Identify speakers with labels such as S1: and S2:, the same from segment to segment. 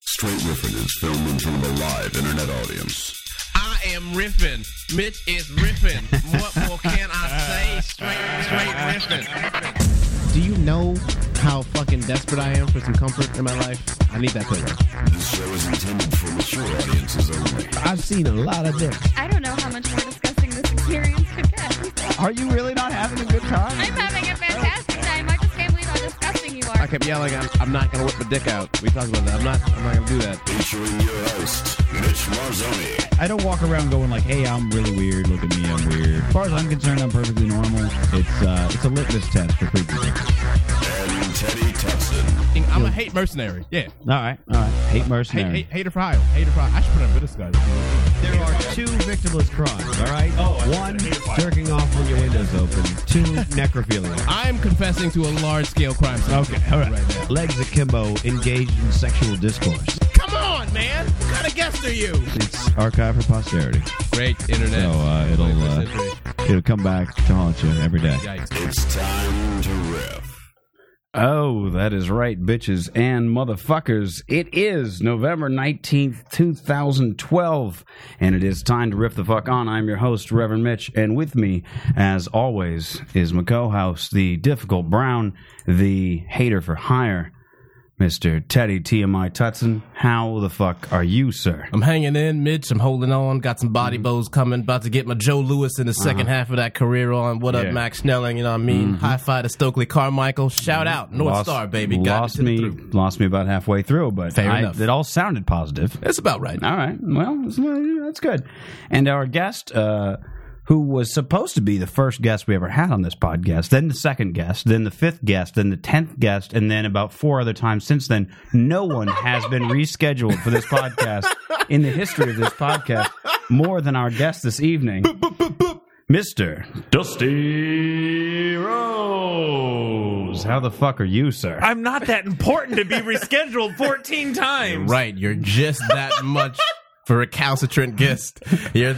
S1: Straight riffing is filmed in front of a live internet audience.
S2: I am riffing. Mitch is riffing. what more can I say? Straight, straight riffing.
S3: Do you know how fucking desperate I am for some comfort in my life? I need that pillow.
S1: This show is intended for mature audiences only.
S3: I've seen a lot of dick.
S4: I don't know how much more disgusting this experience could get.
S5: Are you really not having a good time?
S4: I'm having a fantastic time. I just can't believe how disgusting you
S3: I
S4: are.
S3: kept yelling, I'm, I'm not gonna whip my dick out. We talked about that. I'm not. I'm not gonna do that.
S1: Featuring your host, Mitch Marzoni.
S5: I don't walk around going like, "Hey, I'm really weird. Look at me, I'm weird." As far as I'm concerned, I'm perfectly normal. It's uh, it's a litmus test for creepy. All
S1: And Teddy Tutson.
S6: I'm a hate mercenary. Yeah.
S5: right, all right. Hate
S6: Hate,
S5: mercenary.
S6: hate, hater for hire. Hater for hire. I should put on this guy.
S5: There are two victimless crimes. All right.
S6: Oh,
S5: One, jerking off when your window's open. Two, necrophilia.
S6: I'm confessing to a large scale crime.
S5: Okay, all right. Legs akimbo, engaged in sexual discourse.
S6: Come on, man. What kind of guest are you?
S5: It's archived for posterity,
S6: Great internet.
S5: so uh, it'll uh, it'll come back to haunt you every day.
S1: It's time to riff.
S7: Oh, that is right, bitches and motherfuckers. It is November 19th, 2012, and it is time to riff the fuck on. I'm your host, Reverend Mitch, and with me, as always, is my co host, the difficult Brown, the hater for hire, Mr. Teddy TMI Tutson. How the fuck are you, sir?
S6: I'm hanging in, Mitch. I'm holding on. Got some body
S7: Mm-hmm.
S6: blows coming. About to get my Joe Lewis in the 2nd half of that career on. What
S7: Uh-huh. Yeah. Mm-hmm.
S6: up, Max Snelling? You know what I mean? High five to Stokely Carmichael. Shout out, North
S7: Lost-
S6: Star, baby. Got
S7: Lost
S6: me.
S7: me,
S6: to the through.
S7: lost me about halfway through, but
S6: Fair
S7: I-
S6: enough.
S7: it all sounded positive.
S6: That's about right.
S7: All right. Well, that's- that's good. And our guest, uh, who was supposed to be the first guest we ever had on this podcast, then the second guest, then the fifth guest, then the tenth guest, and then about four other times since then, no one has been rescheduled for this podcast in the history of this podcast more than our guest this evening. Mr. Dusty Rose. How the fuck are you, sir?
S8: I'm not that important to be rescheduled 14 times.
S6: Right. You're just that much for a recalcitrant guest. You're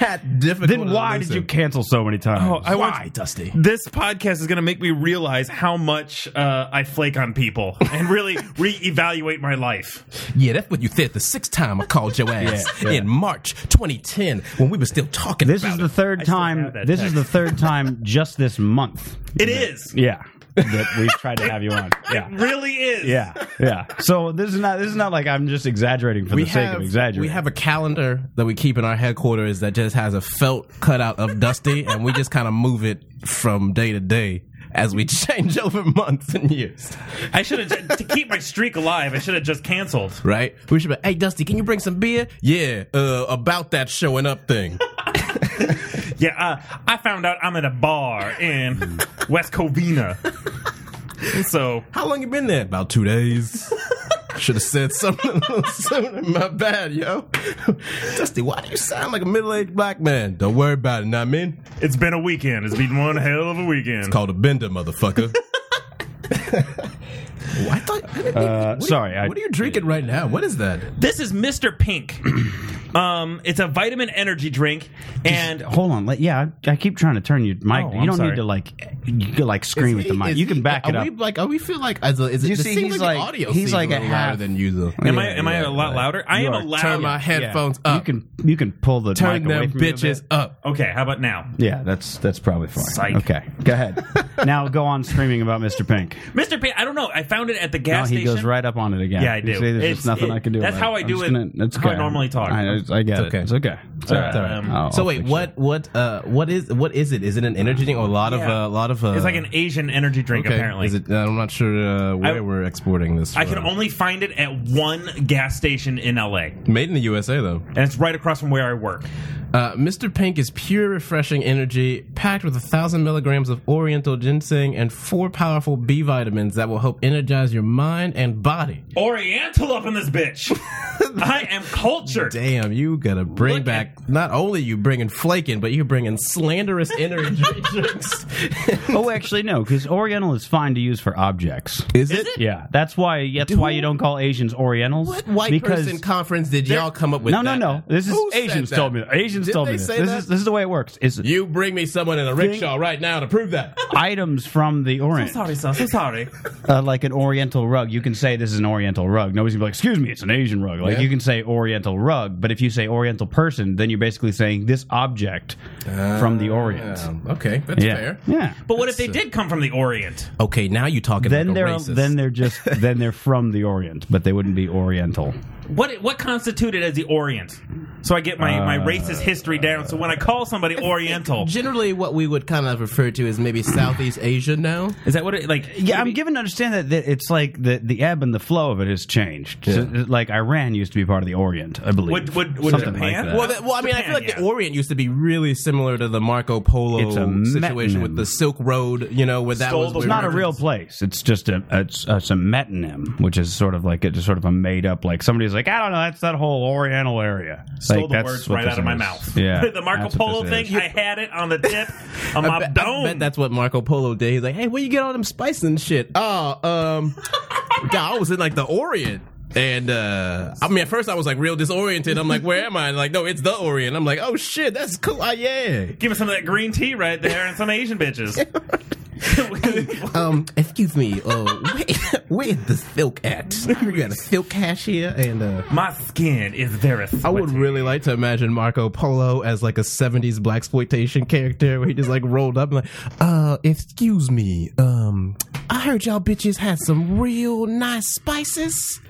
S6: that difficult.
S7: then
S6: and
S7: why did
S6: elusive.
S7: you cancel so many times?
S8: Oh, I
S6: Why,
S8: want-
S6: Dusty?
S8: This podcast is going to make me realize how much uh, I flake on people and really reevaluate my life.
S6: Yeah, that's what you said the sixth time I called your ass in March 2010 when we were still talking
S7: This
S6: about
S7: is
S6: it.
S7: the third time.
S8: have that
S7: This is
S8: text.
S7: the third time just this month.
S8: It is.
S7: Yeah, that we've tried to have you on.
S8: It
S7: Yeah,
S8: really is.
S7: yeah, yeah. So this is not. This is not like I'm just exaggerating for the sake of exaggerating.
S6: We have a calendar that we keep in our headquarters that just has a felt cutout of Dusty, and we just kind of move it from day to day as we change over months and years.
S8: I should have, to keep my streak alive, I should have just canceled.
S6: Right? We should be, hey, Dusty, can you bring some beer? Yeah, uh, about that showing up thing.
S8: Yeah, uh, I found out I'm at a bar in West Covina. So
S6: How long you been there? About two days. Should have said something a little sooner. My bad, yo. Dusty, why do you sound like a middle-aged black man? Don't worry about it, know what I mean?
S8: it's been a weekend. It's been one hell of a weekend.
S6: Called a bender, motherfucker. Well, I thought, what are you-
S7: Uh, sorry, I-
S6: what are you drinking right now? What is that?
S8: This is Mr. Pink. um, it's a vitamin energy drink, and
S7: Hold on. Let, yeah, I, I keep trying to turn your mic.
S8: Oh,
S7: you
S8: I'm
S7: don't need
S8: sorry.
S7: to like. You can like scream at the mic. You can back
S6: are
S7: it up.
S6: We like, are we feel like? As a, is it,
S7: You
S6: it
S7: see,
S6: seems
S7: he's
S6: like, the
S7: like-
S6: audio
S7: he's
S6: seems
S7: like
S6: a
S7: a
S6: little
S7: half-
S6: louder than usual.
S8: am I am I a lot louder? I am a
S7: are.
S8: loud.
S6: Turn my headphones up.
S7: You can you can pull the
S6: Turn
S7: mic away
S6: them
S7: from you a bit.
S6: bitches up.
S8: Okay, how about now?
S7: Yeah, that's that's probably fine.
S8: Psych.
S7: Okay, go ahead. now go on screaming about Mr. Pink.
S8: Mr. Pink, I don't know. I found it at the
S7: No,
S8: gas
S7: he
S8: station.
S7: goes right up on it again.
S8: Yeah, I
S7: You
S8: do.
S7: see, there's
S8: It's-
S7: just nothing
S8: it-
S7: I can do.
S8: that's
S7: about
S8: how I
S7: I'm
S8: do
S7: just
S8: it.
S7: gonna- that's
S8: How I
S7: okay.
S8: normally talk.
S7: I, I get
S6: It's
S7: it.
S6: okay.
S7: It's okay. It's all right. Oh,
S8: Um,
S7: I'll-
S6: So
S7: I'll
S6: wait,
S7: fix it.
S6: what what uh what is what is it? Is it an energy drink or a lot of
S8: Yeah.
S6: uh, a lot of? Uh,
S8: It's like an Asian energy drink,
S6: okay.
S8: apparently.
S6: Is it? uh, I'm not sure uh, where
S8: I-
S6: we're exporting this.
S8: I can
S7: uh,
S6: from.
S8: only find it at one gas station in LA, and
S6: made in the USA though.
S8: it's right across from where I work.
S6: Uh, Mr. Pink is pure, refreshing energy packed with a thousand milligrams of oriental ginseng and four powerful B vitamins that will help energize your mind and body.
S8: Oriental up in this bitch. I am cultured.
S6: Damn, you gotta bring
S8: Look
S6: back. not only you bringing flaking, but you bringing slanderous energy drinks.
S7: oh, actually, no, because Oriental is fine to use for objects.
S6: Is it?
S7: Yeah, that's why. That's why you don't call Asians Orientals.
S6: What white
S7: because
S6: person conference did y'all come up with?
S7: no, no,
S6: that?
S7: no. This is
S6: Who said
S7: Asians
S6: that?
S7: told me. That. Asians
S6: Did
S7: told
S6: they
S7: me this.
S6: say
S7: This
S6: that?
S7: is this is the way it works. Is
S6: You bring me someone in a rickshaw right now to prove that.
S7: items from the Orient,
S8: Sorry, son. So sorry.
S7: uh, like an Oriental rug. You can say this is an Oriental rug. Nobody's gonna be like, "Excuse me, it's an Asian rug." Like
S6: Yeah.
S7: you can say Oriental rug, but if you say Oriental person, then you're basically saying this object from the Orient.
S6: Um, okay, that's
S7: yeah,
S6: fair.
S7: yeah.
S8: But what if
S7: uh,
S8: they did come from the Orient?
S6: Okay, now you talking
S7: Then
S6: like a
S7: they're
S6: racist.
S7: then they're just then they're from the Orient, but they wouldn't be Oriental.
S8: What what constituted as the Orient? So I get my,
S7: Uh,
S8: my racist history down. So when I call somebody Oriental,
S6: Generally, what we would kind of refer to as maybe Southeast Asia now.
S8: is that what it like?
S7: Yeah, I'm given to understand that, that it's like the, the ebb and the flow of it has changed. So, like Iran used to be part of the Orient, I believe.
S8: Would- would- would
S7: Something
S8: Japan?
S7: Like that.
S6: Well, that, well, I mean, I feel
S8: Japan,
S6: like the
S8: yeah.
S6: Orient used to be really similar to the Marco Polo
S7: It's a
S6: situation
S7: metonym.
S6: with the Silk Road. You know, where that
S8: Stole
S6: was
S8: the
S7: it's
S6: where-
S7: not a real place. It's just a it's, it's a metonym, which is sort of like it's sort of a made up. Like somebody's like, I don't know, that's that whole Oriental area.
S8: Stole
S7: like,
S8: the words right
S7: this
S8: out of my
S7: is.
S8: mouth.
S7: Yeah,
S8: the Marco
S7: that's what
S8: Polo
S7: this
S8: thing,
S7: is.
S8: I had it on the tip of
S6: I
S8: my
S6: bet, I
S8: dome.
S6: bet that's what Marco Polo did. He's like, "Hey, where you get all them spices and shit?" Oh, um, God, I was in like the Orient, and uh I mean, at first I was like real disoriented. I'm like, "Where am I?" And like, no, it's the Orient. I'm like, "Oh shit, that's cool." Ah, yeah.
S8: Give me some of that green tea right there and some Asian bitches.
S6: Um, excuse me. Uh, where, where's the silk at? We got a silk cash here, and uh
S8: my skin is very sweaty.
S6: I would really like to imagine Marco Polo as like a 70s black exploitation character where he just like rolled up and like, uh, excuse me, um, I heard y'all bitches had some real nice spices,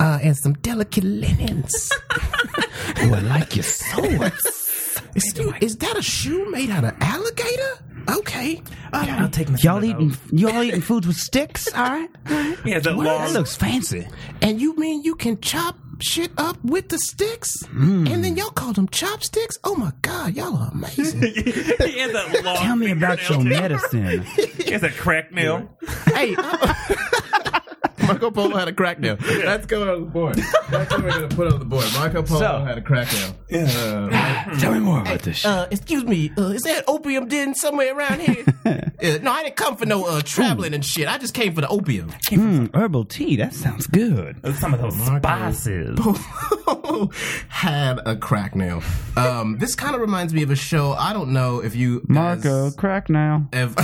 S6: uh, and some delicate linens. oh, I like your swords. Excuse, is that a shoe made out of alligator? Okay. Uh,
S8: I'll take my
S7: Y'all eating y'all eating foods with sticks? All right,
S8: Yeah, that long.
S7: fancy.
S6: And you mean you can chop shit up with the sticks? And then y'all call them chopsticks? Oh my god, y'all are amazing.
S8: he had that long.
S7: Tell me about your
S8: fingernail too.
S7: medicine.
S8: He has that crack nail.
S6: hey, Marco Polo had a crack nail. Let's go on the board. That's what we're gonna put on the board. Marco Polo
S7: So-
S6: had a crack nail.
S7: Tell me more about this.
S6: Uh, excuse me, uh, is that opium den somewhere around here? Uh, no, I didn't come for no uh, traveling and shit. I just came for the opium.
S7: Hmm, herbal tea. That sounds good.
S8: Some of those spices.
S6: had a crack nail. Um, this kind of reminds me of a show. I don't know if you guys-
S7: crack now.
S6: if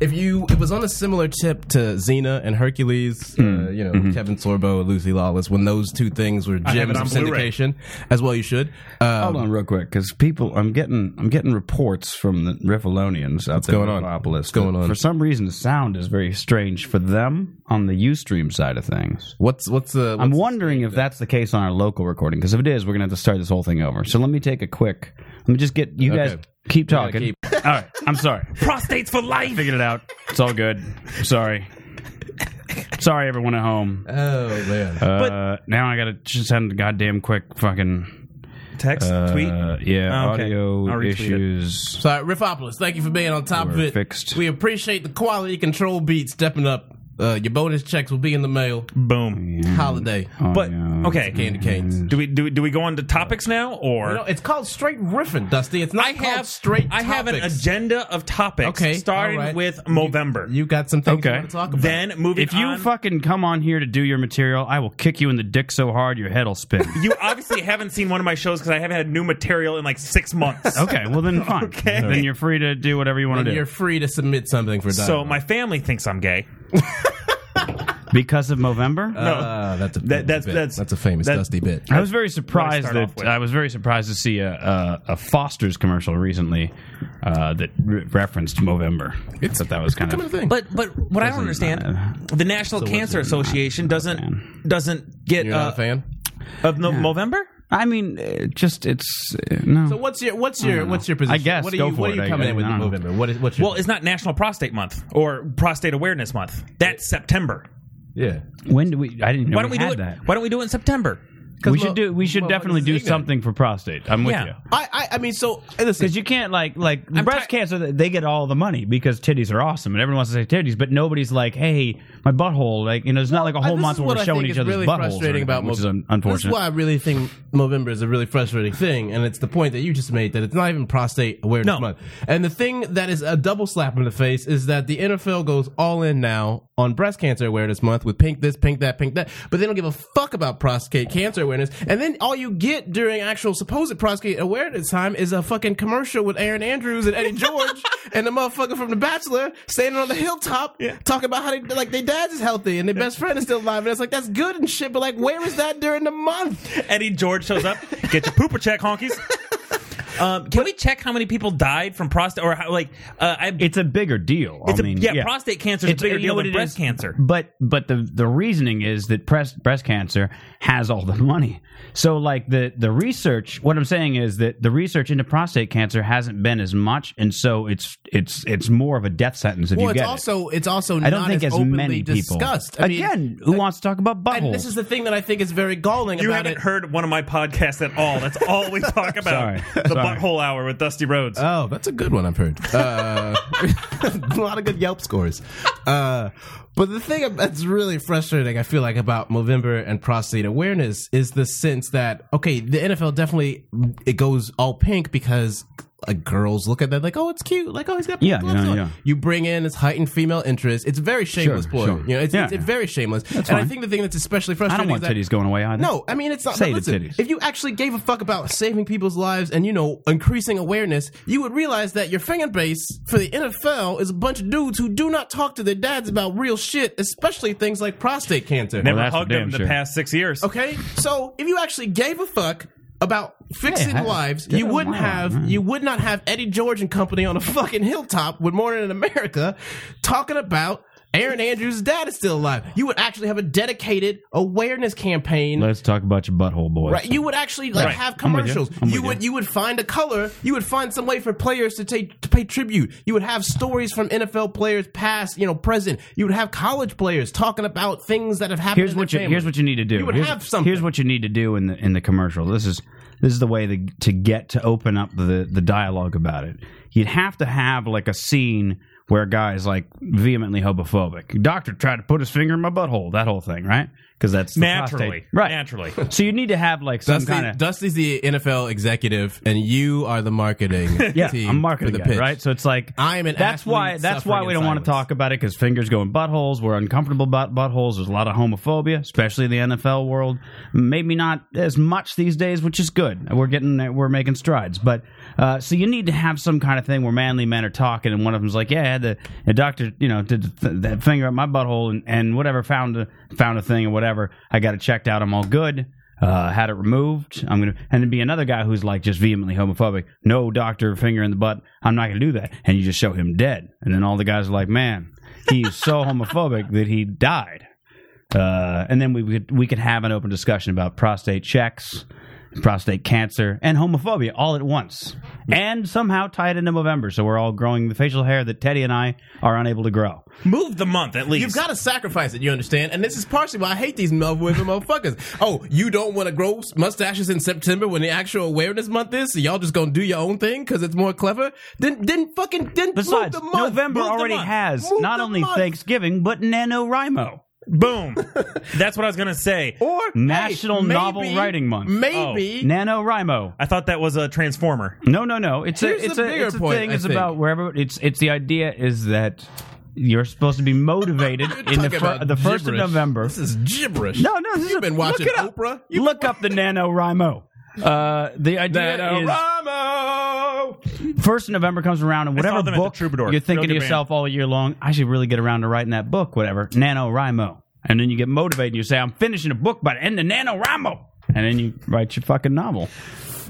S6: if you it was on a similar tip to Xena and Hercules, uh,
S7: Hmm.
S6: you know
S7: Mm-hmm.
S6: Kevin Sorbo, Lucy Lawless, when those two things were
S8: have
S6: gems
S8: it
S6: of
S8: on Blu-ray.
S6: syndication. As well, you should. Um,
S7: Hold on, real quick, because people, I'm getting, I'm getting reports from the Riffalonians out there
S6: going on?
S7: in Riffopolis
S6: What's going
S7: that
S6: on?
S7: For some reason, the sound is very strange for them on the UStream side of things.
S6: What's what's uh,
S7: I'm
S6: what's-
S7: wondering if that's the case on our local recording, because if it is, we're gonna have to start this whole thing over. So let me take a quick. Let me just get you guys
S6: Okay.
S7: keep
S6: Yeah,
S7: talking.
S6: keep-
S7: All right, I'm sorry.
S8: Prostates for life.
S7: Figured it out. It's all good. I'm sorry. Sorry, everyone at home.
S6: Oh man,
S7: Uh, now I gotta just send a goddamn quick fucking
S8: Text,
S7: uh,
S8: tweet.
S7: Yeah,
S8: Oh, okay.
S7: audio
S8: I'll retweet it.
S7: issues.
S6: sorry, Riffopolis. Thank you for being on top
S7: We're
S6: of it.
S7: fixed.
S6: We appreciate the quality control beat stepping up. Uh, your bonus checks will be in the mail.
S7: Mm-hmm.
S8: Boom.
S6: Holiday
S7: Oh,
S8: But okay,
S6: candy canes.
S8: do we do we, do we go on to topics now or?
S6: You know, it's called straight riffing, Dusty. It's not
S8: I
S6: called
S8: have
S6: straight.
S8: I have an
S6: topics.
S8: agenda of topics.
S6: Okay,
S8: starting
S6: all right.
S8: with Movember.
S6: You got some things
S7: Okay.
S6: you want to talk about.
S8: then moving
S7: If you
S8: on-
S7: fucking come on here to do your material, I will kick you in the dick so hard your head'll spin.
S8: you obviously haven't seen one of my shows because I haven't had new material in like six months.
S7: okay, well then fine.
S8: Okay.
S7: Then you're free to do whatever you want
S6: And
S7: to
S6: you're
S7: do
S6: free to submit something for
S8: So
S6: dialogue.
S8: my family thinks I'm gay.
S7: because of Movember.
S8: No.
S6: Ah, that's a
S8: That-
S6: that's
S8: that's-
S6: a bit.
S8: that's-
S6: that's a famous
S8: that-
S6: dusty bit.
S7: I was very surprised
S8: start off
S7: that
S8: with.
S7: I was very surprised to see a a, a Foster's commercial recently uh, that re- referenced Movember. It's that that was kind
S6: Come
S7: of
S6: to think.
S8: But but what I don't understand, the National Cancer Association doesn't doesn't get
S6: you're not
S8: uh,
S6: a fan.
S8: of no- Movember.
S7: I mean, uh, just it's uh, no.
S6: So what's your what's your what's your position?
S7: I guess,
S6: What are
S7: go
S6: you,
S7: for
S6: what
S7: it,
S6: are you
S7: I
S6: coming
S7: guess.
S6: in with
S7: I
S6: the
S7: don't know.
S6: movement? What is what's your
S8: Well, it's not National Prostate Month or Prostate Awareness Month. That's September.
S6: yeah?
S7: when do we? I didn't know
S8: Why don't we do
S7: had
S8: it?
S7: that.
S8: Why don't we do it in September?
S7: We
S6: mo-
S7: should do. We should
S6: motherfuckers
S7: definitely
S6: is
S7: do
S6: ignorant.
S7: something for prostate. I'm with
S8: Yeah.
S7: you.
S6: I, I, I mean, so hey, listen.
S7: Because you can't like like breast
S8: ti-
S7: cancer, they get all the money because titties are awesome and everyone wants to say titties, but nobody's like, hey, my butthole. Like you know, it's not like a
S6: I-
S7: whole
S6: this
S7: month
S6: is
S7: where we're
S6: what I
S7: showing
S6: think
S7: each
S6: is
S7: other's
S6: really
S7: buttholes, or
S6: frustrating
S7: anything,
S6: about
S7: which
S6: Mov-
S7: is un-
S6: This is
S7: unfortunate.
S6: why I really think Movember is a really frustrating thing, and it's the point that you just made that it's not even prostate awareness
S8: No.
S6: month. And the thing that is a double slap in the face is that the NFL goes all in now on breast cancer awareness month with pink this, pink that, pink that, but they don't give a fuck about prostate cancer awareness. And then all you get during actual supposed prostate awareness time is a fucking commercial with Aaron Andrews and Eddie George and the motherfucker from The Bachelor standing on the hilltop talking about how they like their dad's is healthy and their best friend is still alive. And it's like that's good and shit, but like where is that during the month?
S8: Eddie George shows up. Get your pooper check, honkies. Um, can we check how many people died from prostate or how, like uh, I,
S7: it's a bigger deal.
S8: It's
S7: I
S8: a-
S7: mean,
S8: yeah, prostate cancer is a bigger
S7: you know
S8: deal
S7: what
S8: than
S7: it
S8: breast
S7: is?
S8: cancer.
S7: But but the the reasoning is that breast breast cancer has all the money. So like the the research, what I'm saying is that the research into prostate cancer hasn't been as much, and so it's it's it's more of a death sentence if
S6: Well,
S7: you
S6: it's
S7: get it.
S6: also it's also
S7: I don't
S6: not
S7: think
S6: as,
S7: as,
S6: openly
S7: many people.
S6: discussed. I mean,
S7: Again, who wants to talk about buttholes?
S6: and this is the thing that I think is very galling
S8: You
S6: about
S8: haven't
S6: it.
S8: heard one of my podcasts at all. That's all we talk about.
S7: Sorry.
S8: The
S7: Sorry.
S8: butthole hour with Dusty Rhodes.
S6: Oh, that's a good one I've heard. Uh, a lot of good Yelp scores. Uh, but the thing that's really frustrating, I feel like, about Movember and prostate awareness is the sense that okay, the NFL definitely it goes all pink because like girls look at that like, oh, it's cute, like oh, he's got pink
S7: Yeah,
S6: gloves
S7: yeah,
S6: on.
S7: yeah.
S6: You bring in this heightened female interest. It's very shameless ploy.
S7: sure.
S6: You know, it's,
S7: Yeah,
S6: it's, it's
S7: yeah.
S6: very shameless. and I
S7: fine.
S6: think the thing that's especially
S7: I
S6: frustrating
S7: don't want
S6: is that
S7: titties going away either.
S6: no, I mean it's not.
S7: Say
S6: but
S7: the
S6: listen,
S7: titties.
S6: if you actually gave a fuck about saving people's lives and you know increasing awareness, you would realize that your fan base for the NFL is a bunch of dudes who do not talk to their dads about real shit, especially things like prostate cancer.
S8: Never
S7: that's for
S8: hugged him
S7: damn
S8: in the
S7: sure.
S8: past six years.
S6: Okay, so if you actually gave a fuck about fixing
S7: Yeah, I-
S6: lives,
S7: yeah,
S6: you wouldn't
S7: wow,
S6: have
S7: man.
S6: you would not have Eddie George and company on a fucking hilltop with Morning in America talking about. Aaron Andrews' dad is still alive. You would actually have a dedicated awareness campaign
S7: Let's talk about your butthole, boys.
S6: Right, you would actually like
S8: Right.
S6: have
S7: I'm with you.
S6: commercials.
S7: I'm
S6: You
S7: with
S6: would you would find a color. You would find some way for players to take to pay tribute. You would have stories from NFL players past, you know, present. You would have college players talking about things that have happened.
S7: here's
S6: in
S7: what you
S6: their family.
S7: here's what you need to do.
S6: You would
S7: here's,
S6: have something.
S7: Here's what you need to do in the in the commercial. This is this is the way to, to get to open up the the dialogue about it. You'd have to have like a scene where a guy's like vehemently homophobic. Doctor tried to put his finger in my butthole. That whole thing, right? Because that's the
S8: Naturally.
S7: prostate. right?
S8: Naturally.
S7: So you need to have like some
S6: Dusty,
S7: kind of
S6: Dusty's the NFL executive, and you are the marketing.
S7: yeah,
S6: team
S7: I'm marketing
S6: for the
S7: guy,
S6: pitch.
S7: right? So it's like
S6: I am an
S7: That's
S6: athlete
S7: why. That's why
S6: suffering
S7: we
S6: in
S7: don't want to
S6: silence.
S7: talk about it because fingers go in buttholes. We're uncomfortable about buttholes. There's a lot of homophobia, especially in the NFL world. Maybe not as much these days, which is good. We're getting we're making strides, but uh, so you need to have some kind of thing where manly men are talking, and one of them's like, "Yeah, I had the a doctor, you know, did th- that finger up my butthole, and, and whatever found a, found a thing or whatever. I got it checked out. I'm all good." uh, had it removed. I'm gonna, and then be another guy who's like just vehemently homophobic. No doctor, finger in the butt. I'm not gonna do that. And you just show him dead, and then all the guys are like, man, he's so homophobic that he died. Uh, and then we could we could have an open discussion about prostate checks, prostate cancer, and homophobia all at once, and somehow tie it into November, so we're all growing the facial hair that Teddy and I are unable to grow.
S8: Move the month at least.
S6: You've got to sacrifice it, you understand? And this is partially why I hate these motherfuckers. motherfuckers. Oh, you don't want to grow mustaches in September when the actual awareness month is, so y'all just gonna do your own thing because it's more clever? Then, then fucking, then
S7: Besides,
S6: move the month.
S7: November
S6: Move the
S7: already
S6: month.
S7: has
S6: Move
S7: not
S6: the
S7: only
S6: month.
S7: Thanksgiving but NaNoWriMo.
S8: Boom. That's what I was gonna say.
S6: or
S7: National
S6: hey,
S7: Novel
S6: maybe-
S7: Writing Month. Oh,
S6: Maybe
S7: NaNoWriMo.
S8: I thought that was a transformer.
S7: No, no, no. It's
S6: Here's
S7: a it's
S6: the
S7: a,
S6: bigger
S7: it's a
S6: point,
S7: thing.
S6: I
S7: It's
S6: think.
S7: about wherever it's it's the idea is that you're supposed to be motivated in the
S6: Talking
S7: fir-
S6: about
S7: the first
S6: gibberish.
S7: of November.
S6: This is gibberish.
S7: No, no. This is
S6: You've
S7: a-
S6: been watching
S7: look it up.
S6: Oprah.
S7: look up the NaNoWriMo. Uh, the idea
S6: NaNoWriMo.
S7: is first of November comes around, and whatever
S8: saw them at the
S7: book
S8: Troubadour.
S7: you're thinking to
S8: Real good
S7: yourself all year long, I should really get around to writing that book, whatever. NaNoWriMo. And then you get motivated and you say, I'm finishing a book by the end of NaNoWriMo. And then you write your fucking novel.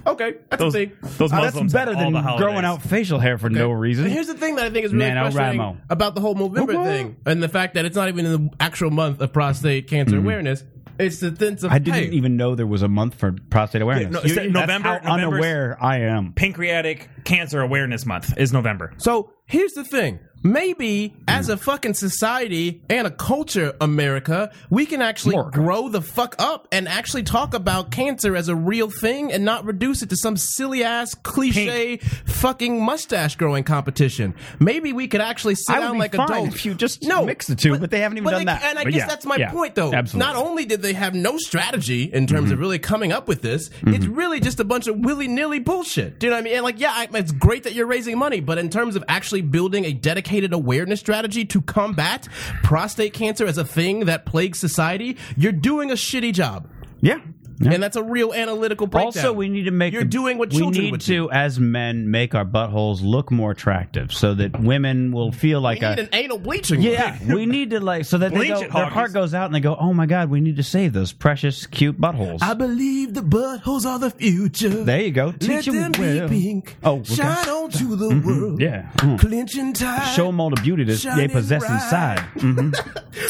S6: Okay, that's
S8: Those
S6: a thing.
S8: those
S7: Oh,
S8: Muslims.
S7: that's better
S8: have all
S7: than
S8: the holidays.
S7: growing out facial hair for no reason.
S6: But here's the thing that I think is really
S7: NaNoWriMo.
S6: frustrating about the whole Movember
S7: Okay.
S6: thing and the fact that it's not even in the actual month of prostate cancer awareness. It's the sense of
S7: Mm-hmm. I didn't
S6: hey,
S7: even know there was a month for prostate awareness.
S8: no,
S7: You-
S8: se-
S7: that's
S8: November-
S7: how
S8: November's-
S7: unaware I am.
S8: Pancreatic Cancer Awareness Month is November.
S6: So here's the thing. Maybe as a fucking society and a culture, America, we can actually grow the fuck up and actually talk about cancer as a real thing and not reduce it to some silly ass cliche fucking mustache growing competition. Maybe we could actually sit
S7: I would
S6: down
S7: be
S6: like
S7: fine
S6: adults.
S7: if you just mix the two, but they haven't even done that.
S6: And I
S7: But
S6: guess
S7: yeah,
S6: that's my
S7: yeah,
S6: point, though.
S7: absolutely. Mm-hmm.
S6: Not only did they have no strategy in terms of really coming up with this, it's really just a bunch of willy nilly bullshit. Do you know what I mean? And like, yeah, I, it's great that you're raising money, but in terms of actually building a dedicated awareness strategy to combat prostate cancer as a thing that plagues society, you're doing a shitty job.
S7: Yeah. Yeah.
S6: And that's a real analytical breakdown.
S7: Also, we need to make
S6: You're
S7: the-
S6: doing what
S7: we
S6: children
S7: need
S6: would
S7: to,
S6: do.
S7: as men, make our buttholes look more attractive, so that women will feel like
S6: You need
S7: a
S6: an anal bleaching.
S7: yeah. we need to like so that they
S8: Bleach
S7: go,
S8: it,
S7: their
S8: Hawkins.
S7: heart goes out and they go, oh my god, we need to save those precious cute buttholes.
S6: I believe the buttholes are the future.
S7: there you go.
S6: Let
S7: Teach
S6: them
S7: them
S6: be
S7: well.
S6: pink.
S7: Oh, okay.
S6: shine on to the world.
S7: Yeah.
S6: Mm-hmm.
S7: Mm.
S6: Clinching time.
S7: Show them all the beauty that they
S6: Shining
S7: possess
S6: bright.
S7: inside. Mhm.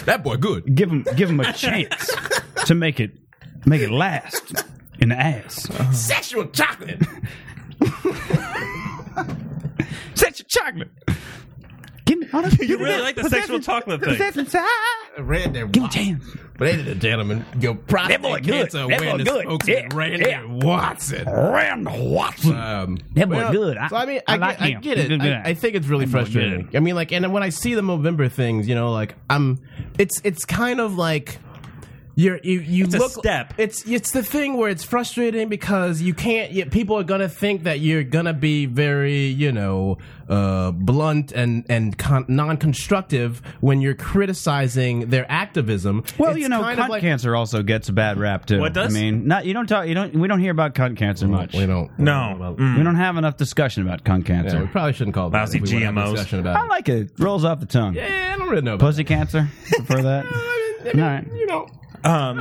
S6: That boy good.
S7: Give them, give them a chance to make it, make it last in the ass.
S6: Sexual chocolate.
S7: Sexual chocolate. Give me all that
S8: You really like the sexual chocolate thing.
S6: Read that
S7: Give me a chance.
S6: Ladies and gentlemen, your prostate
S7: boy good.
S6: cancer
S7: That boy
S6: awareness
S7: good.
S6: spokesman,
S7: Yeah,
S6: Randy
S7: yeah.
S6: Watson.
S7: Rand Watson.
S6: Um,
S7: That boy good. I-
S6: so I mean,
S7: I
S6: I,
S7: like
S6: get, I
S7: him.
S6: get
S7: He's a
S6: it.
S7: good
S6: I,
S7: guy.
S6: I think it's really
S7: That boy good.
S6: frustrating. I mean, like, and when I see the Movember things, you know, like I'm, it's it's kind of like. You're, you you
S8: a
S6: look
S8: step.
S6: It's it's the thing where it's frustrating because you can't. You, people are gonna think that you're gonna be very you know uh, blunt and and con- non constructive when you're criticizing their activism.
S7: Well,
S6: It's
S7: you know,
S6: kind
S7: cunt
S6: of like-
S7: cancer also gets a bad rap too.
S8: What does? Mm,
S7: I mean, not you don't talk you don't we don't hear about cunt cancer much.
S6: We don't.
S8: No.
S7: We don't have enough discussion about cunt
S6: Yeah, we
S7: cancer.
S6: probably shouldn't call it that.
S8: Lousy
S6: if we wanna have a
S8: GMOs.
S6: discussion about
S7: I
S6: it.
S7: like it. Rolls off the tongue.
S6: Yeah, I don't really know. About
S7: Pussy cancer. Prefer that.
S6: I
S7: All right.
S6: You know,
S8: Um,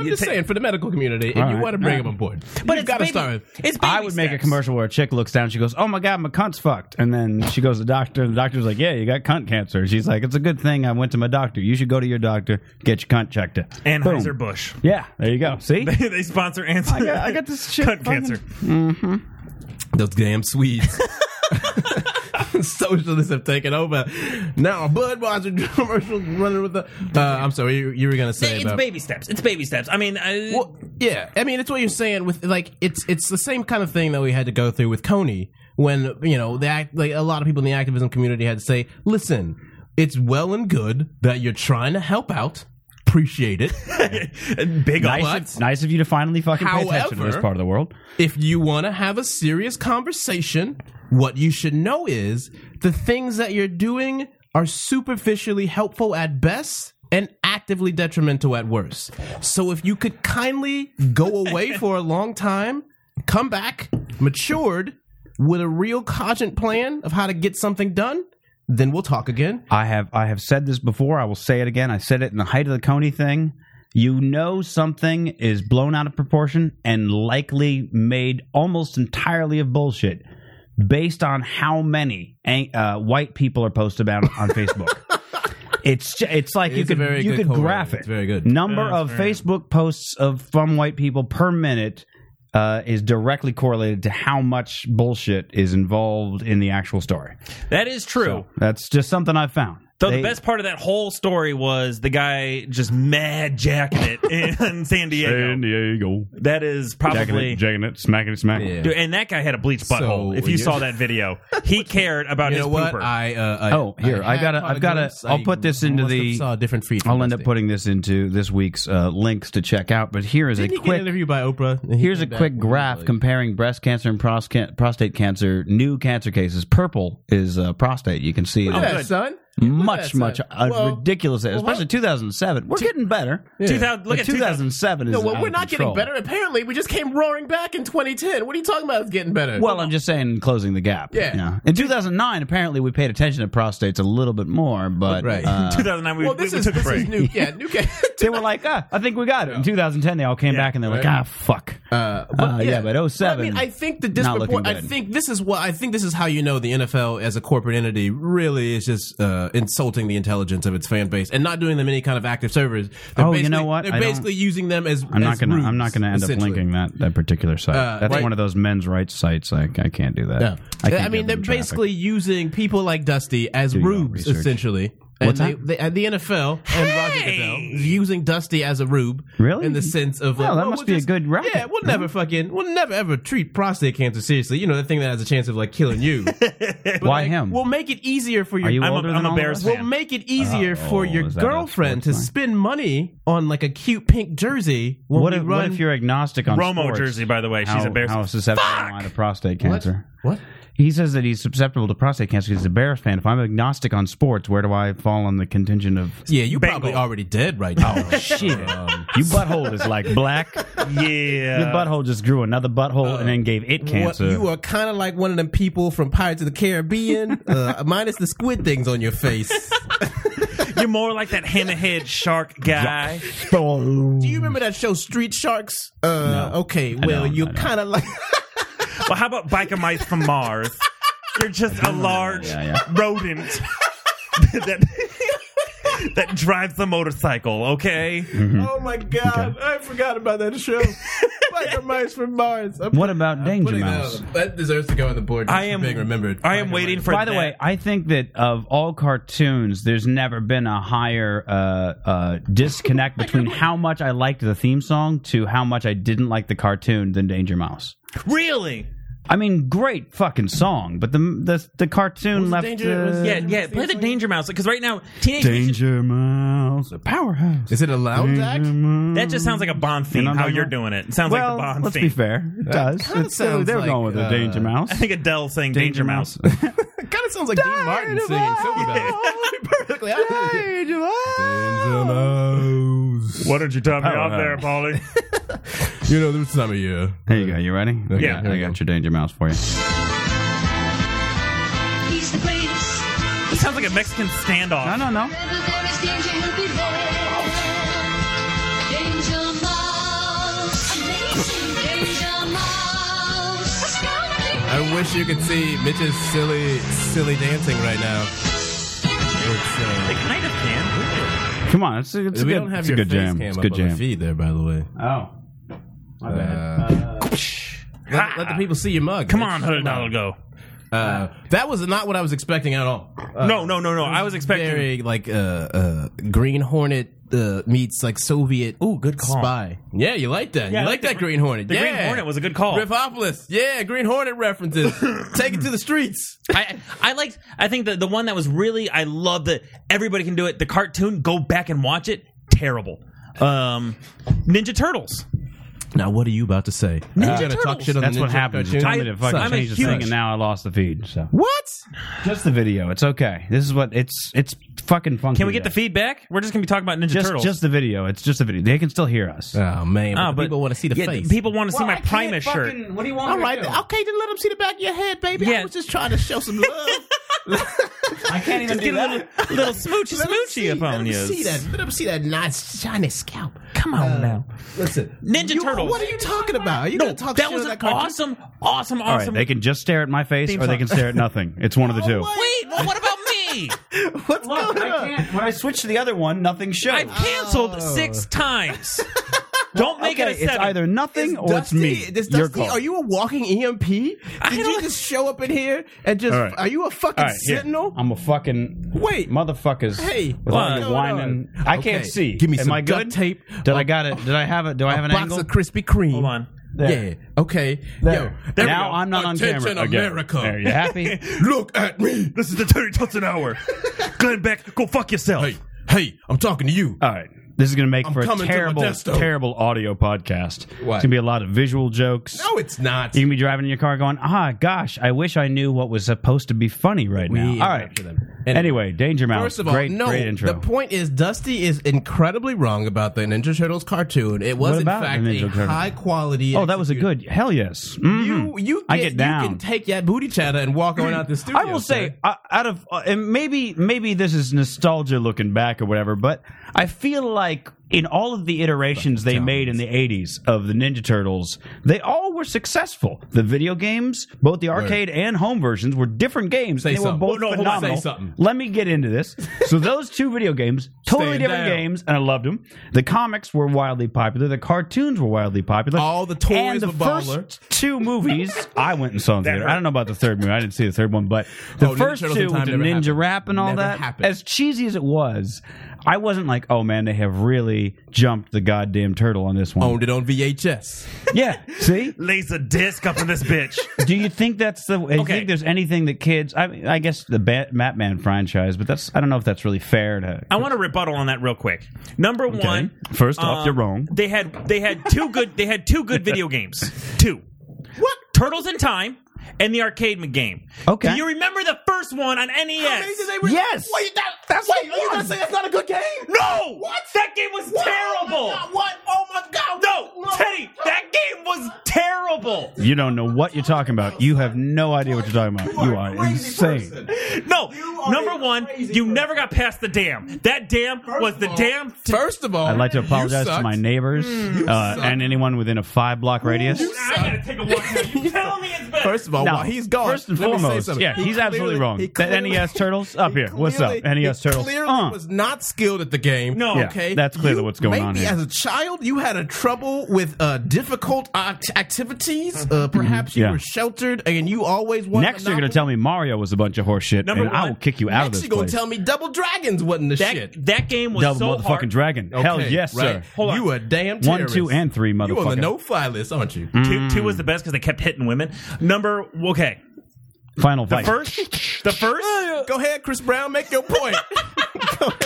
S6: I'm
S8: you
S6: just
S8: ta-
S6: saying for the medical community, if
S7: All
S6: you
S7: right.
S6: want to bring
S7: All
S6: them on board,
S2: But
S6: you've
S2: it's
S6: got to
S2: baby-
S6: start. with-
S2: It's baby
S7: I would make a
S2: steps.
S7: commercial where a chick looks down. She goes, "Oh my god, my cunt's fucked," and then she goes to the doctor. And the doctor's like, "Yeah, you got cunt cancer." And she's like, "It's a good thing I went to my doctor. You should go to your doctor, get your cunt checked." out."
S8: Anheuser
S7: Boom.
S8: Busch.
S7: Yeah, there you go. See,
S8: They, they sponsor Anheuser.
S7: got- I got this shit
S8: Cut
S7: fucking-
S8: cancer.
S6: Those damn Swedes. Socialists have taken over. Now Budweiser commercials running with the. Uh, I'm sorry, you, you were gonna say
S2: It's
S6: about.
S2: baby steps. It's baby steps. I mean, I,
S6: Well, yeah, I mean, it's what you're saying with like it's it's the same kind of thing that we had to go through with Coney when you know the act, like a lot of people in the activism community had to say, listen, it's well and good that you're trying to help out, appreciate it.
S8: Big
S6: Nice.
S8: old-
S6: What?
S7: nice of you to finally fucking pay attention to
S6: However-
S7: this part of the world.
S6: if you want to have a serious conversation, what you should know is the things that you're doing are superficially helpful at best and actively detrimental at worst. So if you could kindly go away for a long time, come back matured with a real cogent plan of how to get something done, then we'll talk again.
S7: I have I have said this before. I will say it again. I said it in the height of the Coney thing. You know something is blown out of proportion and likely made almost entirely of bullshit based on how many uh, white people are posted about on Facebook. It's ju- it's like
S6: It
S7: you
S6: is a
S7: could
S6: very good
S7: you could
S6: correlator.
S7: graph it.
S6: It's very good.
S7: Number
S8: Yeah,
S7: of
S8: it's very
S7: Facebook posts of from white people per minute uh, is directly correlated to how much bullshit is involved in the actual story.
S2: that is true.
S7: That's just something I've found.
S8: Though
S7: They-
S8: the best part of that whole story was the guy just mad jacking it in San Diego.
S7: Diego.
S8: That is
S7: Jacking
S8: probably.
S7: it, jacking it, smacking it, smacking it.
S8: Dude, and that guy had a bleach
S6: So,
S8: butthole. if you
S6: you-
S8: saw that video, he cared about
S6: You
S8: his
S6: know what?
S8: pooper.
S6: I, uh, I
S7: Oh, here, I
S6: had
S7: gotta-
S6: caught
S7: I've
S6: a
S7: gotta-
S6: glimpse.
S7: I'll put this into
S6: must have
S7: the-
S6: saw a different feed. from
S7: I'll end
S6: this
S7: up
S6: thing.
S7: putting this into this week's uh, links to check out. But here is
S6: Didn't
S7: a
S6: he get an
S7: quick
S6: interview by Oprah? And he
S7: here's a
S6: came back
S7: quick
S6: and
S7: graph
S6: was like-
S7: comparing breast cancer and pros- can- prostate cancer new cancer cases. Purple is uh, prostate. You can see
S6: Look at
S7: that
S6: that, son.
S7: much
S6: that,
S7: much
S6: son.
S7: uh,
S6: Well-
S7: ridiculous, especially 2007. We're getting better.
S8: 2000, look
S7: But
S8: at 2000.
S7: 2007 is
S6: No,
S7: out
S6: well,
S7: of
S6: we're not
S7: control.
S6: getting better. Apparently, we just came roaring back in 2010. What are you talking about? Getting better?
S7: Well, I'm just saying closing the gap.
S6: Yeah.
S7: In 2009, apparently we paid attention to prostates a little bit more, but
S6: Right.
S7: uh,
S8: 2009, we,
S6: well, this
S8: we
S6: is
S8: took a
S6: this
S8: break.
S6: is new. Yeah, new. ca-
S7: they were like, ah, I think we got it. In 2010, they all came back and they're like,
S6: Right.
S7: ah, fuck.
S6: Uh,
S7: Uh, yeah, but 07,
S6: I mean, I think the
S7: not looking
S6: disproportion. I
S7: good.
S6: think this is what I think this is how you know the NFL as a corporate entity really is just uh, uh, insulting the intelligence of its fan base and not doing them any kind of active service. They're
S7: Oh, you
S6: basically-
S7: know what?
S6: They're
S7: I don't-
S6: basically using them as
S7: I'm not
S6: as
S7: gonna.
S6: rubes,
S7: I'm not gonna end up
S6: essentially.
S7: linking that that particular site.
S6: Uh,
S7: That's
S6: right.
S7: one of those men's rights sites. I, I can't do that.
S6: Yeah. I,
S7: can't
S6: mean,
S7: give
S6: they're
S7: them traffic.
S6: basically using people like Dusty as
S7: your own
S6: rubes,
S7: research.
S6: essentially.
S7: What's
S6: and
S7: that?
S6: they, they, and the NFL and Roger Goodell is using Dusty as a rube,
S7: Really?
S6: in the sense of like,
S7: Well, that
S6: well,
S7: must
S6: we'll
S7: be a
S6: just-
S7: good racket,
S6: Yeah, we'll never fucking, we'll never ever treat prostate cancer seriously. You know, the thing that has a chance of like killing you. But,
S7: Why
S6: like,
S7: him?
S6: We'll make it easier for your.
S7: Are you
S8: I'm a-
S7: older
S8: I'm
S7: than
S8: a
S7: all of
S8: Bears
S7: us?
S8: fan.
S6: We'll make it easier
S7: Uh-oh,
S6: for your
S7: is that a
S6: girlfriend to
S7: sports line?
S6: spend money on like a cute pink jersey. When
S7: What
S6: we
S7: if,
S6: run,
S7: what if you're agnostic on
S8: Romo
S7: sports?
S8: jersey, by the way. She's
S7: how,
S8: a Bears
S7: How
S8: fan.
S7: susceptible am I to prostate cancer?
S6: What?
S7: He says that he's susceptible to prostate cancer. 'cause He's a Bears fan. If I'm agnostic on sports, where do I fall on the contingent of
S6: Yeah, you
S8: Bengal.
S6: probably already dead right now.
S7: Oh,
S6: Um,
S7: shit? you butthole is like black.
S8: Yeah.
S7: Your butthole just grew another butthole and then gave it
S6: What,
S7: cancer.
S6: you are kind of like one of them people from Pirates of the Caribbean, uh, minus the squid things on your face.
S8: You're more like that hammerhead shark guy.
S6: Do you remember that show Street Sharks? Uh, Okay,
S7: I
S6: well,
S7: don't,
S6: you're
S7: I don't.
S6: kind of like.
S8: well, how about biker mice from Mars? You're just a large
S7: Yeah, yeah.
S8: rodent that that drives a motorcycle. Okay.
S7: Mm-hmm.
S6: oh my god, I forgot about that show. Biker Mice from Mars. I'm
S7: What about Danger
S6: putting that on
S7: Mouse?
S6: the- That deserves to go on the board. just
S8: I
S6: for
S8: am
S6: being remembered.
S8: I am
S6: Biker
S8: waiting
S6: Mice.
S8: for.
S7: By the
S8: that.
S7: way, I think that of all cartoons, there's never been a higher uh, uh, disconnect between how much I liked the theme song to how much I didn't like the cartoon than Danger Mouse.
S8: really?
S7: I mean, great fucking song, but the the, the cartoon
S6: Was it
S7: left.
S6: Danger-
S7: uh,
S6: was it-
S8: Yeah, yeah. Play the Danger Mouse because right now, teenage. Mutant-
S7: Danger Mouse, a powerhouse.
S6: Is it a loud
S7: Danger
S6: act?
S7: Mouse.
S8: That just sounds like a Bond theme.
S7: You know
S8: how
S7: Danger
S8: you're
S7: Mouse?
S8: doing it? It sounds
S7: well,
S8: like the Bond
S7: let's
S8: theme.
S7: be fair. It does.
S6: kinda
S7: It's- they're
S6: sounds
S7: they're going
S6: like,
S7: with a
S6: uh,
S7: Danger Mouse.
S8: I think Adele saying Danger, Mouse.
S6: It kind of sounds like Dean Martin singing Silver Bells. Perfectly accurate.
S8: Why don't you top me
S7: off there,
S8: Polly?
S6: You know, this time of year.
S7: Here you go. You ready?
S8: Yeah.
S7: I got, I got your Danger Mouse for you.
S9: He's the greatest.
S8: it sounds like a Mexican standoff.
S7: No, no, no.
S9: Everybody's danger, he'll be there. Danger Mouse. Amazing Danger Mouse. Astounding.
S6: I wish you could see Mitch's silly, silly dancing right now.
S8: They
S6: It's,
S8: kind of can.
S7: Come on, it's, a- it's
S6: uh,
S7: a
S6: we
S7: good,
S6: don't have
S7: it's a
S6: your
S7: good
S6: face
S7: jam.
S6: cam
S7: It's a
S6: up
S7: good
S6: on the
S7: jam.
S6: feed there, by the way.
S7: Oh, my
S6: Uh, let, let the people see your mug.
S8: Come
S6: Mitch.
S8: on, hundred dollar go.
S6: Uh, that was not what I was expecting at all. Uh,
S8: no, no, no, no. I was expecting.
S6: very like uh, uh, Green Hornet uh, meets like Soviet.
S8: Ooh, good call.
S6: Spy. Yeah, you like that.
S8: Yeah, I
S6: you
S8: like
S6: like
S8: the
S6: that
S8: gr-
S6: Green Hornet.
S8: the
S6: yeah.
S8: Green Hornet was a good call.
S6: Griffopolis. Yeah, Green Hornet references. Take it to the streets.
S8: I I liked. I think the the one that was really I love that everybody can do it. The cartoon, go back and watch it. Terrible. Um, Ninja Turtles.
S6: Now, what are you about to say? Ninja you gonna Uh, talk
S8: Turtles.
S6: shit on
S7: That's
S6: the
S7: what
S6: Ninja
S7: happens. You
S6: cartoon?
S7: told me to fucking
S8: I'm a
S7: change the thing,
S8: huge-
S7: and now I lost the feed. So
S6: What?
S7: just the video. It's okay. This is what it's. It's fucking funky.
S8: Can we get
S7: though.
S8: the feedback? We're just gonna be talking about Ninja
S7: Just,
S8: Turtles.
S7: just the video. It's just the video. They can still hear us.
S6: Oh man, but
S8: Ah,
S6: the
S8: but-
S6: people want to see the
S8: yeah,
S6: face.
S8: People want to see my Primus shirt.
S7: What do you want?
S6: All right, okay, then let them see the back of your head, baby.
S8: Yeah.
S6: I was just trying to show some love.
S7: I can't even
S8: Get a little little smoochy
S6: Let 'em see,
S8: smoochy up
S6: let
S8: on
S6: 'em
S8: you.
S6: See that? Let them see that nice shiny scalp.
S8: Come on now.
S6: Listen,
S8: Ninja
S6: you-
S8: Turtles.
S6: What are you talking about? Are you
S8: No,
S6: gonna talk
S8: that
S6: shit
S8: was
S6: on
S8: an
S6: that cartoon?
S8: awesome, awesome,
S7: All right,
S8: awesome.
S7: they can just stare at my face,
S8: Theme
S7: or they
S8: song.
S7: can stare at nothing. It's one of the two.
S8: Wait, well, what about me?
S6: Oh What's going on?
S7: can't. When I switch to the other one, nothing shows.
S8: I've
S6: Oh.
S8: canceled six times. Don't make
S7: okay,
S8: it a
S7: it's
S8: seven.
S7: either nothing
S6: Is
S7: or
S6: Dusty,
S7: it's me.
S6: Is
S7: Your
S6: Dusty,
S7: call.
S6: are you a walking EMP? Did you
S8: don't-
S6: just show up in here and just?
S7: All right.
S6: Are you a fucking
S7: All right, here.
S6: sentinel?
S7: I'm a fucking
S6: Wait.
S7: motherfuckers.
S6: Hey,
S7: with all
S8: what's
S7: your
S6: going
S7: whining.
S6: on?
S7: I
S6: Okay,
S7: can't see.
S6: give me
S7: Am
S6: some
S7: I good?
S6: duct tape,
S7: Did I
S6: a-
S7: got it? Did I have it? Do I have an
S6: box
S7: angle?
S6: of Krispy Kreme.
S8: Hold on.
S7: There.
S6: Yeah. Okay.
S7: There.
S6: Yo, there we
S7: now
S6: go.
S7: I'm not on
S6: Attention,
S7: camera again.
S6: America.
S7: There, you happy?
S6: Look at me.
S8: This is the Terry Tutson hour. Glenn Beck, go fuck yourself.
S6: Hey, hey, I'm talking to you.
S7: all right. This is going to make
S6: I'm
S7: for a
S6: coming to
S7: terrible,
S6: Modesto.
S7: terrible audio podcast. It's
S6: Why?
S7: going to be a lot of visual jokes.
S6: No, it's not.
S7: You can be driving in your car going, ah, gosh, I wish I knew what was supposed to be funny right
S6: We
S7: now. All right.
S6: interrupted them.
S7: Anyway, Danger Mouse.
S6: First of all,
S7: great,
S6: no.
S7: great intro.
S6: The point is, Dusty is incredibly wrong about the Ninja Turtles cartoon. It was,
S7: What
S6: in
S7: about the
S6: fact,
S7: Ninja
S6: a
S7: Turtles?
S6: high quality.
S7: oh, that was a good. Hell yes. Mhm.
S6: You, you
S7: I get down.
S6: You can take that booty chatter and walk on out the studio.
S7: I will
S6: sir.
S7: say, uh, out of uh, and maybe maybe this is nostalgia looking back or whatever, but I feel like in all of the iterations they made in the 80s of the Ninja Turtles, they all were successful. The video games, both the arcade and home versions, were different games.
S6: Say
S7: they were
S6: something.
S7: both
S6: Well, no, hold on, say
S7: phenomenal.
S6: something.
S7: Let me get into this. So those two video games, totally
S6: Stand
S7: different
S6: down.
S7: games, and I loved them. The comics were wildly popular. The cartoons were wildly popular.
S6: All the toys
S7: and the
S6: were
S7: first
S6: baller.
S7: two movies I went and saw in theater. I don't know about the third movie. I didn't see the third one, but the
S6: Oh, Ninja
S7: first
S6: Turtles in
S7: two
S6: Time
S7: with the
S6: never
S7: ninja
S6: happened.
S7: rap and all
S6: Never
S7: that,
S6: happened.
S7: as cheesy as it was, I wasn't like, oh man, they have really jumped the goddamn turtle on this one.
S6: Owned it on VHS.
S7: yeah, see.
S8: Lays a disc up in this bitch.
S7: Do you think that's the? Do you
S8: Okay.
S7: think there's anything that kids? I, mean, I guess the Bat- Batman franchise, but that's I don't know if that's really fair to.
S8: I want to rebuttal on that real quick. Number one, um,
S7: First off, you're wrong.
S8: They had they had two good they had two good video games. Two. What? Turtles in Time and the arcade game.
S7: Okay.
S8: Do you remember the first one on E NES?
S7: Yes.
S6: Wait, that, that's wait. Are you gonna say that's not a good game?
S8: No! What? That game was terrible.
S6: What? Oh my god!
S8: No, Teddy, that game was terrible.
S7: You don't know what you're talking about. You have no idea what you're talking about. You are insane.
S8: No, number one, you never got past the dam. That dam was the dam. To,
S6: First of all,
S7: I'd like to
S6: Oh, you
S7: apologize to
S6: sucked. Mm.
S7: my neighbors uh,
S6: suck.
S7: and anyone within a five block radius.
S8: I gotta take a walk now. You tell me it's better.
S6: First of all,
S7: No,
S6: while Oh, he's gone,
S7: First and
S6: let me say
S7: foremost,
S6: something.
S7: yeah,
S6: He
S7: he's absolutely
S6: clearly-
S7: wrong. E
S6: he
S7: The
S6: clearly-
S7: NES Turtles, up
S6: he
S7: here. What's up,
S6: clearly-
S7: NES
S6: he
S7: Turtles?
S6: Clearly
S7: Uh.
S6: was not skilled at the game.
S8: No. Yeah,
S6: okay,
S7: that's clearly what's going
S6: maybe
S7: on
S6: Maybe
S7: here.
S6: as a child, you had a trouble with uh, difficult act- activities. Uh, perhaps you
S7: Mm-hmm. Yeah.
S6: were sheltered, and you always wanted.
S7: Next, you're going to tell me Mario was a bunch of horse shit,
S8: Number
S7: and I
S8: one.
S7: will kick you out of
S6: Next,
S7: this
S6: you're gonna
S7: place.
S6: tell me Double Dragons wasn't the
S8: That,
S6: shit.
S8: that game was
S7: Double
S8: so
S7: motherfucking
S8: hard.
S7: dragon. Hell
S6: Okay,
S7: yes,
S6: right.
S7: sir.
S8: Hold on.
S6: You a damn
S7: One,
S6: terrorist.
S7: two, and three,
S6: You on the
S7: motherfucker. Mm.
S6: no-fly list, aren't you?
S8: Two, two was the best because they kept hitting women. Number okay,
S7: Final
S8: the
S7: fight.
S8: first, the first.
S6: Go ahead, Chris Brown, make your point.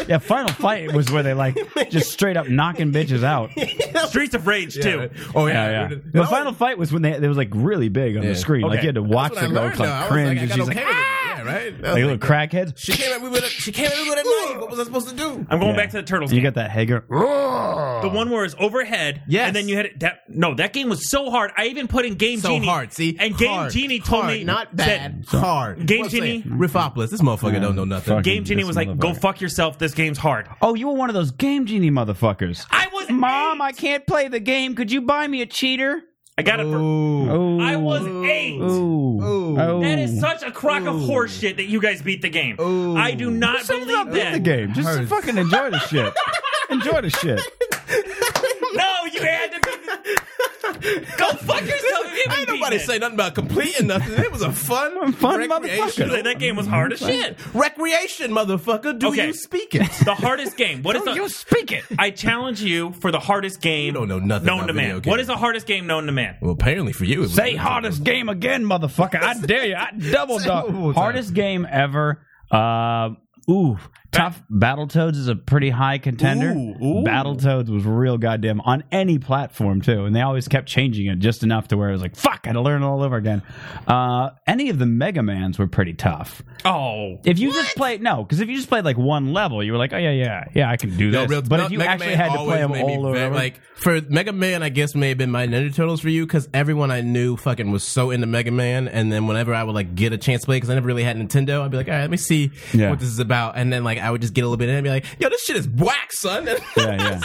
S7: yeah, final fight was where they like just straight up knocking bitches out. Yeah,
S8: Streets of Rage too.
S6: Oh
S7: yeah.
S6: yeah,
S7: The final fight was when they it was like really big on the
S6: Yeah.
S7: screen. Like
S8: Okay.
S7: you had to watch it. That was like cringe. and she's like, "Ah!"
S6: yeah, right.
S7: like little crackheads.
S6: She came at me with a she came at me with a knife. What was I supposed to do?
S8: I'm going
S7: Yeah.
S8: back to the Turtles.
S7: You
S8: game.
S7: got that Hager.
S8: the one where it's overhead,
S6: Yes.
S8: and then you had it. That, no, that game was so hard. I even put in Game
S6: So
S8: Genie.
S6: hard, see.
S8: and Game
S6: Hard,
S8: Genie told
S6: hard,
S8: me
S6: not
S8: that-
S6: bad, hard.
S8: Game
S6: What's that?
S8: Genie?
S6: Riffopolis. This motherfucker don't know nothing.
S7: fuck.
S8: Game Genie
S7: This
S8: was like, "Go
S7: motherfucker.
S8: fuck yourself. This game's hard."
S7: Oh, you were one of those game genie motherfuckers.
S8: I was
S7: Mom,
S8: eight.
S7: I can't play the game. Could you buy me a cheater?
S8: I got it. For,
S6: Ooh.
S7: Oh,
S8: I was eight.
S7: Ooh. Oh.
S8: That is such a crock of horse shit that you guys beat the game. I do not believe
S7: Beat the
S8: that.
S7: game. Just
S6: Hers.
S7: fucking enjoy the shit. enjoy the shit.
S8: No, you had to. be- Go fuck yourself. You haven't
S6: Ain't nobody
S8: beaten it.
S6: say nothing about completing nothing. It was a fun,
S7: Fun
S6: recreation.
S7: motherfucker.
S8: that game was hard as shit.
S6: Recreation, motherfucker. Do
S8: Okay.
S6: you speak it?
S8: The hardest game. What is the?
S7: You speak it.
S8: I challenge you for the hardest game.
S6: don't know nothing
S8: known
S6: about
S8: to
S6: video
S8: man.
S6: games.
S8: What is the hardest game known to man?
S6: well, apparently for you, it was
S7: Say hardest game again, motherfucker. I dare you. I double
S6: Say it
S7: dog.
S6: one more time.
S7: Hardest game ever. Uh, ooh. Tough Battletoads is a pretty high contender.
S8: Ooh, ooh.
S7: Battletoads was real goddamn on any platform too, and they always kept changing it just enough to where it was like, fuck, I had to learn it all over again. Uh, any of the Mega Mans were pretty tough.
S8: Oh,
S7: If you just played no, because if you just played like one level, you were like, oh yeah, yeah, yeah, I can do
S6: No,
S7: this.
S6: real,
S7: but
S6: no,
S7: if you
S6: Mega
S7: actually
S6: Man
S7: had to play
S6: always
S7: them
S6: made me
S7: all over,
S6: very- like for Mega Man, I guess may have been my Ninja Turtles for you because everyone I knew fucking was so into Mega Man, and then whenever I would like get a chance to play because I never really had Nintendo, I'd be like, all right, let me see
S7: Yeah.
S6: what this is about, and then like I would just get a little bit in and be like, yo, this shit is whack, son. And
S7: yeah,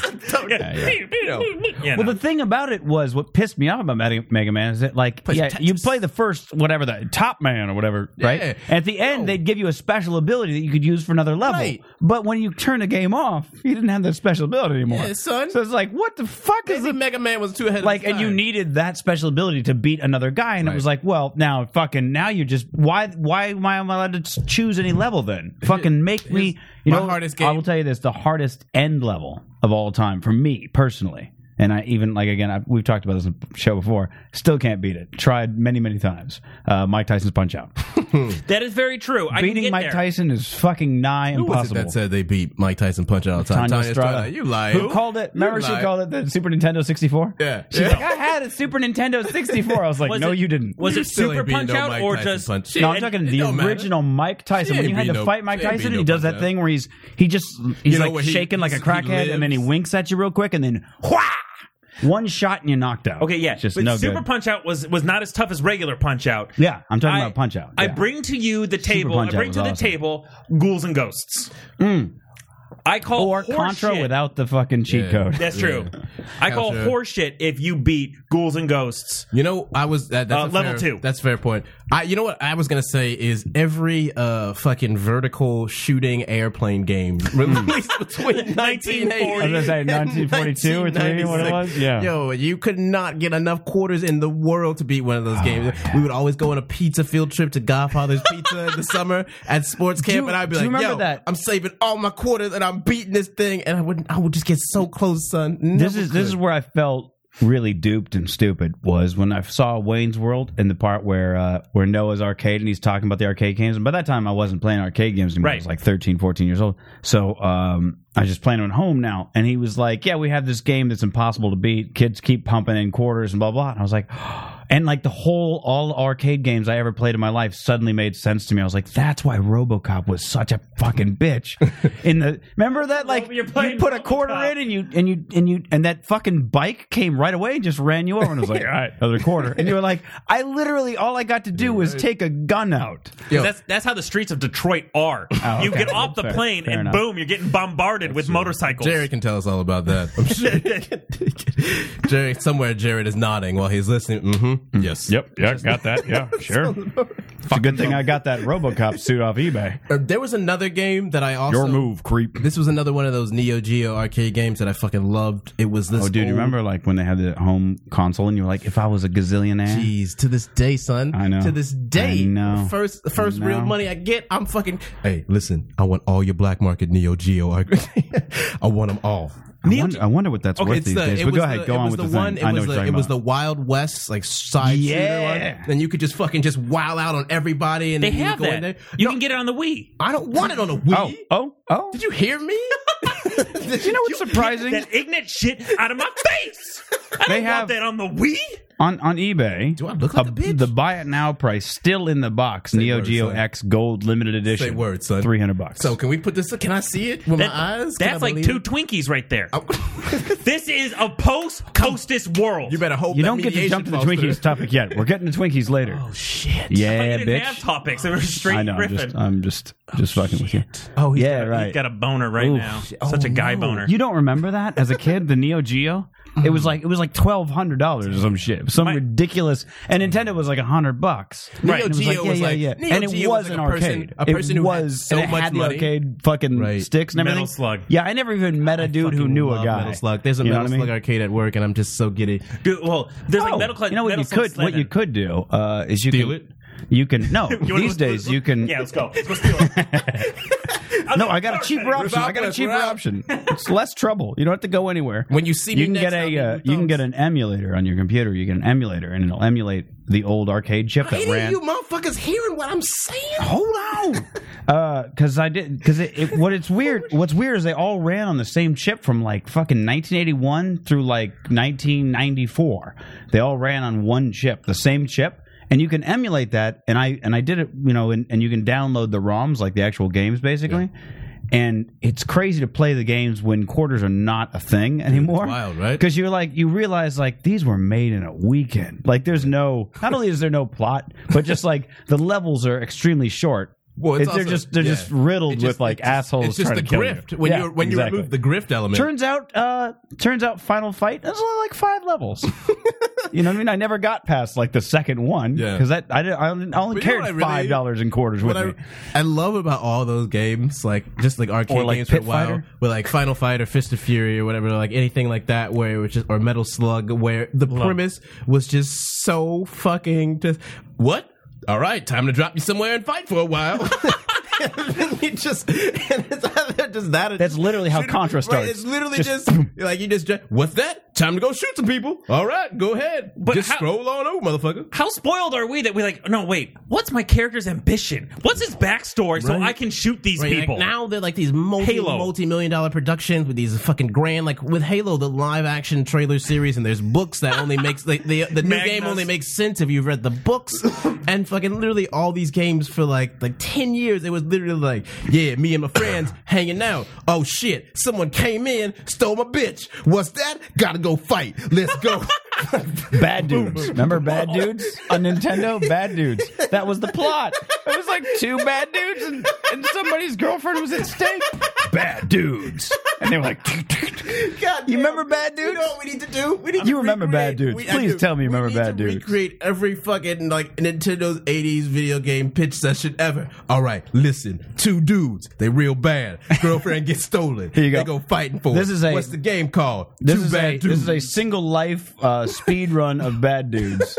S7: yeah.
S8: yeah. yeah,
S7: Well,
S8: no.
S7: the thing about it was what pissed me off about Mega Mega Man is that like
S6: Play some
S7: yeah, you
S6: Tetris.
S7: play the first whatever the Top Man or whatever, right?
S6: Yeah.
S7: And at the end,
S6: No.
S7: they'd give you a special ability that you could use for another level.
S6: Right.
S7: But when you turn the game off, you didn't have that special ability anymore.
S6: Yeah, son.
S7: So it's like, what the fuck is
S6: Maybe
S7: the
S6: Mega Man was too ahead.
S7: like?
S6: of his
S7: And you
S6: time.
S7: needed that special ability to beat another guy, and it
S6: Right.
S7: was like, well, now fucking now you just why why am I allowed to choose any level then? Fucking make me you
S6: my
S7: know
S6: hardest
S7: I
S6: game.
S7: will tell you this: the hardest end level of all time for me personally. And I even like again, I, we've talked about this on the show before. Still can't beat it. Tried many, many times. Uh, Mike Tyson's Punch Out.
S8: that is very true. I can
S7: Beating
S8: get
S7: Mike
S8: there.
S7: Tyson is fucking nigh
S6: Who was it
S7: impossible.
S6: that said they beat Mike Tyson punch out all the time?
S7: Tanya
S6: Tanya Estrada.
S7: Estrada.
S6: You lie.
S7: Who called it? Remember, she called it the Super Nintendo 64.
S6: Yeah.
S7: she's
S6: Yeah.
S7: like, I had a Super Nintendo 64. I was like,
S8: Was
S7: No,
S8: it-
S7: you didn't.
S8: Was
S6: You're
S8: it
S6: silly
S8: Super
S6: being
S8: Punch
S6: no
S8: Out
S6: Mike
S8: or
S6: Tyson
S8: just
S6: punch.
S7: No,
S6: It-
S7: I'm talking
S6: it
S7: the
S6: don't matter.
S7: original Mike Tyson.
S6: She
S7: When
S6: ain't
S7: you had
S6: beat
S7: to
S6: no-
S7: fight Mike
S6: she ain't
S7: Tyson,
S6: beat
S7: he
S6: no
S7: does
S6: Punch
S7: that
S6: Out.
S7: thing where he's he just he's
S6: You know
S7: like
S6: what, he-
S7: shaking like a
S6: he
S7: crackhead, and then he
S6: lives.
S7: winks at you real quick, and then wha one shot and you're knocked out.
S8: Okay, yeah.
S7: It's just
S8: but
S7: no
S8: Super
S7: good.
S8: Punch Out was was not as tough as regular Punch Out.
S7: yeah, I'm talking
S8: I-
S7: about punch out.
S8: I
S7: Yeah.
S8: bring to you the table. I
S7: Punch Out
S8: bring
S7: was
S8: to the
S7: awesome.
S8: table Ghouls and Ghosts. I call
S7: or
S8: horse
S7: Contra
S8: shit.
S7: without the fucking cheat
S6: Yeah.
S7: code.
S8: That's true. I call
S6: Gotcha.
S8: horseshit if you beat ghouls and ghosts.
S6: You know, I was that, that's
S8: Uh,
S6: a
S8: level
S6: fair-
S8: two.
S6: That's a fair point. I, you know what I was gonna say is every uh fucking vertical shooting airplane game released between 1980
S7: I was gonna say 1942 or 3, what it was? Yeah.
S6: Yo, you could not get enough quarters in the world to beat one of those
S7: Oh,
S6: games. We would always go on a pizza field trip to Godfather's Pizza in the summer at sports camp,
S7: you-
S6: and I'd be
S7: do you
S6: like, "Yo,
S7: remember that?"
S6: I'm saving all my quarters and I'm beating this thing," and I wouldn't. I would just get so close, son.
S7: this
S6: Never
S7: is this is
S6: could.
S7: where I felt really duped and stupid was when I saw Wayne's World and the part where uh, where Noah's arcade and he's talking about the arcade games. And by that time, I wasn't playing arcade games anymore. I was
S8: Right.
S7: like 13, 14 years old. So um, I was just playing them at home now. And he was like, "Yeah, we have this game that's impossible to beat. Kids keep pumping in quarters and blah blah." And I was like. And like the whole all arcade games I ever played in my life suddenly made sense to me. I was like, that's why RoboCop was such a fucking bitch. In the remember that like
S8: Well,
S7: you
S8: you're playing
S7: put a quarter
S8: RoboCop.
S7: in and you and you and you and that fucking bike came right away and just ran you over and was like, all right, another quarter. And you were like, I literally all I got to do was take a gun out.
S6: Yo.
S8: That's that's how the streets of Detroit are.
S7: Oh,
S8: You
S7: okay.
S8: get off the
S7: Fair-
S8: plane
S7: fair
S8: and
S7: enough.
S8: boom, you're getting bombarded with motorcycles.
S6: Jerry can tell us all about that. I'm sure. Jerry, somewhere, Jared is nodding while he's listening. Mm-hmm.
S7: Mm.
S6: Yes.
S7: yeah, got that. Yeah, sure. It's a good thing I got that RoboCop suit off eBay. Oh,
S6: Uh, There was another game that I also.
S7: creep.
S6: This was another one of those Neo Geo arcade games that I fucking loved. It was this.
S7: Oh, dude,
S6: old-
S7: you remember like when they had the home console and you were like, if I was a gazillionaire,
S6: Jeez, to this day, son.
S7: I know.
S6: To this day,
S7: I know.
S6: first first
S7: I know.
S6: real money I get, I'm fucking. Hey, listen, I want all your black market Neo Geo. arcade- I want them all.
S7: I, wonder, I wonder what that's worth these days.
S6: it
S7: But go
S6: was
S7: ahead,
S6: the-
S7: go
S6: it
S7: on
S6: was
S7: with
S6: the,
S7: the,
S6: one.
S7: thing.
S6: It
S7: I know
S6: was
S7: what
S6: the
S7: you're
S6: it was
S7: talking
S6: the Wild West like side
S7: Yeah.
S6: shooter one. Then you could just fucking just wow out on everybody, and
S8: They
S6: then you
S8: have
S6: go in
S8: that.
S6: there.
S8: You
S6: No,
S8: can get it on the Wii.
S6: I don't want it on a Wii.
S7: about. Oh, oh, oh.
S6: Did you hear me?
S7: You know what's surprising?
S8: That ignorant shit out of my face. I
S7: They
S8: don't
S7: have-
S8: want that on the Wii.
S7: on on eBay.
S6: Do I look like a bitch?
S7: The buy it now price still in the box. Neo
S6: word,
S7: Geo
S6: son.
S7: X Gold Limited Edition.
S6: Say word, son.
S7: Three hundred bucks.
S6: So can we put this? Can I see it with
S8: That-
S6: my eyes? Can I
S8: that's like
S6: believe
S8: two
S6: it?
S8: Twinkies right there.
S7: Oh.
S8: this is a post Costas world.
S6: You better hope
S7: you
S6: that
S7: don't get to
S6: mediation
S7: jump to the
S6: falls through.
S7: Twinkies topic yet. We're getting to Twinkies later. Oh shit! Yeah,
S8: I didn't have
S7: bitch.
S8: topics. They were straight
S7: I know. I'm
S8: Griffin.
S7: just, I'm just, just fucking with you.
S6: Oh, he's
S7: yeah, right.
S8: He's got a boner right
S7: Oof.
S8: now.
S7: Oh,
S8: Such a guy
S7: no.
S8: boner.
S7: You don't remember that as a kid? The Neo Geo. It was like it was like twelve hundred dollars or some shit, some
S8: My-
S7: ridiculous. And Nintendo was like hundred bucks.
S6: Neo
S8: Right.
S7: And it was
S6: Geo
S7: like, yeah,
S6: was
S7: yeah,
S6: like-
S7: yeah.
S6: Neo
S7: and it
S6: Geo
S7: was
S6: was like
S7: an
S6: a person-
S7: arcade.
S6: a person
S7: it
S6: who had
S7: was
S6: so
S7: and it
S6: much
S7: had
S6: money.
S7: the arcade fucking
S6: Right.
S7: sticks and
S8: Metal
S7: everything.
S8: Slug.
S7: Yeah, I never even met a dude who
S6: Fucking
S7: knew
S6: love
S7: a guy.
S6: Metal Slug. There's a
S7: You know
S6: Metal
S7: what I
S6: Slug
S7: mean?
S6: arcade at work, and I'm just so giddy.
S8: Dude, well, there's like
S7: Oh,
S8: metal. Cl-
S7: you know what
S8: metal
S7: you could
S8: Slug
S7: what you
S8: Slug.
S7: could do uh, is you
S6: Steal
S7: can
S6: it?
S7: You can no
S8: You wanna-
S7: these days you can
S8: Yeah, let's go. Let's go steal it.
S7: no I got a cheaper option I got a
S6: Revolver,
S7: cheaper
S6: grab.
S7: option it's less trouble you don't have to go anywhere
S6: When you see
S7: you
S6: me
S7: can
S6: next
S7: get
S6: time,
S7: a uh,
S6: with
S7: you can
S6: thumbs.
S7: get an emulator on your computer you get an emulator and it'll emulate the old arcade chip that
S6: Any of
S7: ran
S6: you motherfuckers hearing what I'm saying?
S7: hold on because Uh, i did because it, it what it's weird what's weird is they all ran on the same chip from like fucking 1981 through like 1994 they all ran on one chip the same chip and you can emulate that and i and i did it you know and, and you can download the roms like the actual games basically And it's crazy to play the games when quarters are not a thing anymore.
S6: wild, right?
S7: Because you're like, you realize like these were made in a weekend. Like there's no, not only is there no plot, but just like the levels are extremely short.
S6: Well, it's
S7: It- they're
S6: also-
S7: just they're
S6: yeah.
S7: just riddled
S6: It just-
S7: with like
S6: it's just-
S7: assholes.
S6: It's just
S7: trying
S6: the
S7: to kill you.
S6: grift. When
S7: Yeah,
S6: you when you
S7: exactly.
S6: remove the grift element,
S7: Turns out, uh, turns out, Final Fight. There's only like five levels. you know what I mean? I never got past like the second one
S6: Yeah.
S7: because that I didn't, I only, I only
S6: But you know
S7: carried
S6: what I really-
S7: five dollars in quarters with
S6: what
S7: me.
S6: I, I love about all those games, like just like arcade
S7: Or, like,
S6: games for a
S7: Pit
S6: while,
S7: Fighter?
S6: with like Final Fight or Fist of Fury or whatever, like anything like that, where it was just or Metal Slug, where the premise was just so fucking just what? All right, time to drop you somewhere and fight for a while. And then you just, and it's either just that. or
S7: That's
S6: just
S7: literally how
S6: shoot-
S7: Contra starts.
S6: Right, it's literally
S7: Just-
S6: just, like you just what's that? Time to go shoot some people. All right, go ahead.
S8: But
S6: just
S8: how-
S6: scroll on over, motherfucker.
S8: How spoiled are we that we like? No, wait. What's my character's ambition? What's his backstory so
S6: Right.
S8: I can shoot these
S6: Right, like,
S8: people?
S6: now they're like these multi
S8: Halo.
S6: multi million dollar productions with these fucking grand like with Halo the live action trailer series and there's books that only makes like the the new
S8: Magnus.
S6: game only makes sense if you've read the books and fucking literally all these games for like like 10 years it was literally like yeah me and my friends hanging out oh shit someone came in stole my bitch what's that gotta go fight let's go
S7: Bad dudes. Remember bad dudes on Nintendo? Bad dudes. That was the plot. It was like two bad dudes and, and somebody's girlfriend was at stake. bad dudes. And they were like, You remember Bad Dudes?
S6: You know what we need to do? We need
S7: You
S6: to
S7: remember Bad
S6: recreate-
S7: Dudes.
S6: we- I
S7: Please
S6: do.
S7: tell me you
S6: We
S7: remember
S6: need
S7: Bad
S6: to
S7: Dudes.
S6: Recreate every fucking like Nintendo's 80s video game pitch session ever. All right, listen. Two dudes, they real bad. Girlfriend gets stolen.
S7: Here you go.
S6: They go fighting for
S7: This
S6: it.
S7: is a-
S6: What's the game called?
S7: This
S6: Two
S7: is
S6: bad
S7: a
S6: dudes.
S7: this is a single life uh, speed run of bad dudes,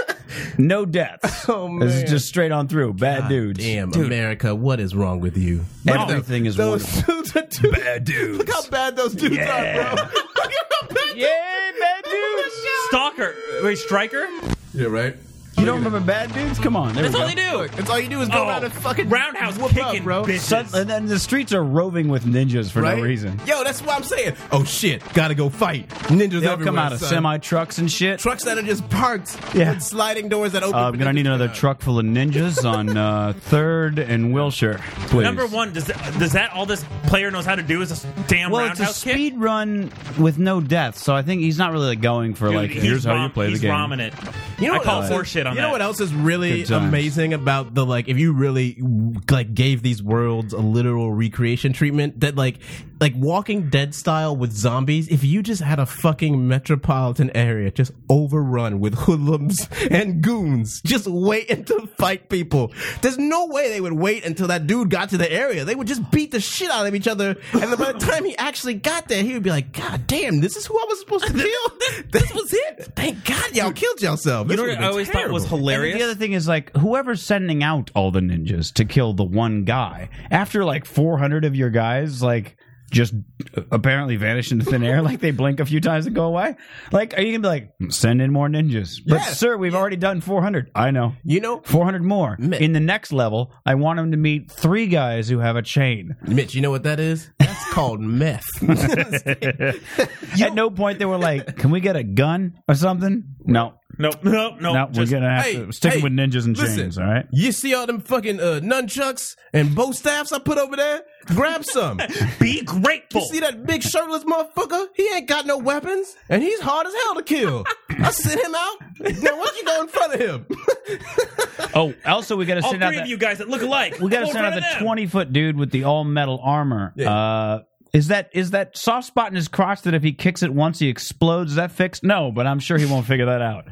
S7: no deaths.
S6: Oh,
S7: This
S6: man.
S7: is just straight on through bad dudes.
S6: Damn, America, what is wrong with you?
S7: Everything is
S6: Those dudes are dudes.
S7: Bad dudes.
S6: Look how bad those dudes
S7: Yeah.
S6: are, bro. Look at how bad
S7: Yeah, bad dudes.
S8: Stalker. Wait, Striker?
S6: Yeah, right?
S7: You don't remember bad dudes? Come on, there
S8: That's
S7: we
S8: all
S7: go.
S8: they do.
S6: That's all you do is go
S8: Oh,
S6: around and fucking
S8: roundhouse
S6: whoop
S8: kicking,
S6: up, bro.
S8: bitches.
S7: Sud- and then the streets are roving with ninjas for
S6: right?
S7: no reason.
S6: Yo, that's what I'm saying. Oh shit, gotta go fight. Ninjas
S7: They'll
S6: everywhere,
S7: come out of
S6: son.
S7: semi trucks and shit.
S6: trucks that are just parked.
S7: Yeah.
S6: with sliding doors that open.
S7: Uh, I'm
S6: for
S7: gonna
S6: ninjas
S7: need
S6: to
S7: another
S6: come out.
S7: truck full of ninjas on uh, Third and Wilshire, please.
S8: Number one, does that, does that all this player knows how to do is a s- damn
S7: Well, it's
S8: roundhouse
S7: a
S8: kick?
S7: speed run with no deaths, so I think he's not really like going for
S8: Dude,
S7: like
S8: he's
S7: here's how you
S8: rom-
S7: play the
S8: he's
S7: game.
S8: ramming it.
S6: You know
S8: I
S6: what
S8: call
S6: else is-
S8: horseshit on
S6: You
S8: that.
S6: know what else is really
S7: Good times.
S6: amazing about the like if you really like gave these worlds a literal recreation treatment that like like Walking Dead style with zombies. If you just had a fucking metropolitan area just overrun with hoodlums and goons just waiting to fight people, there's no way they would wait until that dude got to the area. They would just beat the shit out of each other, and then by the time he actually got there, he would be like, "God damn, this is who I was supposed to kill. this was it. Thank God y'all killed yourself."
S8: You know what I always thought was
S7: And the other
S8: hilarious?
S7: thing is like whoever's sending out all the ninjas to kill the one guy after like 400 of your guys like just apparently vanish into thin air like they blink a few times and go away like are you gonna be like send in more ninjas but
S6: Yes.
S7: sir we've already done 400 i know
S6: You know,
S7: 400 more
S6: Mi-
S7: in the next level i want him to meet three guys who have a chain
S6: Mitch, you know what that is? That's called meth.
S7: at no point they were like can we get a gun or something no
S8: Nope, nope, nope.
S7: no
S8: just-
S7: we're gonna have
S6: hey,
S7: to stick
S6: hey,
S7: with ninjas and
S6: listen.
S7: chains all right
S6: You see all them fucking uh, nunchucks and bow staffs I put over there? Grab some.
S8: be grateful.
S6: You see that big shirtless motherfucker? He ain't got no weapons, and he's hard as hell to kill. I sent him out. Now why don't you go in front of him?
S7: oh also we gotta
S8: all
S7: send out
S8: three
S7: that-
S8: of you guys that look alike.
S7: We got to
S8: Go
S7: send out
S8: in front of
S7: the
S8: them.
S7: twenty foot dude with the all metal armor.
S6: Yeah.
S7: Uh, is that is that soft spot in his crotch that if he kicks it once he explodes? Is that fixed? No, but I'm sure he won't figure that out.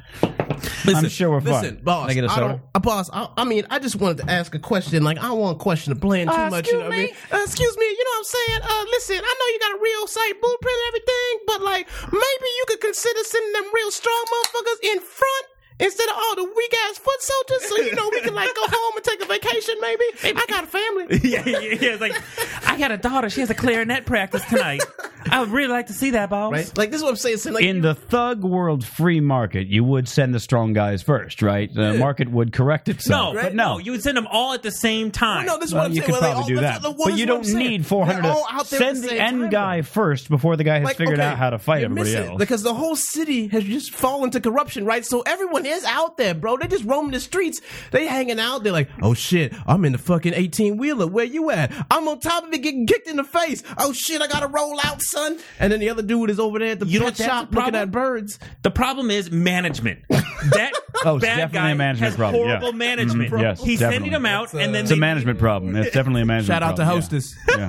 S7: I'm sure we're fine.
S6: Listen, boss.
S7: Can I
S6: I,
S7: get a soda?
S6: don't, uh, boss. I, I mean, I just wanted to ask a question. Like, I don't want a question to blend too
S7: Uh,
S6: much. You know what I mean?
S7: excuse
S6: Uh, excuse me. You know what I'm saying? Uh, listen, I know you got a real site blueprint and everything, but like, maybe you could consider sending them real strong motherfuckers in front. Instead of all the weak ass foot soldiers, so you know we can like go home and take a vacation, maybe. I got a family.
S8: yeah, yeah, yeah. It's like, I got a daughter. She has a clarinet practice tonight. I would really like to see that, boss.
S6: Right? Like this is what I'm saying. Send, like,
S7: In the thug world free market, you would send the strong guys first, right? The market would correct
S8: No,
S7: itself. but
S8: no,
S7: no.
S8: you would send them all at the same time.
S6: no, this is
S7: Well,
S6: what I'm
S7: you
S6: saying.
S7: could
S6: Well,
S7: probably
S6: they all,
S7: do
S6: that's
S7: that,
S6: what- well,
S7: but
S6: this
S7: you
S6: is what I'm
S7: don't
S6: saying.
S7: need 400.
S6: They're
S7: Of,
S6: all out there at
S7: send
S6: the
S7: the
S6: same
S7: end
S6: time, though.
S7: guy first before the guy has
S6: Like,
S7: figured
S6: okay,
S7: out how to fight
S6: you're
S7: everybody
S6: missing-
S7: else.
S6: Because the whole city has just fallen to corruption, right? So everyone is out there, bro. They just roaming the streets. They hanging out. They're like, oh shit, I'm in the fucking 18 wheeler. Where you at? I'm on top of it getting kicked in the face. Oh shit, I gotta roll out, son. And then the other dude is over there at the
S8: You know
S6: pet
S8: what that's
S6: shop
S8: the
S6: looking
S8: problem?
S6: at birds.
S8: The problem is management. That
S7: Oh, it's
S8: bad
S7: definitely
S8: guy
S7: a management
S8: has
S7: problem, yeah.
S8: horrible management.
S7: Mhm, yes,
S8: He's
S7: definitely.
S8: sending them out,
S6: It's, uh,
S8: and then
S7: it's a
S8: they-
S7: management problem. It's definitely a management
S6: Shout out to
S7: problem, yeah.
S6: Hostess.
S7: Yeah.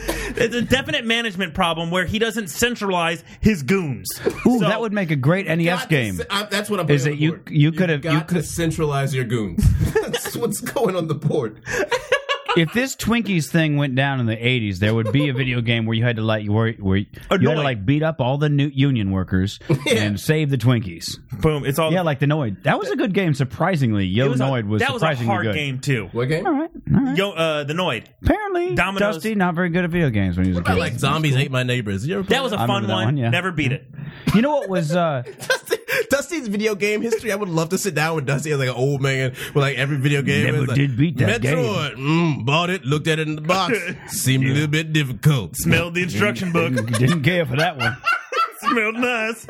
S8: it's a definite management problem where he doesn't centralize his goons.
S7: Ooh,
S8: So-
S7: that would make a great NES game.
S6: that's what I'm.
S7: Is putting it on the you- board. you could have- You've you got to could-
S6: centralize your goons. that's what's going on the board.
S7: if this Twinkies thing went down in the '80s, there would be a video game where you had to like where, where you had to
S8: Annoyed.
S7: like beat up all the new union workers and save the Twinkies.
S8: boom. It's
S6: Um,
S8: all
S7: Yeah, like the Noid. That was a good game, surprisingly. Yo
S8: it was a-
S7: Noid was
S8: that was a
S7: surprisingly
S8: hard
S7: good.
S8: game too.
S6: What game?
S7: All right, all right.
S8: Yo, uh, the Noid.
S7: Apparently,
S8: Dominoes.
S7: Dusty not very good at video games when he was a
S6: I
S7: kid.
S6: like zombies ate my neighbors. You ever play
S8: That was a
S7: I remember
S8: fun
S7: that
S8: one.
S7: one, yeah.
S8: Never beat it.
S7: you know what was? uh
S6: Dusty, Dusty's video game history. I would love to sit down with Dusty as like an old man with like every video game.
S7: Never
S6: It's like,
S7: did beat that
S6: Metroid. Mm, bought it. Looked at it in the box. Seemed a little bit difficult.
S8: Smelled the instruction book.
S7: Didn't care for that one.
S8: Smelled nice.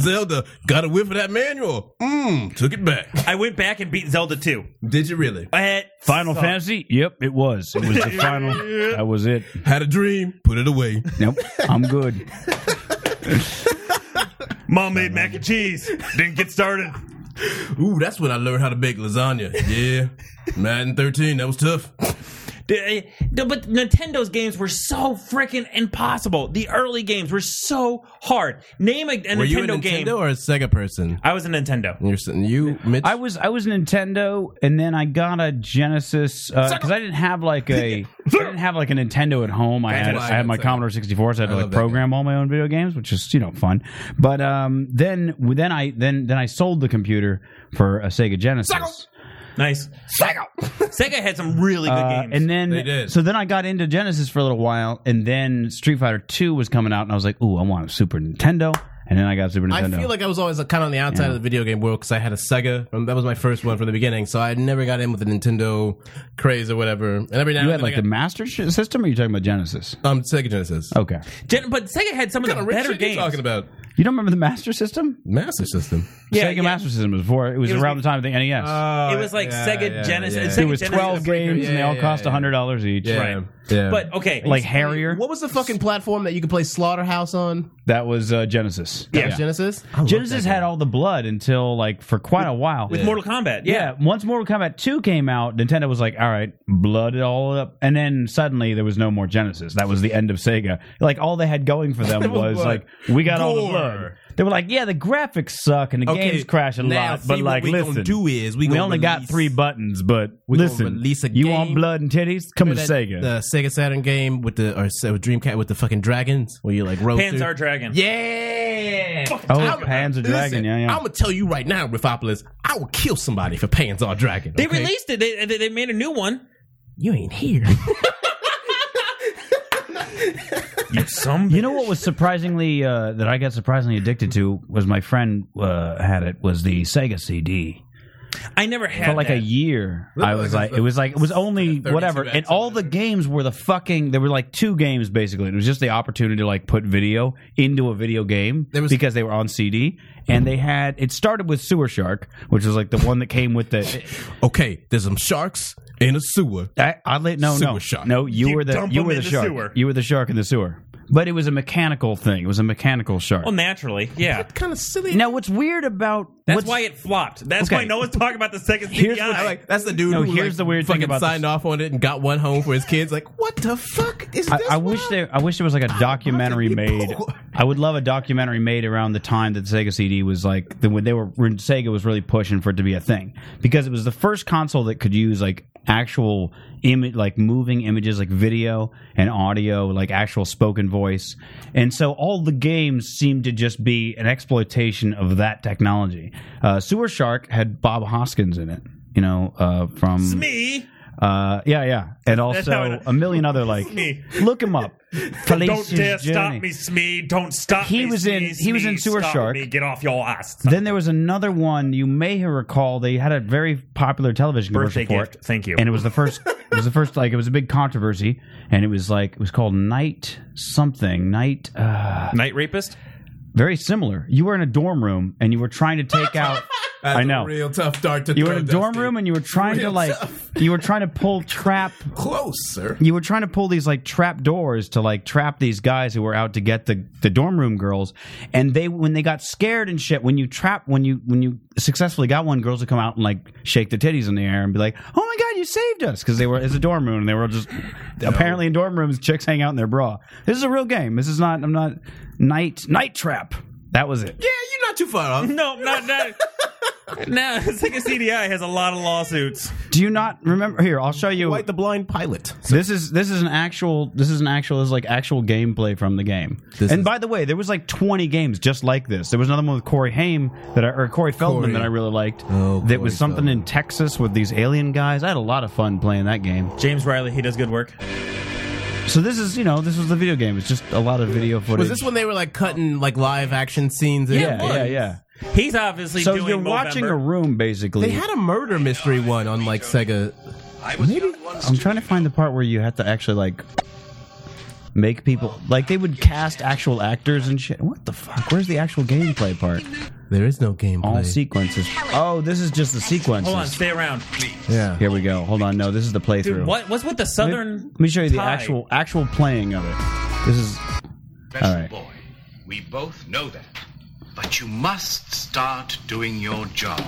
S6: Zelda got a whiff of that manual. Mmm. Took it back.
S8: I went back and beat Zelda 2.
S6: Did you really?
S8: It
S7: Final
S8: sucked.
S7: Fantasy? Yep, it was. It was the final. That was it.
S6: Had a dream. Put it away.
S7: Nope, I'm good.
S8: Mom made mac and cheese. Didn't get started.
S6: Ooh, that's when I learned how to bake lasagna. Yeah. Madden 13. That was tough.
S8: D- eh, no, But Nintendo's games were so freaking impossible. The early games were so hard. Name a, a
S6: Were
S8: Nintendo,
S6: you a Nintendo
S8: game.
S6: or a Sega person?
S8: I was a Nintendo.
S6: You're, s- you, Mitch.
S7: I was I was Nintendo, and then I got a Genesis because I didn't have like a I didn't have like a Nintendo at home. I had I had my Commodore sixty four, so I had to
S6: I
S7: like
S6: love that
S7: program all my own video games, which is you know fun. But um, then then I then then I sold the computer for a Sega Genesis,
S8: Nice. Sega. Sega had some really good
S7: Uh,
S8: games.
S7: and
S6: They
S7: then
S6: did.
S7: so then I got into Genesis for a little while, and then Street Fighter two was coming out, and I was like, ooh, I want a Super Nintendo, and then I got a Super
S6: I
S7: Nintendo.
S6: feel like I was always kind of on the outside of the video game world because I had a Sega. Um, that was my first one from the beginning, so I never got in with the Nintendo craze or whatever. And every now
S7: you
S6: and
S7: had
S6: then
S7: like
S6: I
S7: the Master Sh- System, or are you talking about Genesis?
S6: got, um, Sega Genesis.
S7: Okay,
S8: Gen- but Sega had some of
S6: What kind
S8: the
S6: of rich
S8: better
S6: shit are you
S8: games.
S6: talking about?
S7: you don't remember the Master System?
S6: Master System.
S8: Yeah,
S7: Sega
S8: yeah.
S7: Master System was before. It was,
S8: was
S7: around the time of the NES.
S6: Uh,
S8: It was like Sega Genesis.
S6: yeah.
S8: Sega
S7: it was
S8: Genesis
S7: twelve
S8: Breaker.
S7: games, and they all
S6: yeah,
S7: cost
S6: yeah.
S7: hundred dollars each.
S6: Yeah,
S8: Right.
S6: yeah.
S8: But okay,
S7: Like Harrier,
S6: What was the fucking platform that you could play Slaughterhouse on?
S7: that was uh, Genesis.
S6: That was Genesis. I love
S7: Genesis
S6: that
S7: had all the blood until like for quite a while.
S8: with Mortal Kombat. Yeah.
S7: yeah, once Mortal Kombat Two came out, Nintendo was like, "All right, blood it all up," and then suddenly there was no more Genesis. That was the end of Sega. Like all they had going for them was,
S6: blood.
S7: like, "We got all the
S6: Gore.
S7: blood." They were like, "Yeah, the graphics suck and the
S6: Okay,
S7: games crash a
S6: now
S7: lot,
S6: see
S7: but
S6: what
S7: like,
S6: we gonna
S7: listen,
S6: do is we
S7: we
S6: gonna
S7: only got
S6: release-
S7: three buttons, but
S6: gonna
S7: listen,
S6: release a
S7: you want
S6: game
S7: blood and titties? Come to
S6: Remember that-
S7: Sega."
S6: The Sega Saturn game with the or so Dreamcat with the fucking dragons where you like rode through.
S8: Panzer Dragon.
S6: Yeah.
S7: Oh, Panzer Dragon, yeah, yeah.
S6: I'm gonna tell you right now, Rifopolis, I will kill somebody for Panzer Dragon.
S8: They
S6: okay?
S8: released it. They, they, they made a new one.
S6: You ain't here.
S8: Some
S7: You know what was surprisingly uh, that I got surprisingly addicted to was my friend uh, had it was the Sega CD.
S8: I never had
S7: for like
S8: that.
S7: a year. I was like, it was like it was only
S6: 32
S7: whatever, and
S6: bits
S7: all
S6: of
S7: the games were the fucking. There were like two games basically. It was just the opportunity to like put video into a video game
S6: There was-
S7: because they were on CD, and they had it started with Sewer Shark, which was like the one that came with the.
S6: okay, there's some sharks in a sewer.
S7: I, oddly, no, no,
S6: Sewer Shark.
S7: no, you,
S8: You
S7: were the
S8: dump
S7: you
S8: 'em
S7: were
S8: in
S7: the
S8: the
S7: shark.
S8: sewer.
S7: You were the shark in the sewer, but it was a mechanical thing. It was a mechanical shark.
S8: Well, naturally, yeah.
S6: Kind of silly.
S7: now, what's weird about
S8: That's
S7: what's,
S8: why it flopped. That's
S7: Okay.
S8: why no one's talking about the second CDI.
S7: Here's what
S6: I like that's the dude
S7: No,
S6: who
S7: here's
S6: like,
S7: the weird thing
S6: fucking
S7: about
S6: signed off on it and got one home for his kids. Like, what the fuck is
S7: I,
S6: this?
S7: I wish
S6: wild?
S7: there. I wish there was like a documentary
S6: be
S7: made.
S6: poor.
S7: I would love a documentary made around the time that Sega CD was like the, when they were when Sega was really pushing for it to be a thing because it was the first console that could use like actual image like moving images like video and audio like actual spoken voice and so all the games seemed to just be an exploitation of that technology uh, sewer shark had bob hoskins in it you know uh, from
S8: me.
S7: uh, yeah, yeah, and
S8: how
S7: also
S8: it-
S7: a million other like.
S8: Me.
S7: Look him up. Felicia's
S8: Don't dare stop
S7: Journey.
S8: me, Smee. Don't stop
S7: He
S8: me.
S7: was in-
S8: Smee.
S7: he was in
S8: Smee,
S7: Sewer
S8: stop
S7: Shark.
S8: Me. Get off your ass.
S7: Then there was another one you may recall. They had a very popular television
S8: Birthday
S7: commercial for it,
S8: gift. Thank you.
S7: and it was the first. it was the first like it was a big controversy, and it was like it was called Night something Night. Uh,
S8: Night Rapist?
S7: very similar. You were in a dorm room and you were trying to take out.
S6: That's
S7: I know.
S6: a real tough dart to
S7: you were
S6: throw,
S7: in a dorm
S6: Dusty.
S7: room and you were trying to
S6: Real
S7: like
S6: tough.
S7: you were trying to pull trap
S6: close, sir.
S7: you were trying to pull these like trap doors to like trap these guys who were out to get the, the dorm room girls and they when they got scared and shit when you trap when you when you successfully got one girls would come out and like shake their titties in the air and be like oh my god you saved us because they were it's a dorm room and they were just apparently in dorm rooms chicks hang out in their bra this is a real game this is not i'm not night night trap that was it
S6: Yeah, you're not too far off.
S8: No, not that. No, Sega CDI has a lot of lawsuits.
S7: do you not remember here i'll show you
S6: White the blind pilot.
S7: This is this is an actual this is an actual this is like actual gameplay from the game. and
S6: is-
S7: by the way, there was like twenty games just like this. There was another one with Corey Haim that I, or Corey Feldman
S6: Corey.
S7: that I really liked.
S6: Oh,
S7: that was
S6: Corey
S7: something
S6: Feldman.
S7: in Texas with these alien guys. I had a lot of fun playing that game.
S8: James Riley, he does good work.
S7: So this is you know this was the video game. It's just a lot of video
S6: Was
S7: footage.
S6: this when they were like cutting like live action scenes? in?
S7: yeah, yeah, yeah.
S8: He's obviously
S7: So
S8: doing
S7: you're watching a
S8: Movember.
S7: room basically.
S6: They had a murder mystery one on like Sega.
S7: I'm trying to find the part where you have to actually like make people like they would cast actual actors and shit. What the fuck? Where's the actual gameplay part?
S6: There is no gameplay.
S7: All sequences. Oh, this is just the sequences.
S8: Hold on, stay around.
S6: yeah.
S7: Here we go. Hold on. No, this is the playthrough.
S8: Dude, what, what's with the
S7: Let me-
S8: southern.
S7: Let me show you the
S8: tie?
S7: actual actual playing of it. This is
S10: special
S7: All right.
S10: boy. We both know that. But you must start doing your job.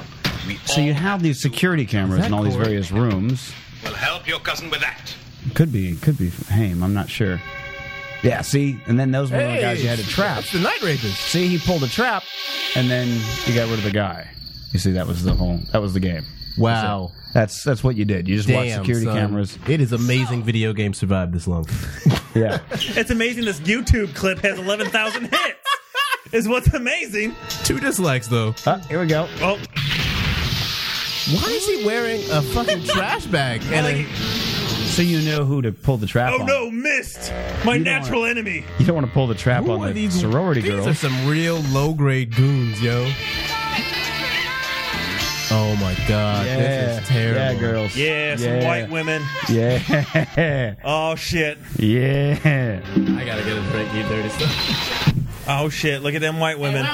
S10: We
S7: so you
S10: all
S7: have these security cameras in all these various rooms.
S10: will help your cousin with that.
S7: Could be, could be Haim. I'm not sure. Yeah, see, and then those were the guys you had to trap.
S6: That's the Night Rapist.
S7: See, he pulled a trap, and then he got rid of the guy. You see, that was the whole. That was the game.
S6: Wow.
S7: That's that's what you did. You just watched security
S6: son.
S7: cameras.
S6: It is amazing video games survived this long.
S7: Yeah,
S8: It's amazing this YouTube clip has 11,000 hits. Is what's amazing.
S6: Two dislikes though.
S7: Ah, here we go.
S8: Oh,
S6: Why is he wearing a fucking trash bag? And a,
S7: So you know who to pull the trap.
S8: oh
S7: on.
S8: no, missed my
S7: You don't
S8: natural enemy.
S7: You don't want to pull the trap
S6: who
S7: on
S6: are
S7: the
S6: these
S7: sorority
S6: These
S7: girls.
S6: are some real low grade goons, yo. Oh my god, this is terrible.
S7: Yeah, girls.
S8: Yeah, some white women.
S7: Yeah,
S8: Oh shit.
S7: yeah.
S6: I gotta get a drink. You dirty stuff.
S8: Oh shit. Look at them white women.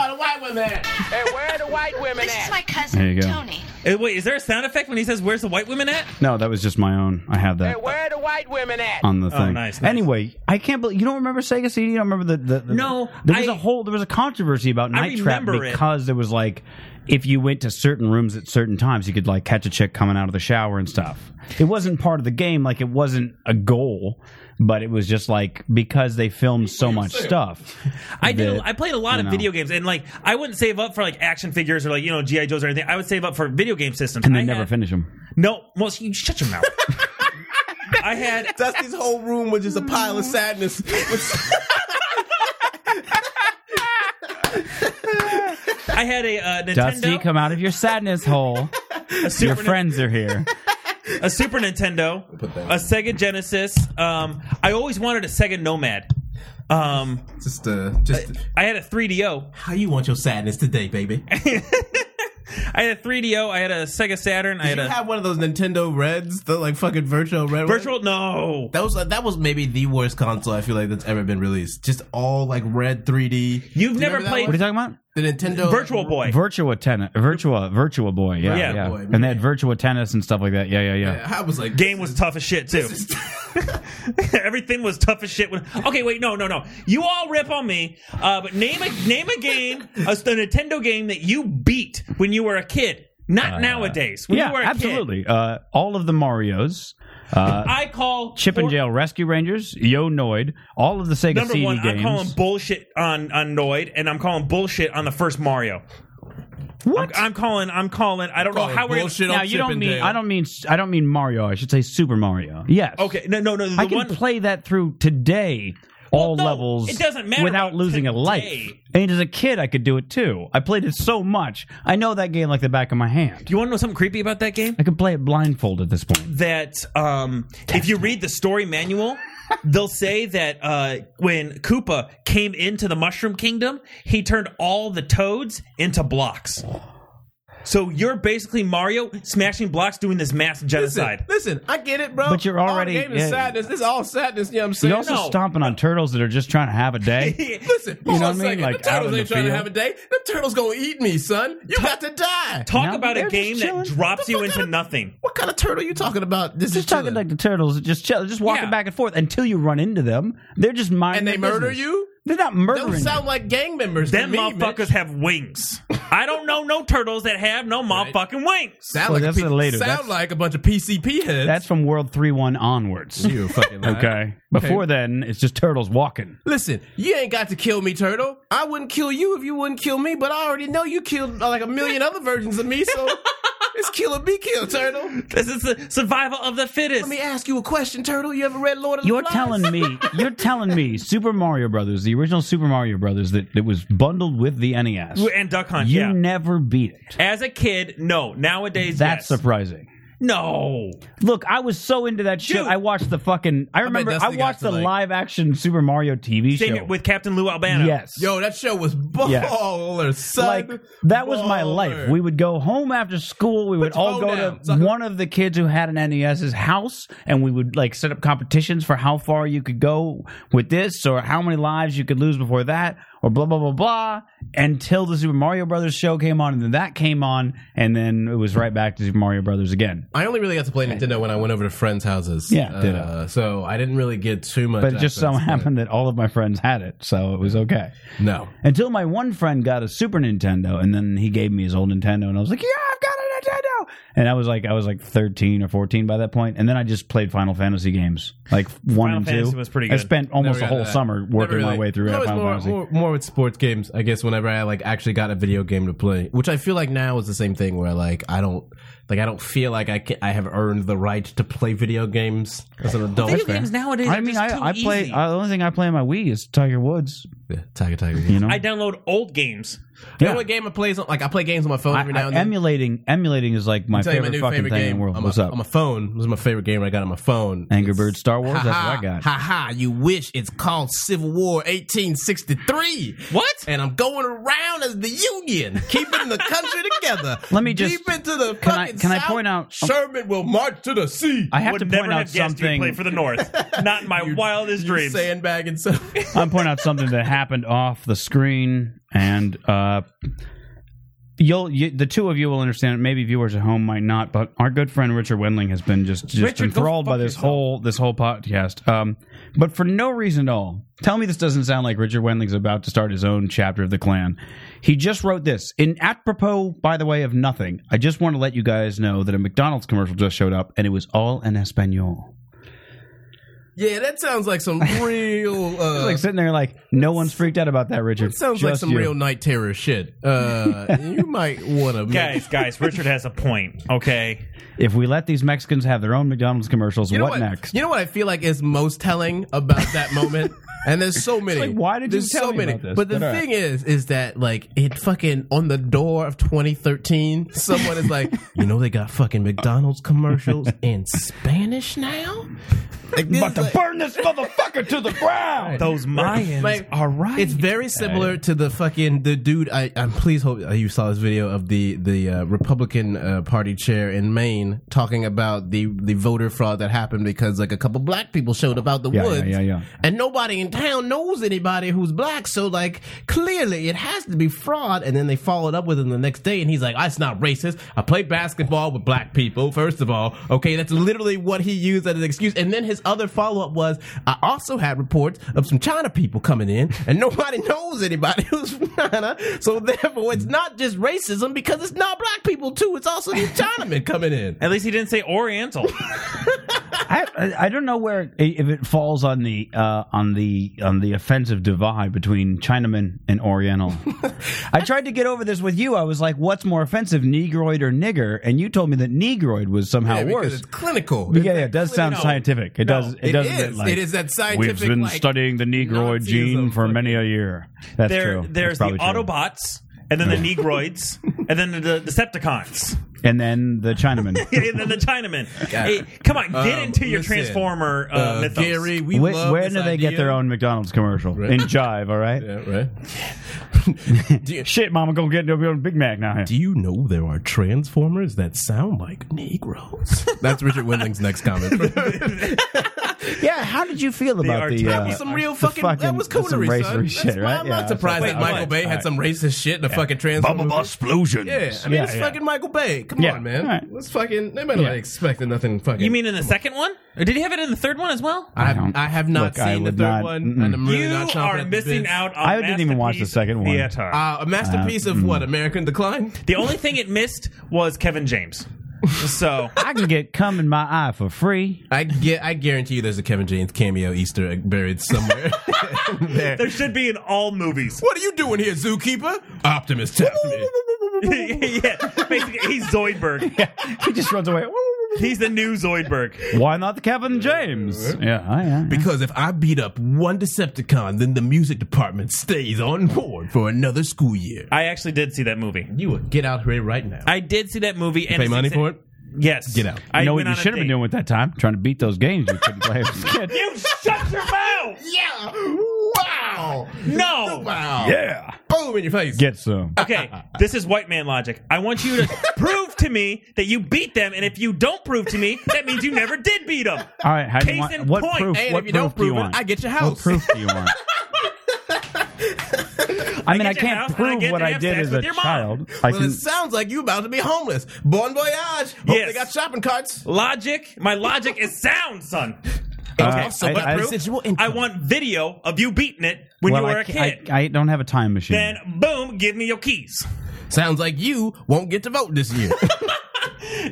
S9: This is my cousin,
S7: There you go.
S9: Tony.
S8: Eh, Wait, is there a sound effect when he says "Where's the white women at"?
S7: No, that was just my own. I have that.
S2: Where the white women at?
S7: on the thing.
S8: Oh, nice, nice.
S7: Anyway, I can't believe you don't remember Sega CD. You don't remember the, the, the-
S8: No,
S7: There was a
S8: I-
S7: whole there was a controversy about
S8: I
S7: Night Trap
S8: remember it.
S7: because there was like if you went to certain rooms at certain times, you could like catch a chick coming out of the shower and stuff. It wasn't part of the game, like it wasn't a goal, but it was just like because they filmed so much stuff.
S8: I did.
S7: that-
S8: I played a lot
S7: you
S8: of
S7: know.
S8: video games, and like I wouldn't save up for like action figures or like you know GI Joes or anything. I would save up for video game systems.
S7: and they
S8: I
S7: never
S8: had-
S7: finish them.
S8: No, well, you shut your mouth. I had
S6: Dusty's whole room was just a pile of sadness.
S8: I had a uh, Nintendo,
S7: Dusty, come out of your sadness hole.
S8: a
S7: your
S8: Super, Nin-
S7: friends are here.
S8: a Super Nintendo, a Sega Genesis. Um, I always wanted a Sega Nomad. Um,
S6: just, uh, just
S8: I had a 3DO.
S6: how you want your sadness today, baby?
S8: I had a 3DO. I had a Sega Saturn. I had
S6: Did you
S8: a
S6: have one of those Nintendo Reds, the like fucking virtual red. ones?
S8: virtual. No,
S6: That was that was maybe the worst console I feel like that's ever been released. Just all like red 3D.
S8: You've
S6: Do you
S8: never
S6: remember that
S8: played-
S7: What are
S6: one?
S7: you talking about?
S6: the Nintendo
S8: Virtual Boy.
S7: Virtua Tennis, Virtua, Virtua Boy, yeah,
S8: Yeah.
S7: yeah,
S6: Boy,
S7: and they had Virtua Tennis and stuff like that. Yeah, yeah, yeah.
S6: I was like
S8: game was tough as shit too. Everything was tough as shit. When okay, wait, no, no, no. You all rip on me, uh, but name a name a game, a, a Nintendo game that you beat when you were a kid, not nowadays. When
S7: Uh, yeah,
S8: you were a Kid.
S7: absolutely. Uh, all of the Mario's, uh,
S8: I call
S7: Chip and
S8: or-
S7: Jail Rescue Rangers, Yo Noid, all of the Sega
S8: Number
S7: CD
S8: one,
S7: games.
S8: I'm calling bullshit on on Noid, and I'm calling bullshit on the first Mario.
S7: what?
S8: I'm calling. I'm calling. I don't know
S6: Calling
S8: how we're
S6: bullshit on
S7: now you
S6: Chip
S7: don't
S6: and
S7: mean
S6: Dale.
S7: I don't mean I don't mean Mario. I should say Super Mario. Yes.
S8: Okay, no, no, no. The
S7: I can
S8: one,
S7: play that through today. All
S8: no,
S7: levels.
S8: it doesn't matter
S7: without
S8: about
S7: losing a
S8: today.
S7: life. And as a kid, I could do it too. I played it so much. I know that game like the back of my hand.
S8: you want to know something creepy about that game?
S7: I could play it blindfold at this point.
S8: that um, if you read the story manual, they'll say that uh, when Koopa came into the Mushroom Kingdom, he turned all the toads into blocks. So you're basically Mario smashing blocks, doing this mass
S6: Listen,
S8: genocide.
S6: listen, I get it, bro.
S7: But you're
S6: All the
S7: already-
S6: game is
S7: yeah.
S6: sadness. This is all sadness. You know what I'm saying?
S7: You're also
S8: No.
S7: stomping on turtles that are just trying to have a day.
S6: Listen, hold
S7: know
S6: on a
S7: what I mean?
S6: second.
S7: Like,
S6: the
S7: out
S6: turtles
S7: in
S6: ain't
S7: the
S6: trying to
S7: field.
S6: have a day. The turtles gonna eat me, son. You got to die.
S8: Talk
S7: No,
S8: about
S7: they're
S8: a
S7: just
S8: game that
S7: chilling.
S8: drops
S6: The
S8: you
S6: fuck
S8: into
S6: out of-
S8: nothing.
S6: what kind of turtle you talking about? This is
S7: Just talking
S6: chilling.
S7: like the turtles, just chill, just walking
S8: Yeah.
S7: back and forth until you run into them. They're just mind
S6: and they
S7: their
S6: murder
S7: business.
S6: you.
S7: They're not
S6: Those
S7: murdering.
S6: sound like gang members. to
S8: Them
S6: me,
S8: motherfuckers
S6: Mitch.
S8: have wings. I don't know no turtles that have no motherfucking wings.
S6: Sound
S7: Well,
S6: like
S7: that's
S6: a, P-
S7: a later-
S6: Sound
S7: that's-
S6: like a bunch of PCP
S7: you.
S6: heads.
S7: That's from World Three One onwards.
S6: you fucking liar.
S7: Okay. Before then, it's just turtles walking.
S6: Listen, you ain't got to kill me, turtle. I wouldn't kill you if you wouldn't kill me, but I already know you killed uh, like a million other versions of me, so it's kill or be killed, turtle.
S8: This is the survival of the fittest.
S6: Let me ask you a question, turtle. You ever read Lord of
S7: You're
S6: the Flies?
S7: telling me, you're telling me, Super Mario Brothers, the original Super Mario Brothers that, that was bundled with the NES,
S8: And Duck Hunt,
S7: you
S8: yeah.
S7: never beat it.
S8: As a kid, no. Nowadays,
S7: That's
S8: yes.
S7: surprising.
S8: no.
S7: Look, I was so into that shit.
S8: Dude.
S7: I watched the fucking. I remember. I,
S6: Dusty got
S7: watched
S6: to,
S7: the
S6: like-
S7: live action Super Mario TV
S8: Same
S7: show.
S8: with Captain Lou Albano.
S7: yes,
S6: Yo, that show was baller,
S7: Yes.
S6: son.
S7: like that was my
S6: Baller.
S7: life. We would go home after school. We would
S6: your
S7: all
S6: phone
S7: go
S6: down,
S7: to
S6: sucker.
S7: one of the kids who had an NES's house, and we would like set up competitions for how far you could go with this, or how many lives you could lose before that, or blah blah blah blah. Until the Super Mario Brothers show came on, and then that came on, and then it was right back to Super Mario Brothers again.
S6: I only really got to play Nintendo when I went over to friends' houses.
S7: Yeah, did
S6: uh, so I didn't really get too much.
S7: But it just so
S6: access, but-
S7: happened that all of my friends had it, so it was okay.
S6: No,
S7: Until my one friend got a Super Nintendo, and then he gave me his old Nintendo, and I was like, "Yeah, I've got a go. And I was like, I was like 13 or 14 by that point. And then I just played Final Fantasy games, like one
S8: Final
S7: and two.
S8: Fantasy was pretty
S7: I
S8: good.
S7: spent almost
S6: Never
S7: a
S6: got
S7: whole
S6: to that.
S7: summer working
S6: Never
S7: my
S6: really.
S7: way through
S6: No, it's
S7: Final
S6: more,
S7: Fantasy.
S6: More, more with sports games, I guess. Whenever I like actually got a video game to play, which I feel like now is the same thing, where like I don't like I don't feel like I can, I have earned the right to play video games as an adult.
S8: Video games nowadays.
S7: I
S8: are
S7: mean,
S8: just too
S7: I, I play.
S8: easy.
S7: I, the only thing I play on my Wii is Tiger Woods.
S6: Yeah, Tiger, Tiger.
S7: You know,
S8: I download old games.
S6: The only game I play is like I play games on my phone
S7: I-
S6: every now
S7: I-
S6: and then.
S7: emulating emulating is like my
S6: Tell you
S7: favorite fucking thing in the world.
S6: on my,
S7: What's up?
S6: on my phone. This is my favorite game I got on my phone.
S7: Angry Birds Star Wars. That's what I got.
S6: Ha ha! You wish it's called Civil War 1863.
S8: What?
S6: And I'm going around as the Union, keeping the country together.
S7: Let me just-
S6: deep into the
S7: Can I-
S6: fucking
S7: can I
S6: South,
S7: point out- oh.
S6: Sherman will march to the sea.
S7: I have
S8: Would
S7: to
S8: never
S7: point
S8: have
S7: out
S8: guessed you play
S7: something.
S8: for the North. Not in my wildest dreams.
S6: Sandbagging so
S7: I'm pointing out something that happened off the screen, and uh, you'll you, the two of you will understand. it. Maybe viewers at home might not, but our good friend Richard Wendling has been just just
S8: Richard, go
S7: enthralled by
S8: fuck
S7: this
S8: yourself.
S7: whole this whole podcast. Um, but for no reason at all. Tell me this doesn't sound like Richard Wendling's about to start his own chapter of the Klan. He just wrote this in apropos, by the way, of nothing. I just want to let you guys know that a McDonald's commercial just showed up, and it was all in Espanol.
S6: Yeah, that sounds like some real. Uh,
S7: Like sitting there, like no one's freaked out about that, Richard.
S6: that sounds like
S7: Just
S6: some
S7: you.
S6: real night terror shit. Uh, you might want to.
S8: guys, guys, Richard has a point. Okay,
S7: If we let these Mexicans have their own McDonald's commercials,
S6: You know
S7: what, next?
S6: You know what I feel like is most telling about that moment? and there's so many.
S7: like, why did you
S6: there's
S7: tell
S6: so
S7: me
S6: many.
S7: about this?
S6: But the
S7: But all right.
S6: thing is, is that like it fucking on the door of 2013, someone is like, you know, they got fucking McDonald's commercials in Spanish now. Like, this is like-
S7: burn this motherfucker to the ground.
S8: those Mayans
S6: Like,
S8: are right.
S6: It's very similar to the fucking the dude. I I'm please hope uh, you saw this video of the the uh, Republican uh, Party chair in Maine talking about the the voter fraud that happened because like a couple black people showed up out the
S7: Yeah, yeah,
S6: woods,
S7: yeah, yeah.
S6: and nobody in town knows anybody who's black. So like clearly it has to be fraud. And then they followed up with him the next day, and he's like, "That's not racist. I play basketball with black people. First of all, okay, that's literally what he used as an excuse." And then his other follow up was, "I also had reports of some China people coming in, and nobody knows anybody who's from China. So therefore, it's not just racism because it's not black people too. It's also these Chinamen coming in."
S8: At least he didn't say Oriental.
S7: I, I I don't know where if it falls on the uh, on the on the offensive divide between Chinaman and Oriental. I tried to get over this with you. I was like, "What's more offensive, Negroid or nigger?" And you told me that Negroid was somehow
S6: Yeah, because
S7: worse.
S6: it's clinical.
S7: Yeah, yeah, it does sound
S8: No.
S7: scientific. It
S8: No.
S7: does. It,
S6: It
S7: does. a bit
S6: is.
S7: Like,
S6: It is that
S7: We've
S6: scientific,
S7: been
S6: like,
S7: studying the Negroid
S6: Nazism.
S7: gene for many a year. That's
S8: there,
S7: true.
S8: there's
S7: That's
S8: the
S7: probably true.
S8: Autobots, and then the Negroids, and then the Decepticons,
S7: and then the Chinaman.
S8: and then the Chinamen. Hey, come on, get
S6: Um,
S8: into your
S6: listen,
S8: Transformer uh,
S6: uh,
S8: mythos.
S6: Gary, we
S7: Where,
S6: love
S7: where
S6: this
S7: do they get
S6: idea.
S7: their own McDonald's commercial in Jive? All right.
S6: Yeah, right.
S7: Shit, Mama gonna get their own Big Mac now.
S6: Do you know there are transformers that sound like Negroes? That's Richard Wendling's next comment.
S7: Yeah, how did you feel about
S8: are
S7: the?
S8: terrible.
S7: uh,
S6: some real
S7: the
S6: fucking, that was
S7: some
S6: coonery,
S7: racery
S6: son.
S7: shit,
S6: That's
S7: right?
S6: why I'm
S7: Yeah,
S6: not
S7: that's
S6: surprised
S7: what I
S6: that
S7: thought.
S6: Michael Bay
S7: All
S6: had
S7: right.
S6: some racist shit in a fucking transformer. movie.
S1: explosions.
S6: Yeah, I mean
S7: Yeah,
S6: it's
S7: yeah.
S6: fucking Michael Bay. Come
S7: Yeah,
S6: on, man.
S7: all right.
S6: Let's fucking. They might not
S7: Yeah.
S6: expect nothing fucking.
S8: You mean in the second one? Or did he have it in the third one as well?
S6: I have,
S7: don't-
S6: I have not
S7: Look, I
S6: seen the
S7: would
S6: third
S7: not-
S6: one,
S7: mm-mm.
S6: and I'm really
S8: you
S6: not chomping
S8: are
S6: at the
S8: missing
S6: bit.
S8: out on
S7: I didn't even watch the
S8: masterpiece
S7: second one.
S8: Theater.
S6: Uh, a masterpiece of
S7: mm.
S6: what? American Decline.
S8: the only thing it missed was Kevin James. So
S7: I can get cum in my eye for free.
S6: I get. I guarantee you, there's a Kevin James cameo Easter egg buried somewhere. There.
S8: there should be in all movies.
S6: What are you doing here, zookeeper? Optimus tapped me.
S8: yeah, basically, he's Zoidberg.
S7: he just runs away.
S8: He's the new Zoidberg.
S7: Why not the Kevin James? Yeah, I am.
S6: Because if I beat up one Decepticon, then the music department stays on board for another school year.
S8: I actually did see that movie.
S6: You would get out here right now.
S8: I did see that movie. and
S6: Pay money for it?
S8: Yes.
S6: Get out.
S8: I
S7: You know
S8: went
S7: what you
S8: on a
S7: should have
S8: date.
S7: been doing with that time? Trying to beat those games you couldn't play as a kid.
S8: You shut your mouth.
S6: Yeah! Wow!
S8: No.
S6: Wow!
S7: Yeah,
S6: Boom in your face.
S7: get some.
S8: Okay, this is white man logic. I want you to prove to me that you beat them, and if you don't prove to me, that means you never did beat them.
S7: All right, how do
S8: Case
S7: you
S8: in
S7: want? What
S8: point.
S7: proof?
S8: And
S6: if
S7: what
S6: you
S7: proof
S6: don't
S7: do you
S6: prove it,
S7: want?
S6: I get your
S7: What
S6: house.
S7: proof do you want? I mean, I,
S8: get your house
S7: can't
S8: and I
S7: prove
S8: get
S7: what
S8: to
S7: I
S8: have
S7: did
S8: sex
S7: as a
S8: with your mom.
S7: child. I
S6: Well,
S7: can.
S6: it sounds like you about to be homeless. Bon voyage. Hope
S8: Yes.
S6: they got shopping carts.
S8: Logic. My logic is sound, son.
S7: Uh,
S6: so
S7: I-
S6: what
S7: I-
S6: proof? Residual
S8: I
S6: income.
S8: want video of you beating it when
S7: well,
S8: you were
S7: I
S8: a
S7: ca- I-
S8: kid.
S7: I, don't have a time machine.
S8: then boom, give me your keys.
S6: Sounds like you won't get to vote this year.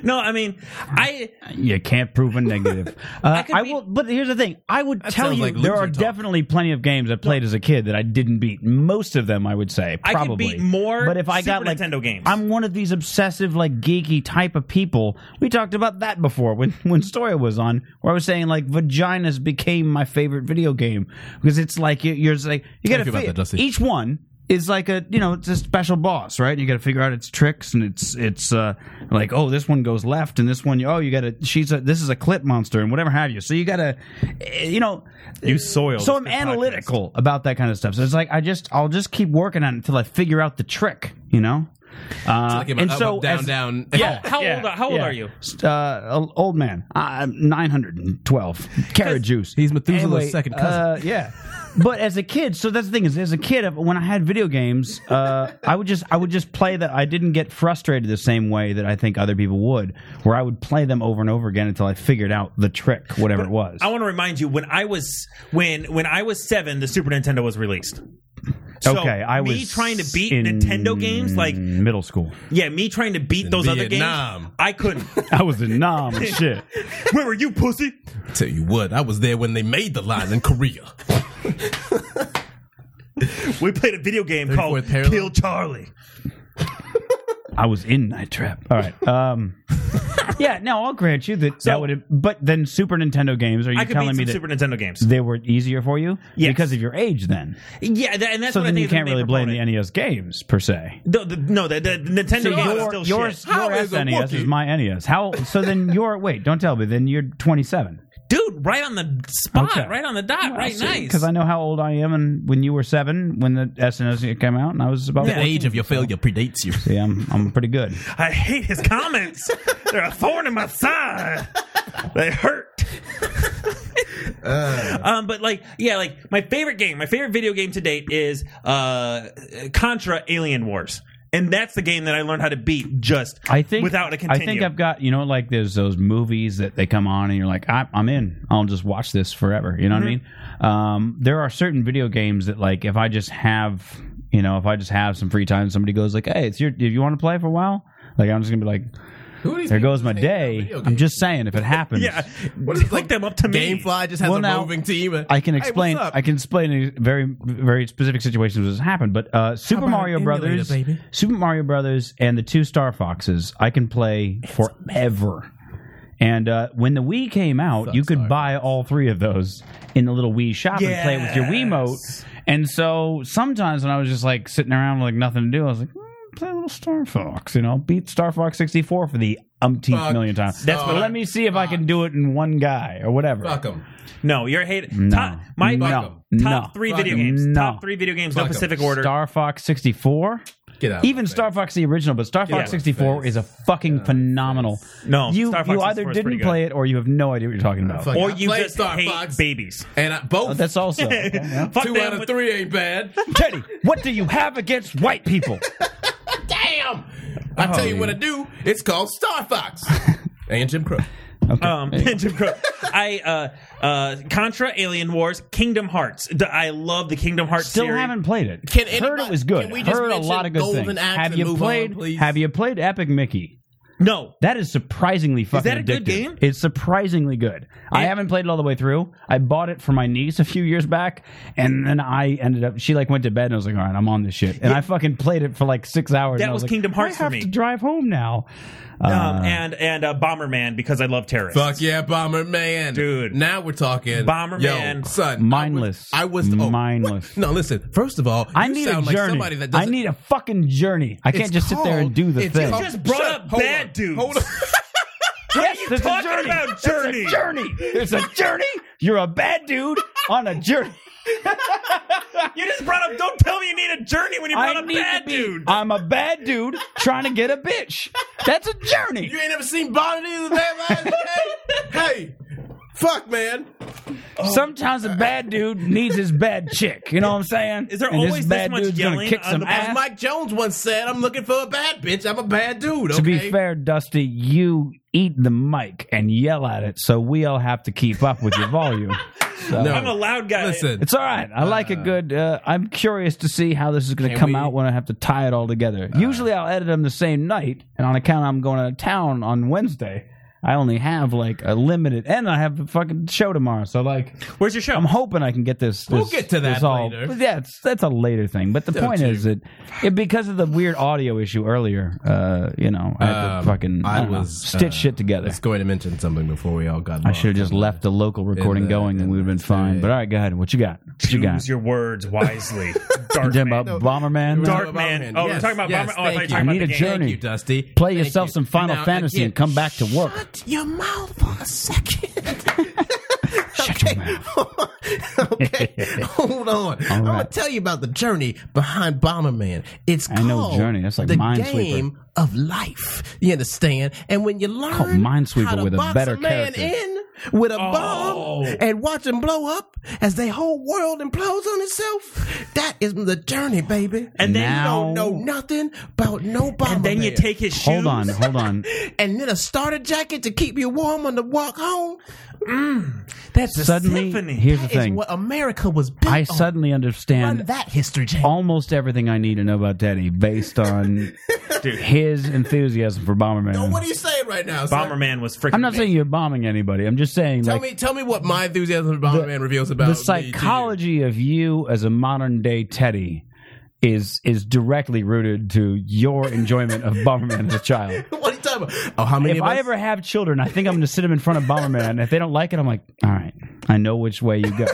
S8: No, I mean, I
S7: You can't prove a negative. Uh,
S8: could
S7: I,
S8: be-
S7: will, but here's the thing: I would tell
S6: sounds
S7: you
S6: like
S7: there
S6: loser
S7: are
S6: talk.
S7: definitely plenty of games I played as a kid that I didn't beat. Most of them, I would say,
S8: I could
S7: probably
S8: beat more
S7: But if I
S8: Super
S7: got like
S8: Nintendo games.
S7: I'm one of these obsessive, like geeky type of people. We talked about that before when when Story was on, where I was saying like vaginas became my favorite video game because it's like you- you're just like you got
S6: you about that,
S7: to
S6: Dusty.
S7: each one is like a you know it's a special boss right and you got to figure out its tricks and it's it's uh like oh this one goes left and this one oh you got to she's a this is a clit monster and whatever have you so you got to you know
S8: You soiled
S7: so
S8: this
S7: I'm
S8: good podcast.
S7: analytical about that kind of stuff so it's like I just I'll just keep working on it until I figure out the trick you know uh,
S6: Like, am I
S7: and
S6: up,
S7: so
S6: up, down,
S7: as-
S6: down.
S8: how, how
S7: yeah,
S8: old how old
S7: yeah.
S8: are you?
S7: Uh, ol- old man. I'm 912. Carrot juice.
S6: He's Methuselah's second cousin.
S7: Uh, yeah. but as a kid, so that's the thing is, as a kid, when I had video games, uh, I would just I would just play that. I didn't get frustrated the same way that I think other people would, where I would play them over and over again until I figured out the trick, whatever it was.
S8: I want to remind you when I was when when I was seven, the Super Nintendo was released. So
S7: okay, I was
S8: me trying to beat
S7: in
S8: Nintendo games like
S7: middle school.
S8: yeah, me trying to beat those other games.
S6: Vietnam.
S8: I couldn't.
S7: I was in nom and shit.
S8: Where were you, pussy?
S6: Tell you what, I was there when they made the line in Korea.
S8: We played a video game called
S6: 34th parallel.
S8: Kill Charlie.
S7: I was in Night Trap. All right. Um, yeah. No, I'll grant you that that would. have But then Super Nintendo games. Are you
S8: I could beat
S7: telling
S8: some
S7: me that
S8: Super Nintendo games.
S7: they were easier for you
S8: Yes.
S7: because of your age? Then
S8: Yeah, that, and that's
S7: so
S8: what I
S7: then
S8: think
S7: you
S8: is the
S7: can't
S8: main
S7: really blame
S8: proponent.
S7: the NES E games per se.
S8: No, the, no, the, the Nintendo
S7: So
S8: game is
S7: your
S8: still
S7: your, your
S8: shit.
S6: is a
S7: SNES E is
S6: Wookiee?
S7: my NES. How so? Then you're wait. Don't tell me. Then you're 27.
S8: Dude, right on the spot,
S7: Okay.
S8: right on the dot, right nice.
S7: Because I know how old I am, and when you were seven, when the SNES came out, and I was about
S6: The
S7: 14.
S6: age of your failure predates you.
S7: Yeah, I'm, I'm pretty good.
S8: I hate his comments. They're a thorn in my side. They hurt. um, but like, yeah, like my favorite game, my favorite video game to date is uh, Contra Alien Wars, and that's the game that I learned how to beat just
S7: I think
S8: without a continue.
S7: I think I've got you know like there's those movies that they come on and you're like I, I'm in. I'll just watch this forever. You know
S8: Mm-hmm.
S7: what I mean? Um, there are certain video games that like if I just have you know if I just have some free time, somebody goes like, hey, it's your. If you want to play for a while, like I'm just gonna be like, there goes my day. I'm just saying if it happens.
S8: yeah,
S6: What is it,
S8: hook them up to me.
S6: Gamefly just has
S7: Well,
S6: a
S7: now,
S6: moving team.
S7: I can
S6: Hey, what's
S7: explain.
S6: up?
S7: I can explain very very specific situations that's happened. But uh, Super
S6: about
S7: Mario
S6: an emulator,
S7: Brothers,
S6: baby?
S7: Super Mario Brothers, and the two Star Foxes, I can play forever. And uh, when the Wii came out, you could buy all three of those in the little Wii shop and play it with your Wiimote.
S8: Yes.
S7: And so sometimes when I was just like sitting around with like nothing to do, I was like, "Hmm, play a little Star Fox, you know, beat Star Fox 64 for the umpteenth
S6: Fuck
S7: million times.
S6: That's
S7: But
S6: what-
S7: let me see if I can do it in one guy or whatever.
S6: Fuck 'em.
S8: No, you're hating.
S7: No.
S8: Top, my
S7: No.
S8: top
S7: No.
S8: three
S6: Fuck
S8: video
S6: him.
S8: games.
S7: No.
S8: Top three video games. No
S6: Fuck him.
S8: Pacific Order.
S7: Star Fox 64.
S6: Get out.
S7: Even
S6: of my
S7: Star
S6: face.
S7: Fox the original, but Star Fox
S8: Yeah.
S7: 64 is a fucking phenomenal.
S8: No,
S7: you
S8: Star Fox
S7: you
S8: 64
S7: either
S8: is
S7: didn't
S8: pretty good.
S7: play it or you have no idea what you're talking about. Oh,
S6: Fuck
S8: or
S6: I
S8: you
S6: played
S8: just
S6: Star
S8: hate
S6: Fox.
S8: babies.
S6: And I,
S8: Oh,
S6: both.
S7: That's also okay, yeah.
S8: Fuck
S6: two
S8: them
S6: out of
S8: with-
S6: three ain't bad.
S7: Teddy. What do you have against white people?
S6: Damn. I tell
S7: Oh,
S6: you what I do. It's called Star Fox. and Jim Crow.
S7: Okay.
S8: Um, Jim Crow. I uh, uh, Contra, Alien Wars, Kingdom Hearts. D- I love the Kingdom Hearts.
S7: Still
S8: series.
S7: haven't played it.
S6: Can
S7: Heard
S6: anybody-
S7: it was good.
S6: can we just
S7: Heard a
S6: mention
S7: lot of good
S6: Golden
S7: things.
S6: Axe
S7: have
S6: and
S7: you
S6: move
S7: played?
S6: on, please?
S7: have you played Epic Mickey?
S8: No,
S7: That is surprisingly fucking
S8: that a
S7: addictive.
S8: good game?
S7: It's surprisingly good. I haven't played it all the way through. I bought it for my niece a few years back, and then I ended up. She like went to bed, and I was like, "All right, I'm on this shit." And I fucking played it for like six hours.
S8: That
S7: and I
S8: was
S7: like,
S8: Kingdom Hearts
S7: I
S8: for
S7: have
S8: me.
S7: to drive home now. Uh.
S8: um, and and uh, Bomberman because I love terrorists.
S6: Fuck yeah, Bomberman.
S8: Dude.
S6: Now we're talking.
S8: Bomberman.
S6: Yo, son. I was-
S7: Mindless.
S6: I was. oh, what?
S7: Mindless.
S6: No, listen. First of all,
S7: I
S6: you
S7: need a
S6: sound
S7: journey.
S6: like somebody that
S7: I
S6: doesn't.
S7: need a fucking journey. I can't
S6: It's
S7: just sit there and
S6: called-
S7: do the
S6: it's
S7: thing.
S6: called-
S8: Just brought
S6: Shut-
S8: up
S6: hold
S8: bad
S6: on,
S8: dudes.
S6: Hold on.
S7: yes, there's a
S8: talking
S7: journey. There's
S8: about
S7: a
S8: journey?
S7: journey. There's a journey. You're a bad dude on a journey.
S8: You just brought up. Don't tell me you need a journey when you brought up bad dude.
S7: I'm a bad dude trying to get a bitch. That's a journey.
S6: You ain't never seen Bonnie the Vampire Slayer? Hey, fuck, man.
S8: Oh.
S7: Sometimes a bad dude needs his bad chick. You know what I'm saying?
S8: Is there
S7: And
S8: always this
S7: bad
S8: much
S7: dude's gonna
S8: yelling
S7: kick
S8: on
S7: some
S8: the-
S7: ass?
S6: As Mike Jones once said, I'm looking for a bad bitch. I'm a bad dude. Okay?
S7: To be fair, Dusty, you eat the mic and yell at it, so we all have to keep up with your volume. So-
S8: I'm a loud guy.
S6: Listen,
S7: It's all right. I like a good. Uh, I'm curious to see how this is going to come out when I have to tie it all together.
S6: Uh.
S7: Usually, I'll edit them the same night, and on account I'm going out of town on Wednesday, I only have like a limited, and I have a fucking show tomorrow. So like,
S8: Where's your show?
S7: I'm hoping I can get this.
S6: We'll
S7: this-
S6: get to that
S7: this all,
S6: later.
S7: But Yeah, it's, that's a later thing. But the point
S6: you-
S7: is that it, because of the weird audio issue earlier, uh, you know, I had to
S6: Um,
S7: fucking I
S6: I
S7: don't know,
S6: was,
S7: stitch
S6: uh,
S7: shit together.
S6: it's going to mention something before we all got.
S7: I should have just left the local recording
S6: the-
S7: going, and
S6: in
S7: we'd have been
S6: the-
S7: fine. But all right, go ahead. What you got? What you got?
S8: Choose your words wisely. Dark
S7: You're talking
S8: man.
S7: about Bomberman?
S8: Dark Man. Oh, we're talking about Bomberman. Oh, I thought you were talking
S7: I
S8: about
S7: need
S8: the
S7: a
S8: game.
S7: journey.
S6: Thank you, Dusty.
S7: Play
S6: Thank
S7: yourself
S6: you.
S7: some Final
S6: Now,
S7: Fantasy
S6: again,
S7: and come back to work.
S6: Shut your mouth for a second. okay. okay. Hold on. I'm going to
S7: right.
S6: tell you about the journey behind Bomberman. It's
S7: I know
S6: called
S7: journey. That's like
S6: the
S7: Minesweeper.
S6: game of life. You understand? And when you learn
S7: Called Minesweeper
S6: how to
S7: with a
S6: box
S7: better
S6: a man
S7: character.
S6: in with a
S8: Oh.
S6: bomb and watch him blow up as the whole world implodes on itself, that is the journey, baby.
S8: And then
S7: Now-
S6: you don't know nothing about no Bomberman.
S8: And then you take his shoes.
S7: Hold on, hold on.
S6: and then a starter jacket to keep you warm on the walk home.
S8: That's a
S7: suddenly,
S8: symphony.
S7: here's the
S6: That is
S7: thing.
S6: what America was built
S7: I
S6: on.
S7: suddenly
S6: Run
S7: understand
S6: that history, Jay.
S7: almost everything I need to know about Teddy based on his enthusiasm for Bomberman.
S6: No, what are you saying right now? son?
S8: Bomberman was freaking.
S7: I'm not saying you're bombing anybody. I'm just saying,
S6: Tell
S7: like,
S6: me, tell me what my enthusiasm for Bomberman reveals about
S7: the
S6: me to you.
S7: psychology of you as a modern day Teddy is is directly rooted to your enjoyment of Bomberman as a child.
S6: What are you talking about? Oh, how many
S7: if
S6: of us?
S7: I ever have children, I think I'm going to sit them in front of Bomberman. And if they don't like it, I'm like, all right, I know which way you go.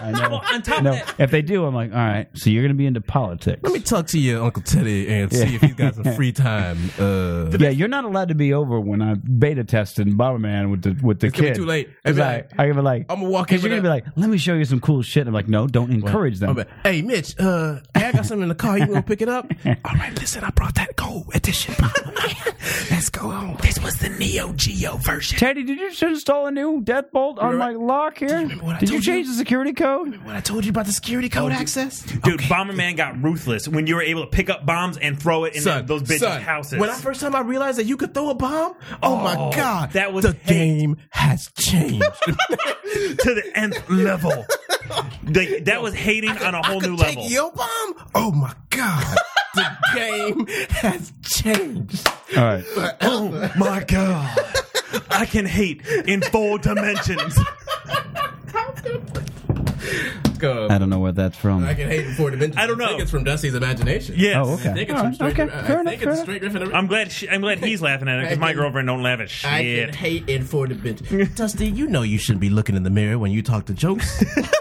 S7: I know.
S8: on top of
S7: no,
S8: that-
S7: if they do, I'm like, all right, so you're going to be into politics.
S6: Let me talk to your Uncle Teddy and see if he's got some free time. Uh,
S7: yeah, you're not allowed to be over when I beta tested Bomberman with the with the
S6: It's gonna be
S7: kid.
S6: too late.
S7: It's
S6: I'd be
S7: like,
S6: like,
S7: I give it like,
S6: I'ma walk in
S7: because you're
S6: with
S7: gonna be like, let me show you some cool shit. I'm like, no, don't encourage them.
S6: I'll be- Hey, Mitch, uh, hey, I got something in the car. You gonna pick it up? All right, listen, I brought that gold edition. Bomberman. Let's go on. This was the Neo Geo version.
S7: Teddy, did you just install a new deadbolt on my lock here?
S6: what I
S7: Did you
S6: told
S7: change
S6: you?
S7: the security code?
S6: When I told you about the security code
S7: Oh,
S6: access,
S8: Dude, Bomberman got ruthless when you were able to pick up bombs and throw it in
S6: son,
S8: those bitches'
S6: son,
S8: houses.
S6: When I first time I realized that you could throw a bomb, oh, my god,
S8: that was
S6: the
S8: hate.
S6: game has changed.
S8: to the nth level, Like, that was hating on a whole
S6: I
S8: new
S6: could take
S8: level.
S6: Your bomb, oh my god, the game has changed.
S7: All right.
S8: oh my god, I can hate in four dimensions.
S6: Go.
S7: I don't know where that's from.
S6: I can hate it for dimensions.
S8: I don't know.
S6: think it's from Dusty's imagination.
S8: Yes.
S7: Oh, okay.
S6: I think it's
S7: All
S6: from
S7: right,
S6: straight.
S7: okay.
S6: I
S7: Fair
S6: think it's
S7: enough, fair
S6: straight Griffin.
S8: I'm glad. She, I'm glad he's laughing at it because
S6: I
S8: my
S6: can-
S8: girlfriend don't laugh at shit.
S6: I can hate it for the bitch. Dusty, you know you shouldn't be looking in the mirror when you talk to jokes.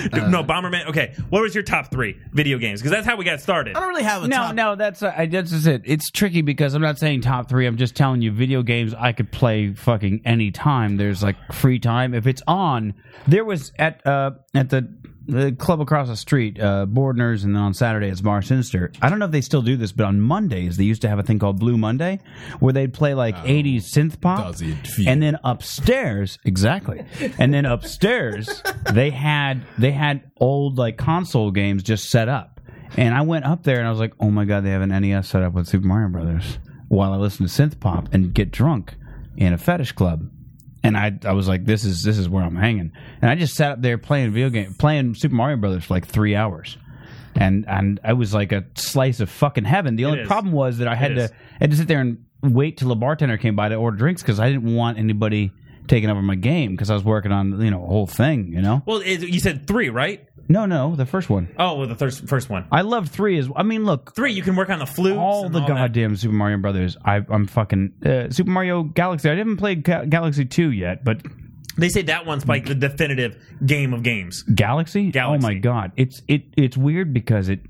S8: Dude, no, Bomberman. Okay, what was your top three video games? Because that's how we got started.
S6: I don't really have a
S7: No,
S6: top-
S7: no, that's uh, I- that's just it. It's tricky because I'm not saying top three. I'm just telling you, video games I could play fucking any time. There's like free time if it's on. There was at uh at the. The club across the street, uh, Bordner's, and then on Saturday it's Mar Sinister. I don't know if they still do this, but on Mondays they used to have a thing called Blue Monday, where they'd play like
S6: Oh.
S7: '80s synth pop,
S6: does it feel-
S7: and then upstairs, exactly, and then upstairs they had they had old like console games just set up, and I went up there and I was like, oh my god, they have an NES set up with Super Mario Brothers while I listen to synth pop and get drunk in a fetish club. And I, I was like, this is this is where I'm hanging. And I just sat up there playing video game, playing Super Mario Brothers for like three hours, and and I was like a slice of fucking heaven. The only
S8: is.
S7: problem was that I had
S8: It is.
S7: to I had to sit there and wait till a bartender came by to order drinks because I didn't want anybody taking over my game because I was working on you know a whole thing. You know,
S8: Well, it, you said three, right?
S7: no, no, the first one.
S8: Oh, well, the first first one.
S7: I loved three. Is I mean, look,
S8: Three, you can work on the flute.
S7: all the goddamn Super Mario Brothers. I, I'm fucking uh, Super Mario Galaxy. I haven't played Ga- Galaxy Two yet, but
S8: They say that one's like the definitive game of games.
S7: Galaxy?
S8: Galaxy.
S7: Oh my god, it's it it's weird because it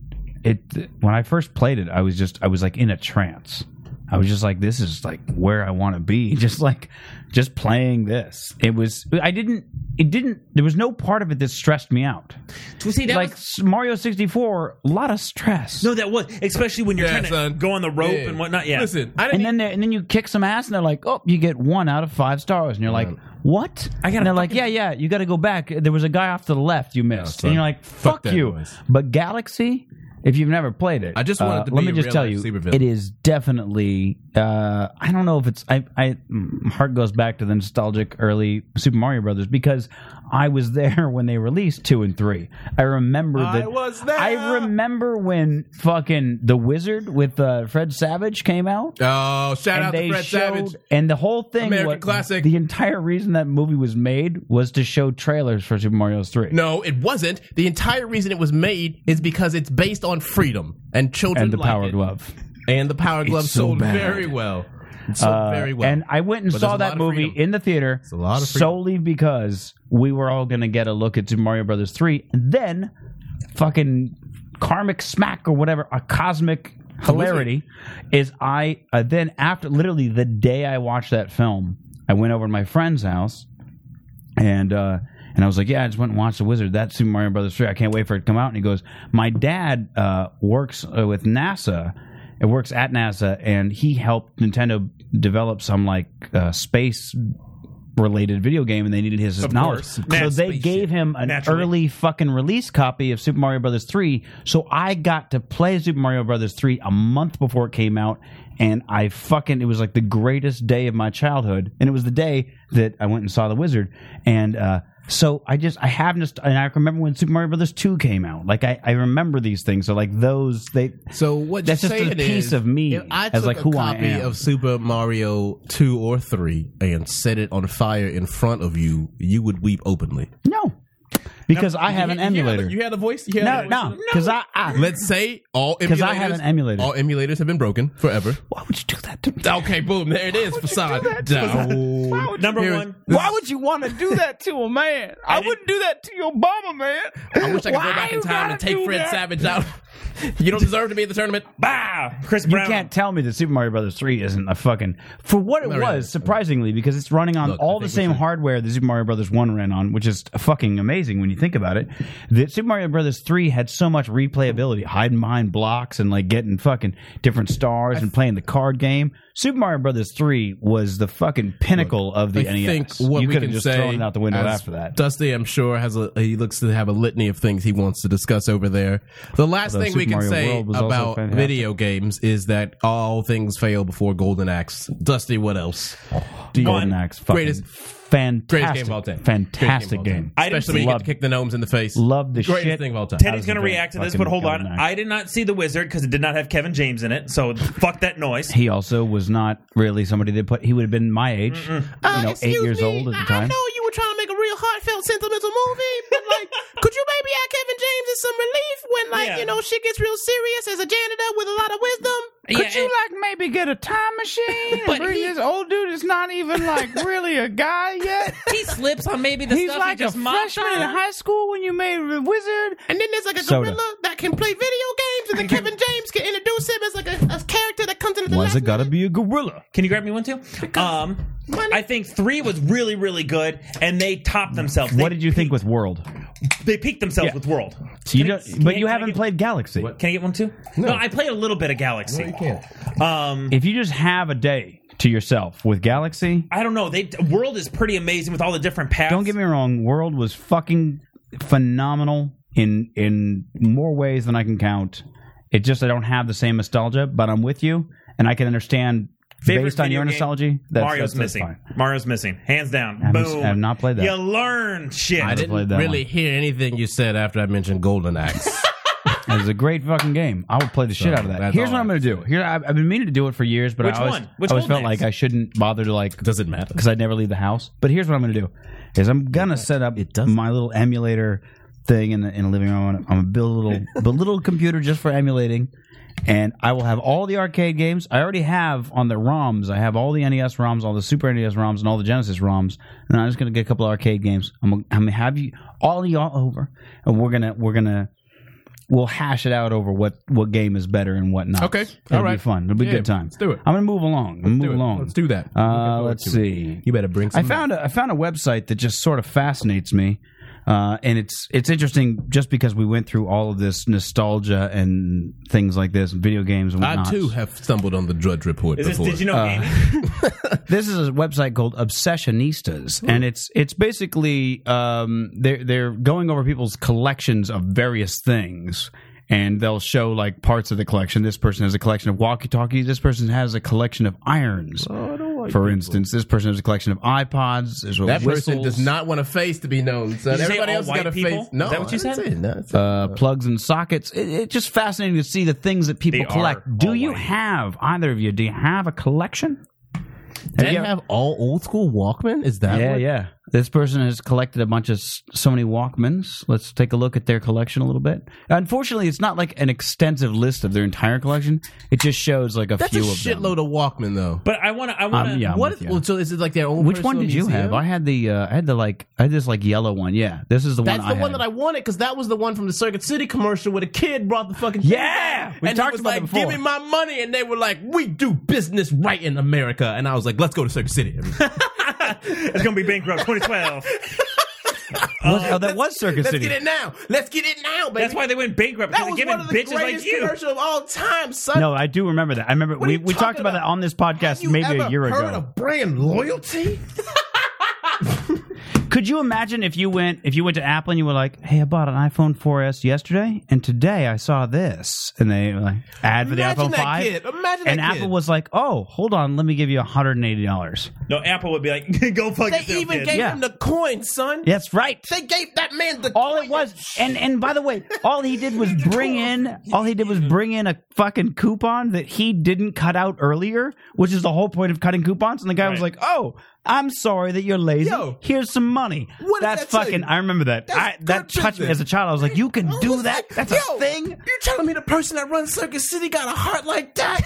S7: it when I first played it, I was just I was like in a trance. I was just like, this is like where I want to be. Just like, just playing this. It was. I didn't. It didn't. There was no part of it that stressed me out.
S8: See, that
S7: like
S8: was-
S7: Mario sixty four, a lot of stress.
S8: no, that was especially when you're
S6: Yeah,
S8: trying to
S6: son.
S8: go on the rope
S6: Yeah.
S8: and whatnot. Yeah,
S6: Listen, I didn't e-
S7: and then they- and then you kick some ass, and they're like, "Oh, you get one out of five stars," and you're like, "What?"
S8: I gotta
S7: And they're like, "Yeah, yeah, you got to go back. There was a guy off to the left you missed," and you're like, "Fuck,
S6: that
S7: you."
S6: noise.
S7: But Galaxy, If you've never played it, uh,
S6: I just wanted to
S7: let
S6: be
S7: me
S6: a
S7: just
S6: real
S7: tell
S6: life
S7: you,
S6: supervillain.
S7: it is definitely. Uh, I don't know if it's. I, I my heart goes back to the nostalgic early Super Mario Brothers because I was there when they released two and three. I remember that. I was there. I remember when fucking the Wizard with uh, Fred Savage came out.
S6: Oh, shout out to Fred Savage.
S7: and the whole thing,
S6: American
S7: was-
S6: classic.
S7: The entire reason that movie was made was to show trailers for Super Mario Three.
S6: No, it wasn't. The entire reason it was made is because it's based on freedom and children
S7: and the
S6: like
S7: Power
S6: it.
S7: Glove.
S6: And the power glove
S7: so
S6: sold
S7: bad.
S6: very well. It sold
S7: Uh,
S6: very well.
S7: And I went and
S6: But there's a
S7: saw
S6: lot
S7: that
S6: of
S7: movie
S6: freedom.
S7: in the theater
S6: a lot of freedom.
S7: solely because we were all going to get a look at Super Mario Brothers 3. And then fucking karmic smack or whatever, a cosmic hilarity is I uh, then after literally the day I watched that film, I went over to my friend's house and uh and I was like, yeah, I just went and watched The Wizard. That's Super Mario Brothers 3. I can't wait for it to come out. And he goes, my dad uh, works uh, with NASA. It works at NASA, and he helped Nintendo develop some like uh, space related video game, and they needed his knowledge.
S8: course.
S7: So
S8: Mad
S7: they
S8: spaceship.
S7: gave him an
S8: Naturally.
S7: early fucking release copy of Super Mario Brothers 3. So I got to play Super Mario Brothers 3 a month before it came out. And I fucking, it was like the greatest day of my childhood. And it was the day that I went and saw The Wizard. And, uh, so I just I have just and I remember when Super Mario Brothers two came out. Like I, I remember these things. So like those they
S6: so what
S7: that's
S6: you're
S7: just a
S6: saying
S7: piece
S6: is,
S7: of me
S6: if I
S7: as
S6: took
S7: like
S6: a
S7: who I
S6: copy
S7: am.
S6: of Super Mario two or three and set it on fire in front of you, you would weep openly.
S7: no because I have an
S6: You hear the-
S7: emulator.
S6: You had a voice. You had
S7: No,
S6: a voice
S7: no, because I, I
S6: Let's say all emulators.
S7: because I have an emulator.
S6: All emulators have been broken forever.
S7: Why would you do that to me?
S6: Okay, boom. There it is. Facade. Down.
S8: Number
S6: Here-
S8: one,
S11: Why would you want to do that to a man? I wouldn't do that to your Obama man.
S6: I wish I could go back in time and take Fred Savage out. You don't deserve to be in the tournament.
S8: bow, Chris
S7: You
S8: Brown.
S7: can't tell me that Super Mario Brothers 3 isn't a fucking for what it
S6: No, really.
S7: was, surprisingly, because it's running on
S6: Look, I
S7: all
S6: think
S7: the
S6: we
S7: same
S6: should-
S7: hardware that Super Mario Brothers 1 ran on, which is fucking amazing when you think about it. That Super Mario Brothers 3 had so much replayability, hiding behind blocks and like getting fucking different stars and playing the card game. Super Mario Brothers 3 was the fucking pinnacle of the
S6: I
S7: NES.
S6: think what
S7: you
S6: we
S7: could
S6: can
S7: have just
S6: say
S7: thrown it out the window
S6: as
S7: after that.
S6: Dusty, I'm sure, has a he looks to have a litany of things he wants to discuss over there. The last
S7: Although
S6: thing we
S7: Super
S6: can
S7: Mario
S6: say
S7: World was also
S6: about
S7: fantastic.
S6: video games is that all things fail before Golden Axe. Dusty, what else? Do you
S7: Golden Axe, fucking
S6: Greatest-
S7: fantastic,
S6: greatest game of all time. Greatest
S7: fantastic
S6: of all
S7: game.
S6: time.
S8: I didn't
S6: Especially when you get
S7: love-
S6: to kick the gnomes in the face.
S7: Love the
S6: greatest
S7: shit.
S6: thing of all time.
S7: That was
S8: Teddy's
S7: a
S8: going to
S7: great
S8: react to this,
S7: fucking
S8: but hold on.
S7: comeback.
S8: I did not see The Wizard because it did not have Kevin James in it, so fuck that noise.
S7: he also was not really somebody that put he would have been my age
S2: Uh,
S7: you know eight years old at the time
S6: you were trying to make a real heartfelt, sentimental movie, but like, could you maybe add Kevin James in some relief when like
S8: Yeah. you know,
S6: shit gets real serious as a janitor with a lot of wisdom?
S11: Could you like maybe get a time machine and bring this old dude that's not even like really a guy yet?
S2: He slips on maybe the
S11: He's
S2: stuff
S11: like
S2: he
S11: a
S2: just mopped
S11: freshman in
S2: on.
S11: high school when you made the wizard.
S6: And then there's like a
S7: Soda.
S6: gorilla that can play video games, and then Kevin James can introduce him as like a, a character that comes into the last
S7: gotta be a gorilla
S8: Can you grab me one too? Um, I think three was really, really good, and they topped themselves.
S7: what
S8: they,
S7: did you think with world
S8: They peaked themselves with World.
S7: you don't,
S8: can
S7: but
S8: I-
S7: you
S8: can I
S7: haven't
S8: get-
S7: played galaxy
S8: Can I get one too? No, I played a little bit of Galaxy. Um,
S7: if you just have a day to yourself with galaxy
S8: I don't know. They World is pretty amazing with all the different paths.
S7: don't get me wrong world was fucking phenomenal in in more ways than i can count it just i don't have the same nostalgia but i'm with you and i can understand
S8: Favorite
S7: based on
S8: video
S7: your
S8: game?
S7: nostalgia that's, that's-
S8: Mario's
S7: that's
S8: missing.
S7: fine.
S8: Mario's missing. Hands down.
S7: I haven't-
S8: Boom.
S7: I have not played that.
S8: You learn shit.
S6: I didn't
S7: played that
S6: really
S7: one.
S6: hear anything you said after I mentioned Golden Axe.
S7: It was a great fucking game. I would play the shit out of that.
S6: that's
S7: Here's
S6: all
S7: what
S6: I
S7: I'm gonna do. Here, I've, I've been meaning to do it for years, but
S8: Which
S7: I always,
S8: one? Which
S7: I always
S8: Golden
S7: felt
S8: Axe?
S7: like I shouldn't bother to like
S6: Does it matter?
S7: because I'd never leave the house. But here's what I'm gonna do: is I'm gonna set up my little emulator thing in the in the living room. I'm gonna, I'm gonna build a little a little computer just for emulating, and I will have all the arcade games. I already have on the ROMs. I have all the NES ROMs, all the Super NES ROMs, and all the Genesis ROMs. And I'm just gonna get a couple of arcade games. I'm gonna, I'm gonna have you all y'all over, and we're gonna we're gonna. We'll hash it out over what, what game is better and what not.
S6: Okay.
S7: it'll
S6: All
S7: be
S6: right.
S7: fun. It'll be
S6: Yeah,
S7: a good time.
S6: let's do it.
S7: I'm gonna move along. I'm
S6: Do
S7: move
S6: it.
S7: along.
S6: Let's do that.
S7: Uh, let's see.
S6: You better bring.
S7: I
S6: Some
S7: found a, I found a website that just sort of fascinates me, uh, and it's it's interesting just because we went through all of this nostalgia and things like this, and video games and whatnot.
S6: I too have stumbled on the Drudge Report
S8: Is this,
S6: before.
S8: did you
S7: Uh,
S8: know gaming?
S7: This is a website called Obsessionistas, and it's it's basically um, they're they're going over people's collections of various things. and they'll show like parts of the collection. This person has a collection of walkie talkies. This person has a collection of irons. for instance, this person has a collection of iPods. There's a
S6: That person
S7: whistle,
S6: does not want a face to be known. So
S8: Did you say
S6: everybody
S8: all
S6: else has got
S8: white
S6: a
S8: people?
S6: face. No,
S8: Is that what you
S6: I didn't
S8: said?
S6: say that. That's-
S7: uh, plugs and sockets. It, it's just fascinating to see the things that people
S8: They are
S7: collect. Do
S8: all
S7: you
S8: white.
S7: have either of you? Do you have a collection?
S6: They
S7: you-
S6: have all old school Walkman. Is that?
S7: yeah,
S6: what?
S7: yeah. This person has collected a bunch of s- so many Walkmans. Let's take a look at their collection a little bit. Unfortunately, it's not like an extensive list of their entire collection. It just shows like a
S6: That's a
S7: few of them.
S6: shitload of Walkman though.
S8: But I want to. I want to.
S7: Um, yeah. I'm
S6: What?
S7: with
S6: Is,
S7: you.
S6: well, so is it like their own?
S7: Which one
S6: personal
S7: did you
S6: museum?
S7: have? I had the uh, I had the like I had this like yellow one. Yeah, this is the
S6: That's
S7: one.
S6: the
S7: I
S6: one
S7: had.
S6: that I wanted because that was the one from the Circuit City commercial where the kid brought the fucking thing
S7: Yeah!
S6: back,
S7: We
S6: and he
S7: talked
S6: was
S7: about it
S6: like,
S7: before.
S6: "Give me my money," and they were like, "We do business right in America," and I was like, "Let's go to Circuit City."
S8: It's gonna be bankrupt 2012.
S7: Was- oh, that was Circuit
S6: Let's
S7: City.
S6: get it now. Let's get it now, baby.
S8: That's why they went bankrupt.
S6: that
S8: because
S6: was
S8: they
S6: one
S8: given
S6: of the
S8: bitches like
S6: greatest
S8: you.
S6: commercials of all time, son.
S7: No, I do remember that. I remember
S6: are
S7: we,
S6: you
S7: we talked
S6: talking
S7: about that
S6: about?
S7: on this podcast
S6: you
S7: maybe
S6: ever
S7: a year
S6: heard
S7: ago.
S6: of brand loyalty?
S7: Could you imagine if you went if you went to Apple and you were like, "Hey, I bought an iPhone 4S yesterday, and today I saw this," and they like ad for
S6: Imagine
S7: the iPhone
S6: that
S7: 5.
S6: kid. Imagine that
S7: and Apple
S6: kid.
S7: was like, "Oh, hold on, let me give you 180 dollars."
S8: No, Apple would be like, go fuck
S6: They
S8: yourself,
S6: even
S8: kid.
S6: gave
S7: Yeah.
S6: him the coin, son.
S7: That's right.
S6: They gave that man the
S7: All
S6: coin.
S7: it was, and and by the way, all he did was bring in, all he did was bring in a fucking coupon that he didn't cut out earlier, which is the whole point of cutting coupons. And the guy was
S8: Right.
S7: like, "Oh, I'm sorry that you're lazy.
S6: Yo.
S7: Here's some money."
S6: What does
S7: That's
S6: that
S7: fucking.
S6: say?
S7: I remember that.
S6: That's
S7: I, that
S6: good
S7: touched me
S6: business.
S7: as a child. I was like, "You can
S6: I
S7: do
S6: was
S7: that?
S6: Oh, like,
S7: That's
S6: yo,
S7: a thing."
S6: You telling me the person that runs Circuit City got a heart like that?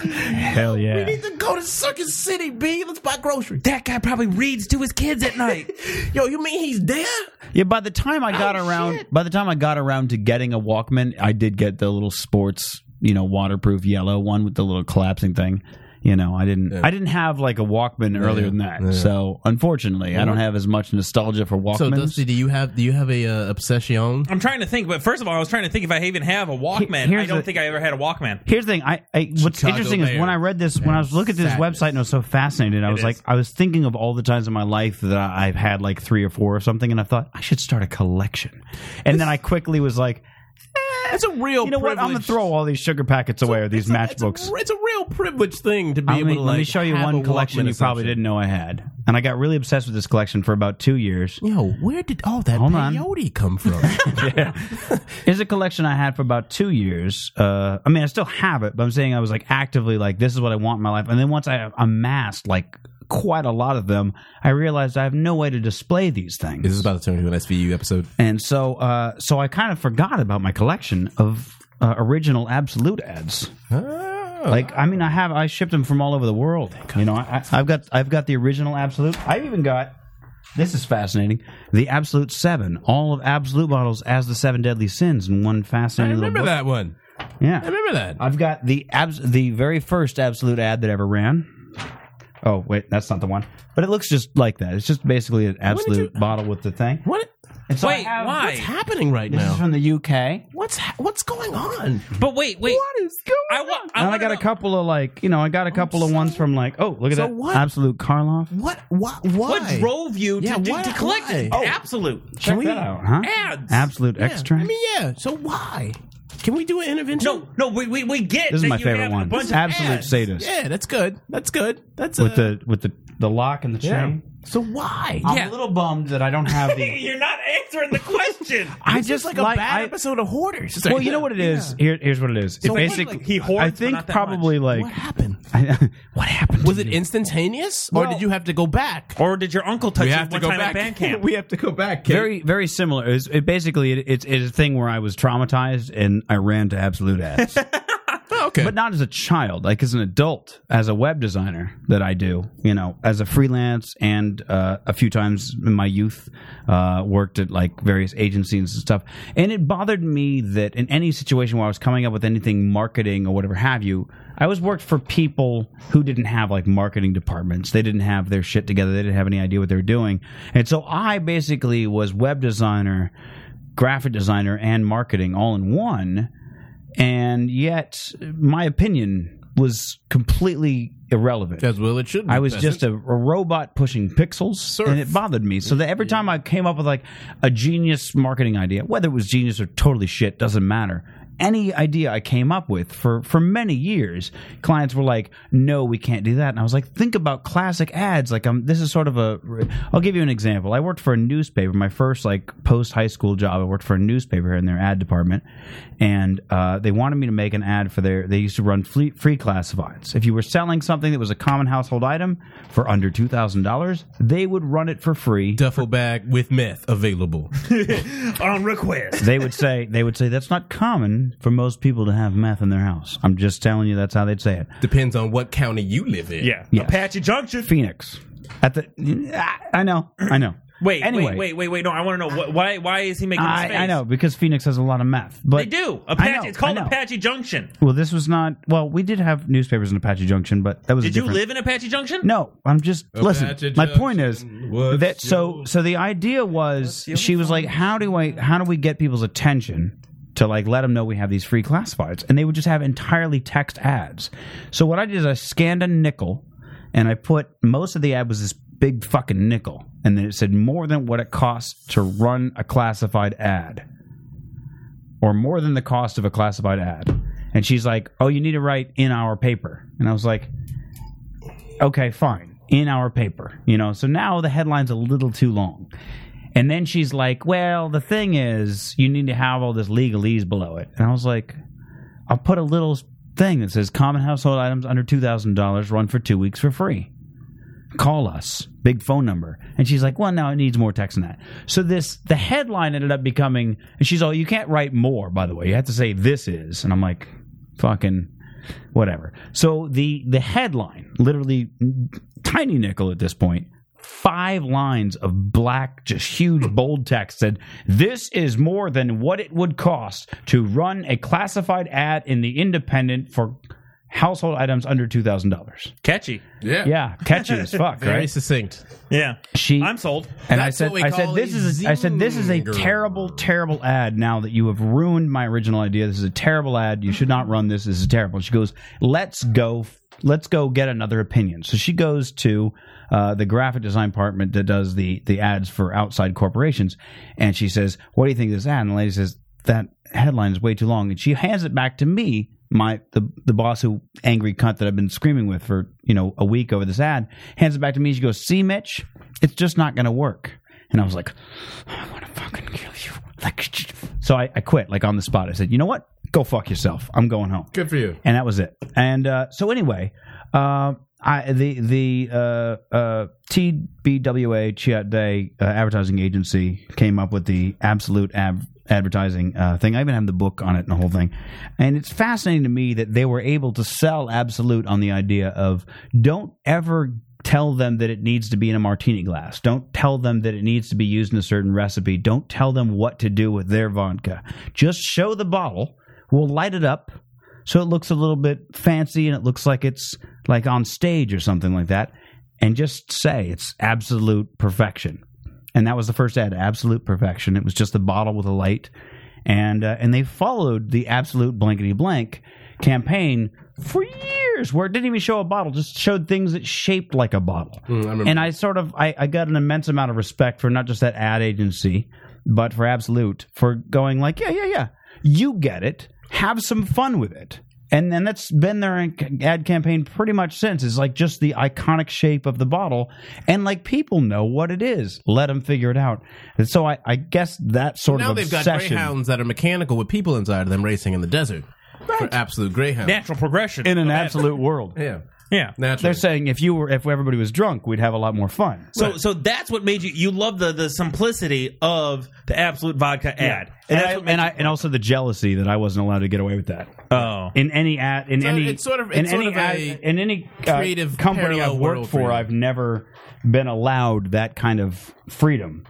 S7: Hell
S6: We
S7: yeah.
S6: need to go to Circuit City, B. Let's buy groceries.
S8: That guy probably reads to his kids at night.
S6: Yo, you mean he's there?
S7: Yeah, by the time I got around by the time I got around to getting a Walkman, I did get the little sports, you know, waterproof yellow one with the little collapsing thing. You know, I didn't I didn't have like a Walkman earlier than that. So unfortunately I don't have as much nostalgia for Walkmans.
S6: do you have do you have a uh, obsession?
S8: I'm trying to think, but first of all, I was trying to think if I even have a Walkman.
S7: here's
S8: I don't
S7: a-
S8: think I ever had a Walkman.
S7: Here's the thing. I, I what's
S6: Chicago
S7: interesting is
S6: mayor.
S7: when I read this, when I was looking at this
S6: sadness.
S7: website and I was so fascinated, I was
S8: is.
S7: like, I was thinking of all the times in my life that I've had like three or four or something, and I thought I should start a collection. And then I quickly was like,
S6: That's a real.
S7: you know what? I'm gonna
S6: privilege.
S7: throw all these sugar packets away or
S6: It's
S7: these
S6: a- it's a-
S7: matchbooks.
S6: It's a, real privilege thing to be
S7: I
S6: able
S7: mean,
S6: to
S7: let me
S6: like,
S7: show you
S6: have
S7: one
S6: a
S7: collection
S6: Walkman
S7: you probably
S6: assumption.
S7: didn't know I had, and I got really obsessed with this collection for about two years.
S6: Yo, where did all that
S7: Hold on.
S6: peyote come from?
S7: It's a collection I had for about two years. Uh, I mean, I still have it, but I'm saying I was like actively like, this is what I want in my life. And then once I amassed like quite a lot of them, I realized I have no way to display these things.
S6: this is about to turn into an SVU episode.
S7: and so, uh, so I kind of forgot about my collection of uh, original Absolute ads.
S6: Oh.
S7: Like I mean, I have I shipped them from all over the world. You know, I, I- I've got I've got the original Absolute. I've even got this is fascinating the Absolute Seven, all of Absolute bottles as the Seven Deadly Sins in one
S6: I
S7: fascinating.
S6: remember
S7: little book.
S6: that one.
S7: Yeah,
S6: I remember that.
S7: I've got the abs- the very first Absolute ad that ever ran. Oh wait, that's not the one. But it looks just like that. It's just basically an Absolute bottle with the thing.
S6: What?
S7: And so I
S8: Wait,
S7: have-
S8: why?
S6: What's happening right
S7: This is
S6: now?
S7: from the UK.
S6: What's ha- what's going on?
S8: But wait, wait.
S6: is going
S8: I, wa- I,
S7: and I
S8: wanna
S7: got a
S8: know-
S7: couple of like, you know, I got a couple of ones from like, oh, look at
S6: So
S7: that
S6: what-
S7: absolute Karloff.
S6: What? What? Why?
S8: What drove you to,
S6: Yeah,
S8: do-
S6: why-
S8: to collect it?
S7: Oh.
S6: why?
S8: Absolute.
S7: Check
S6: we-
S7: that out, huh?
S8: Ads.
S7: Absolute
S6: Yeah,
S7: extract.
S6: I mean, yeah. So why? Can we do an intervention?
S8: No, no, we, we, we get
S7: this is
S8: that
S7: my
S8: you
S7: favorite
S8: have A
S7: one.
S8: bunch of
S7: Absolute
S8: ads.
S7: sadist
S6: Yeah, that's good. That's good. That's
S7: with
S6: uh,
S7: the with the the lock and the chain.
S6: So why?
S7: I'm a
S8: Yeah.
S7: little bummed that I don't have the.
S8: You're not answering the question.
S7: I
S6: It's
S7: just
S6: like,
S7: like,
S6: a bad
S7: I-
S6: episode of Hoarders. It's
S7: well,
S6: like-
S7: you know what it is.
S6: Yeah.
S7: Here, here's what it is.
S6: So
S7: it
S6: what, like,
S7: basically,
S8: he hoards,
S7: I
S8: but
S7: think
S8: not that
S7: probably
S6: What
S7: like
S6: happened?
S7: what happened?
S6: Was
S7: to
S6: it
S7: you?
S6: instantaneous, or
S7: Well-
S6: did you have to go back?
S8: Or did your uncle touch you one time at band camp?
S6: we have to go back. Kate.
S7: very very similar? It, it basically it, it's it's a thing where I was traumatized and I ran to absolute ass.
S6: Oh, okay.
S7: but not as a child like as an adult as a web designer that i do you know as a freelance and uh, a few times in my youth uh, worked at like various agencies and stuff and it bothered me that in any situation where i was coming up with anything marketing or whatever have you i always worked for people who didn't have like marketing departments they didn't have their shit together they didn't have any idea what they were doing and so i basically was web designer graphic designer and marketing all in one and yet my opinion was completely irrelevant.
S6: As well, it should. Be
S7: I was
S6: peasant.
S7: just a, a robot pushing pixels, and it bothered me. So that every time I came up with like a genius marketing idea, whether it was genius or totally shit, doesn't matter. Any idea I came up with for for many years, clients were like, "No, we can't do that." And I was like, "Think about classic ads. Like, um, this is sort of a. I'll give you an example. I worked for a newspaper. My first like post high school job, I worked for a newspaper in their ad department, and uh, they wanted me to make an ad for their. They used to run free, free classifieds. If you were selling something that was a common household item for under two thousand dollars, they would run it for free.
S6: duffel bag with meth available.
S8: on request.
S7: they would say they would say that's not common for most people to have meth in their house. I'm just telling you that's how they'd say it.
S6: Depends on what county you live in.
S8: Yeah.
S7: Yes.
S8: Apache Junction.
S7: Phoenix. At the I- I know, I know.
S8: Wait,
S7: Anyway.
S8: wait, wait, wait, wait. No, I want to know wh- why. Why is he making this
S7: I,
S8: face?
S7: I know because Phoenix has a lot of meth. But
S8: They do.
S7: I
S8: Apache.
S7: know,
S8: it's called
S7: I know.
S8: Apache Junction.
S7: Well, this was not. Well, we did have newspapers in Apache Junction, but that was. a
S8: Did you
S7: different-
S8: live in Apache Junction?
S7: No, I'm just listen.
S6: Apache
S7: My point is
S6: Junction, what's
S7: that so so the idea was she was like, how do I how do we get people's attention to like let them know we have these free classifieds, and they would just have entirely text ads. So what I did is I scanned a nickel, and I put most of the ad was this big fucking nickel, and then it said more than what it costs to run a classified ad or more than the cost of a classified ad. And she's like, Oh, you need to write in our paper. And I was like, Okay, fine. In our paper. You know, so now the headline's a little too long. And then she's like, Well, the thing is, you need to have all this legalese below it. And I was like, I'll put a little thing that says common household items under $2,000 run for two weeks for free. Call us. Big phone number. And she's like, well, no, it needs more text than that. So this, the headline ended up becoming, and she's all, you can't write more, by the way. You have to say this is. And I'm like, fucking whatever. So the, the headline, literally tiny nickel at this point, five lines of black, just huge bold text said, This is more than what it would cost to run a classified ad in the independent for household items under $2,000.
S8: Catchy.
S6: Yeah.
S7: Yeah, catchy as fuck,
S6: Very
S7: right?
S6: succinct.
S8: Yeah.
S7: She,
S8: I'm sold.
S7: and I
S6: That's
S7: said,
S6: what we
S7: I said,
S6: call
S7: this
S6: a
S7: is, a, I said, this is a
S6: zinger.
S7: terrible, terrible ad. Now that you have ruined my original idea, this is a terrible ad. You should not run this. This is terrible. She goes, let's go, let's go get another opinion. So she goes to uh, the graphic design department that does the the ads for outside corporations, and she says, what do you think of this ad? And the lady says, that headline is way too long, and she hands it back to me. My the the boss who angry cunt that I've been screaming with for you know a week over this ad hands it back to me. She goes, "See, Mitch, it's just not going to work." And I was like, I want to fucking kill you. Like, so I, I quit, like on the spot. I said, you know what? Go fuck yourself. I'm going home.
S6: Good for you.
S7: And that was it. And uh, so anyway, uh, I the the uh, uh, TBWA Chiat Day uh, advertising agency came up with the absolute ab advertising uh, thing. I even have the book on it and the whole thing. And it's fascinating to me that they were able to sell absolute on the idea of don't ever tell them that it needs to be in a martini glass. Don't tell them that it needs to be used in a certain recipe. Don't tell them what to do with their vodka. Just show the bottle. We'll light it up so it looks a little bit fancy and it looks like it's like on stage or something like that. And just say it's absolute perfection. And that was the first ad, absolute perfection. It was just the bottle with a light. And uh, and they followed the absolute blankety blank campaign for years where it didn't even show a bottle, just showed things that shaped like a bottle.
S6: Mm,
S7: and I sort of I, I got an immense amount of respect for not just that ad agency, but for absolute for going like, yeah, yeah, yeah. You get it. Have some fun with it. And then that's been their ad campaign pretty much since. It's like just the iconic shape of the bottle, and like people know what it is. Let them figure it out. And so I, I guess that sort
S6: Now
S7: of
S6: they've got
S7: obsession.
S6: greyhounds that are mechanical with people inside of them racing in the desert. For absolute greyhounds.
S8: Natural progression.
S7: in an
S8: of that.
S7: absolute world.
S6: yeah.
S8: Yeah.
S6: Natural.
S7: They're saying if you were if everybody was drunk, we'd have a lot more fun.
S8: So, so that's what made you you love the the simplicity of the absolute vodka ad,
S7: And,
S8: that's
S7: I,
S8: what made
S7: and, I,
S8: you-
S7: and also the jealousy that I wasn't allowed to get away with that.
S8: oh,
S7: in any ad in
S6: Uh, So
S7: any
S6: it's sort of-
S7: in
S6: it's sort
S7: any
S6: of
S7: ad-
S6: a
S7: in any uh,
S6: creative
S7: company
S6: parallel
S7: I've
S6: world
S7: worked
S6: for
S7: for,
S6: you.
S7: I've never been allowed that kind of freedom.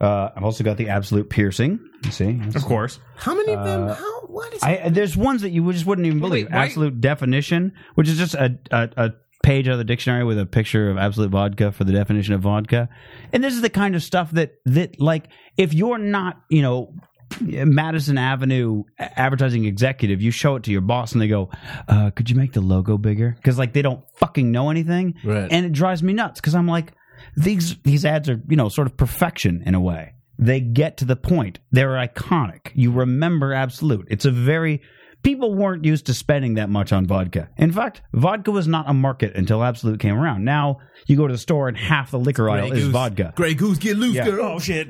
S7: Uh, I've also got the absolute piercing. You see,
S8: of course.
S6: How many of them? How, what is
S7: Uh, I, there's ones that you just wouldn't even believe.
S6: why-
S7: absolute definition, which is just a, a, a page out of the dictionary with a picture of absolute vodka for the definition of vodka. And this is the kind of stuff that that like if you're not you know Madison Avenue advertising executive, you show it to your boss and they go, uh, "Could you make the logo bigger?" Because like they don't fucking know anything,
S6: Right.
S7: and it drives me nuts because I'm like, these these ads are you know sort of perfection in a way. They get to the point. They're iconic. You remember absolute. It's a very people weren't used to spending that much on vodka. In fact, vodka was not a market until absolute came around. Now you go to the store and half the liquor aisle
S6: Grey
S7: is
S6: Goose.
S7: vodka.
S6: Grey Goose, get loose,
S7: Yeah.
S6: girl.
S8: Oh shit!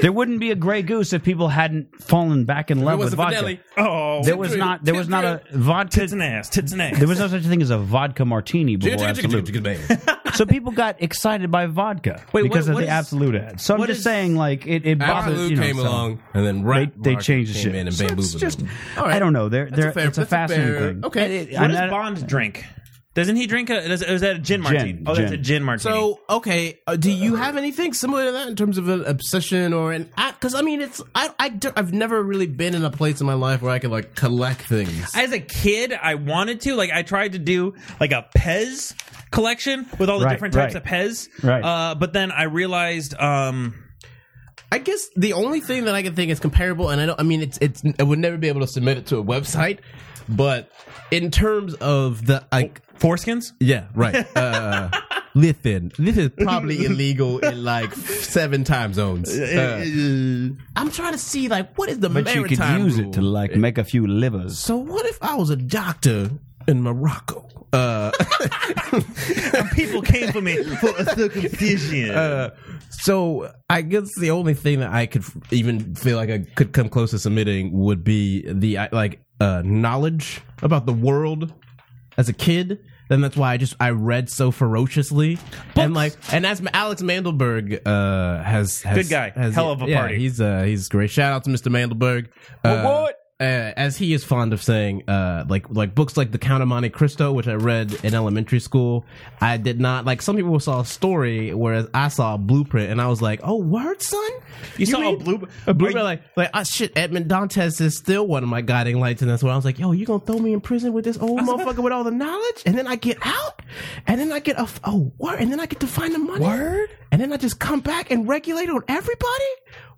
S7: There wouldn't be a Grey Goose if people hadn't fallen back in love with
S6: wasn't
S7: vodka.
S6: Fidelli.
S8: Oh,
S7: There was not. There was not a vodka.
S8: tits and ass, tits and ass.
S7: There was no such thing as a vodka martini before
S6: Jigga, jigga, jigga,
S7: absolute.
S6: jigga, jigga, bang.
S7: So people got excited by vodka
S6: Wait, what-
S7: because of
S6: what
S7: the
S6: is-
S7: absolute ad. So I'm
S6: what
S7: just
S6: is-
S7: saying, like it, it bothers
S6: Absolute
S7: you know,
S6: came
S7: so-
S6: along, and then right
S7: they
S6: Mark
S7: changed the
S6: came
S7: shit.
S6: in and
S7: So
S6: bamboozled
S7: just-
S6: them.
S7: I don't know. They're,
S6: That's
S7: they're,
S6: a fair-
S7: it's a
S6: that's a
S7: fascinating
S6: fair-
S7: thing.
S6: okay.
S7: And it-
S8: What
S7: I'm
S8: does
S7: not-
S8: Bond drink? Doesn't he drink a? Is, is that a gin martini? oh, that's a
S7: gin.
S8: gin martini.
S6: So okay, uh, do you have anything similar to that in terms of an obsession or an? Because I mean, it's I, I do- I've never really been in a place in my life where I could like collect things.
S8: as a kid, I wanted to like I tried to do like a Pez collection with all the
S7: Right,
S8: different types
S7: right.
S8: of Pez.
S7: Right.
S8: Uh, but then I realized um,
S6: I guess the only thing that I can think is comparable, and I don't. I mean, it's it's. I would never be able to submit it to a website, but in terms of the like,
S8: foreskins.
S6: yeah, right. Uh, listen, this is probably illegal in like seven time zones. Uh, I'm trying to see like what is the
S7: But you
S6: maritime
S7: could use
S6: rule?
S7: it to like make a few livers.
S6: So what if I was a doctor in Morocco? Uh,
S8: People came for me for a circumcision.
S6: uh, so I guess the only thing that I could f- even feel like I could come close to submitting would be the uh, like uh, knowledge about the world as a kid. And that's why I just I read so ferociously, and like, and as Alex Mandelberg uh, has, has
S8: Good guy.
S6: has-
S8: Hell of a
S6: yeah,
S8: party.
S6: He's uh, he's great. Shout out to Mr. Mandelberg. Uh,
S8: what?
S6: uh, as he is fond of saying, uh, like like books like The Count of Monte Cristo, which I read in elementary school, I did not like. Some people saw a story, whereas I saw a blueprint, and I was like, "Oh, word, son!
S8: You saw a
S6: read-
S8: blue-
S6: a blueprint?
S8: Are you-
S6: like, like, oh shit, Edmond Dantes is still one of my guiding lights, and that's why I was like, "Yo, you gonna throw me in prison with this old motherfucker with all the knowledge, and then I get out, and then I get a f- oh word, and then I get to find the money, word, and then I just come back and regulate on everybody."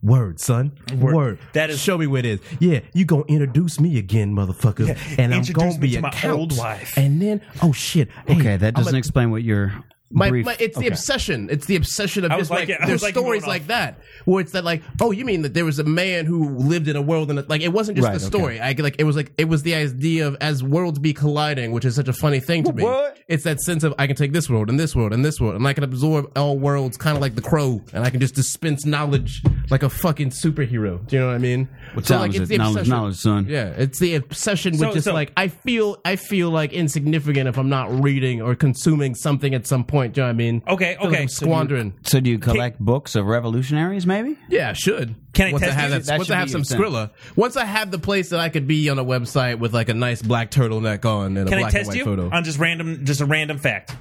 S6: Word, son. Word.
S8: That is-
S6: show me where it is. Yeah, you gonna introduce me again, motherfucker, and I'm
S8: Introduce
S6: gonna
S8: me
S6: be
S8: to
S6: a
S8: my
S6: count.
S8: old wife.
S6: And then, oh shit.
S7: Okay, that doesn't
S6: i
S7: explain what your
S6: my,
S7: brief.
S6: my, it's the obsession. It's the obsession of
S8: I was
S6: just like,
S8: like it. I
S6: there's
S8: was like
S6: stories
S8: going
S6: like
S8: off.
S6: that where it's that like oh you mean that there was a man who lived in a world and it- like it wasn't just
S7: Right,
S6: the
S7: okay.
S6: story I like it was like it was the idea of as worlds be colliding which is such a funny thing to me
S8: What?
S6: it's that sense of I can take this world and this world and this world and I can absorb all worlds kind of like the crow and I can just dispense knowledge like a fucking superhero do you know what I mean so like
S7: Sounds
S6: it's
S7: it.
S6: the
S7: Knowledge,
S6: obsession
S7: knowledge, son.
S6: yeah, it's the obsession with
S8: So-
S6: just
S8: so-
S6: like I feel I feel like insignificant if I'm not reading or consuming something at some point. Do you know what I mean?
S8: Okay,
S6: I feel like
S8: okay.
S6: I'm squandering.
S7: So do you collect books of revolutionaries? Maybe.
S6: yeah, I should.
S8: Can I
S6: once
S8: test
S6: I have
S8: you?
S6: that,
S7: That
S6: once
S7: should
S6: I have
S7: be
S6: some
S7: your thing.
S6: Skrilla, once I have the place that I could be on a website with like a nice black turtleneck on and a
S8: Can I
S6: black
S8: test
S6: and white
S8: you
S6: photo.
S8: on just random, just a random fact?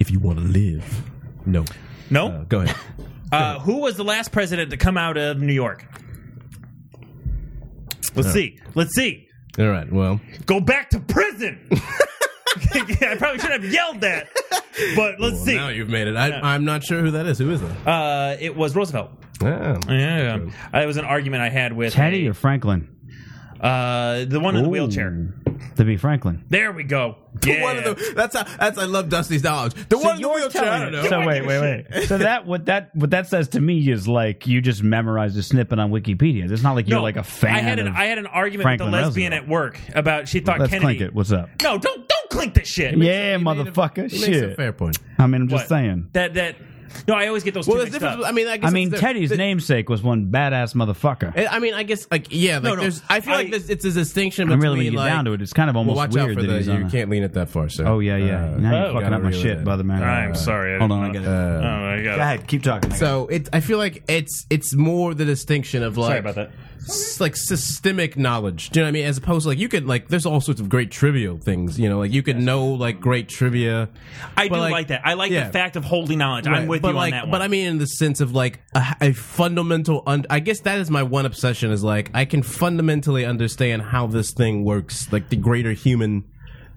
S6: if you want to live, no,
S8: No.
S6: go ahead.
S8: Uh, who was the last president to come out of New York? Let's see. Let's see.
S6: All right, well,
S8: Go back to prison. I probably should have yelled that, but let's
S6: well,
S8: see.
S6: now you've made it. I, I'm not sure who that is. Who is it?
S8: Uh, it was Roosevelt.
S6: Ah.
S8: Yeah, Uh, it was an argument I had with
S7: Teddy or Franklin?
S8: uh, the one in the
S7: Ooh.
S8: wheelchair.
S7: To be Franklin.
S8: There we go. Yeah.
S6: One of the, that's how, that's I love Dusty's knowledge. The one in the wheelchair. I don't know.
S7: So wait, wait, wait. So that what that what that says to me is like you just memorized a snippet on Wikipedia. It's not like you're
S8: No,
S7: like a fan.
S8: I had an
S7: of-
S8: I had an argument
S7: Franklin
S8: with a lesbian
S7: Roosevelt.
S8: at work about she thought
S7: Let's
S8: Kennedy.
S7: clink it. What's up?
S8: No, don't don't clink this shit.
S7: Yeah, motherfucker.
S6: He makes a
S7: Shit.
S6: fair point.
S7: I mean, I'm just
S8: What?
S7: saying.
S8: That that. No, I always get those.
S6: Well,
S8: two
S6: there's
S8: mixed
S6: difference.
S8: up.
S6: I mean, I, guess
S7: I mean,
S6: it's-
S7: Teddy's
S6: the-
S7: namesake was one badass motherfucker.
S6: I mean, I guess like yeah, like
S8: No, no.
S6: there's. I feel
S8: I-
S6: like this, it's a distinction between
S7: And really, when you get
S6: like.
S7: down to it, it's kind of
S6: well,
S7: almost
S6: watch out
S7: weird
S6: for
S7: that
S6: the.
S7: he's
S6: You
S7: on. a-
S6: can't lean it that far, sir.
S7: Oh yeah, yeah.
S6: Uh,
S7: now
S8: oh.
S7: you're fucking up my
S6: Gotta reel it
S7: shit,
S6: in.
S7: brother man.
S8: I'm sorry. I
S7: Hold
S8: didn't
S7: on, I got it.
S8: Oh, I
S7: Go
S8: got it.
S7: ahead, keep talking.
S6: So it's. I feel like it's. It's more the distinction of like.
S8: Sorry about that.
S6: s- like systemic knowledge. Do you know what I mean? As opposed to like you could like there's all sorts of great trivial things. You know, like you could know like great trivia.
S8: I do
S6: But,
S8: like,
S6: like-
S8: that. I like
S6: yeah.
S8: the fact of holding knowledge. I'm
S6: Right,
S8: with
S6: but
S8: you
S6: like,
S8: on that one.
S6: But I mean, in the sense of like a, a fundamental. Un- I guess that is my one obsession is like I can fundamentally understand how this thing works, like the greater human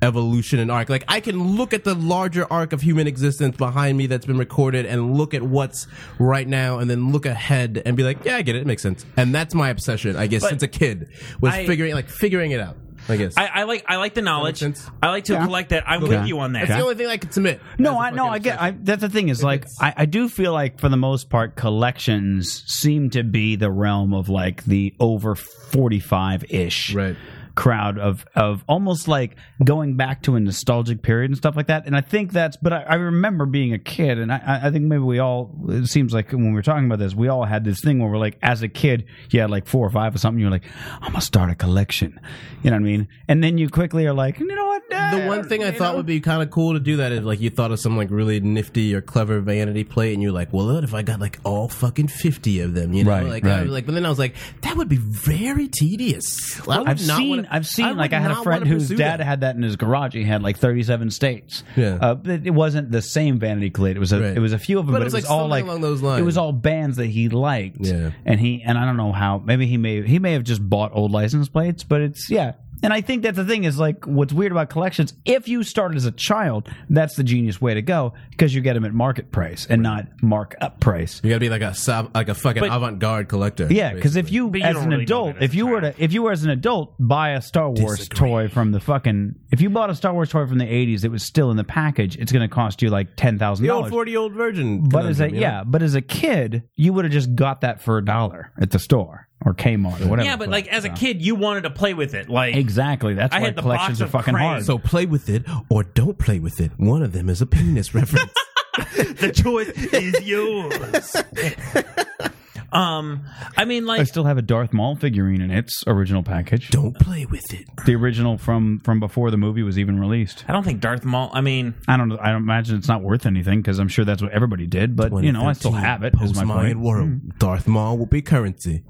S6: evolution and arc. Like I can look at the larger arc of human existence behind me that's been recorded and look at what's right now and then look ahead and be like, yeah, I get it. It makes sense. And that's my obsession, I guess,
S8: But
S6: since a kid was
S8: I-
S6: figuring like figuring it out. I guess.
S8: I, I like I like the knowledge.
S6: sense?
S8: I like to collect that. I'm with you on that.
S6: That's the only thing I could submit.
S7: No, I no, I get. I, that's the thing is like I, I do feel like for the most part collections seem to be the realm of like the over forty five ish
S6: Right.
S7: crowd of of almost like going back to a nostalgic period and stuff like that. And I think that's. But I, I remember being a kid, and I- I I think maybe we all. It seems like when we we're talking about this, we all had this thing where we're like, as a kid, you had like four or five or something. You're like, I'm gonna start a collection. You know what I mean? And then you quickly are like, you know what?
S6: the one thing I thought would be kind of cool to do that is like you thought of some like really nifty or clever vanity plate, and you're like, well, what if I got like all fucking fifty of them? You know,
S7: Right,
S6: like, I,
S7: right.
S6: like, but then I was like, that would be very tedious. I would
S7: I've
S6: not
S7: seen,
S6: wanna-
S7: I've seen,
S6: would
S7: like I had a
S6: not
S7: friend
S6: wanna
S7: whose
S6: pursue
S7: dad
S6: that.
S7: had that in his garage. He had like 37 states.
S6: Yeah.
S7: uh, but it wasn't the same Vanity Plate. It was a,
S6: Right.
S7: it was a few of them,
S6: But
S7: but,
S6: it was, like,
S7: all
S6: something
S7: like
S6: along those lines.
S7: It was all bands that he liked.
S6: Yeah.
S7: and he and I don't know how. Maybe he may he may have just bought old license plates, but it's yeah. And I think that's the thing is like what's weird about collections. If you start as a child, that's the genius way to go because you get them at market price and not markup price.
S6: You gotta be like a sub, like a fucking avant garde collector.
S7: Yeah, because if you
S8: you
S7: as
S8: don't
S7: an
S8: really know
S7: adult,
S8: that as
S7: if
S8: a
S7: you were to
S8: child.
S7: if you were as an adult buy a Star Wars toy from the fucking if you bought a Star Wars toy from the eighties that was still in the package, it's going to cost you like ten thousand
S6: the old
S7: dollars.
S6: forty year old virgin.
S7: But as a
S6: conundrum, you know?
S7: yeah, but as a kid, you would have just got that for a dollar at the store or Kmart or whatever.
S8: yeah, but like as a
S7: so.
S8: kid, you wanted to play with it. Like
S7: exactly that's
S8: I
S7: why
S8: had the
S7: collections
S8: box
S7: are
S8: of
S7: fucking
S8: Crane.
S7: hard.
S6: So play with it or don't play with it. One of them is a penis reference.
S8: the choice is yours. um, I mean,
S7: I
S8: like
S7: still have a Darth Maul figurine in its original package.
S6: Don't play with it.
S7: The original from from before the movie was even released.
S8: I don't think Darth Maul. I mean,
S7: I don't. I don't imagine it's not worth anything because I'm sure that's what everybody did. But you know, I still
S6: 2013
S7: have it. Is my
S6: Post-modern
S7: point. Hmm.
S6: world. Darth Maul will be currency.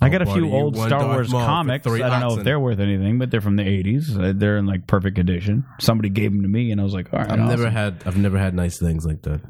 S7: I got a
S6: Buddy,
S7: few
S6: you
S7: old
S6: won
S7: Star
S6: Darth
S7: Wars
S6: Maul for
S7: comics. I
S6: three
S7: don't know
S6: oxen.
S7: if they're worth anything, but they're from the '80s. Uh, They're in like perfect condition. Somebody gave them to me, and I was like, "All right,
S6: I've never
S7: awesome.
S6: had I've never had nice things like that.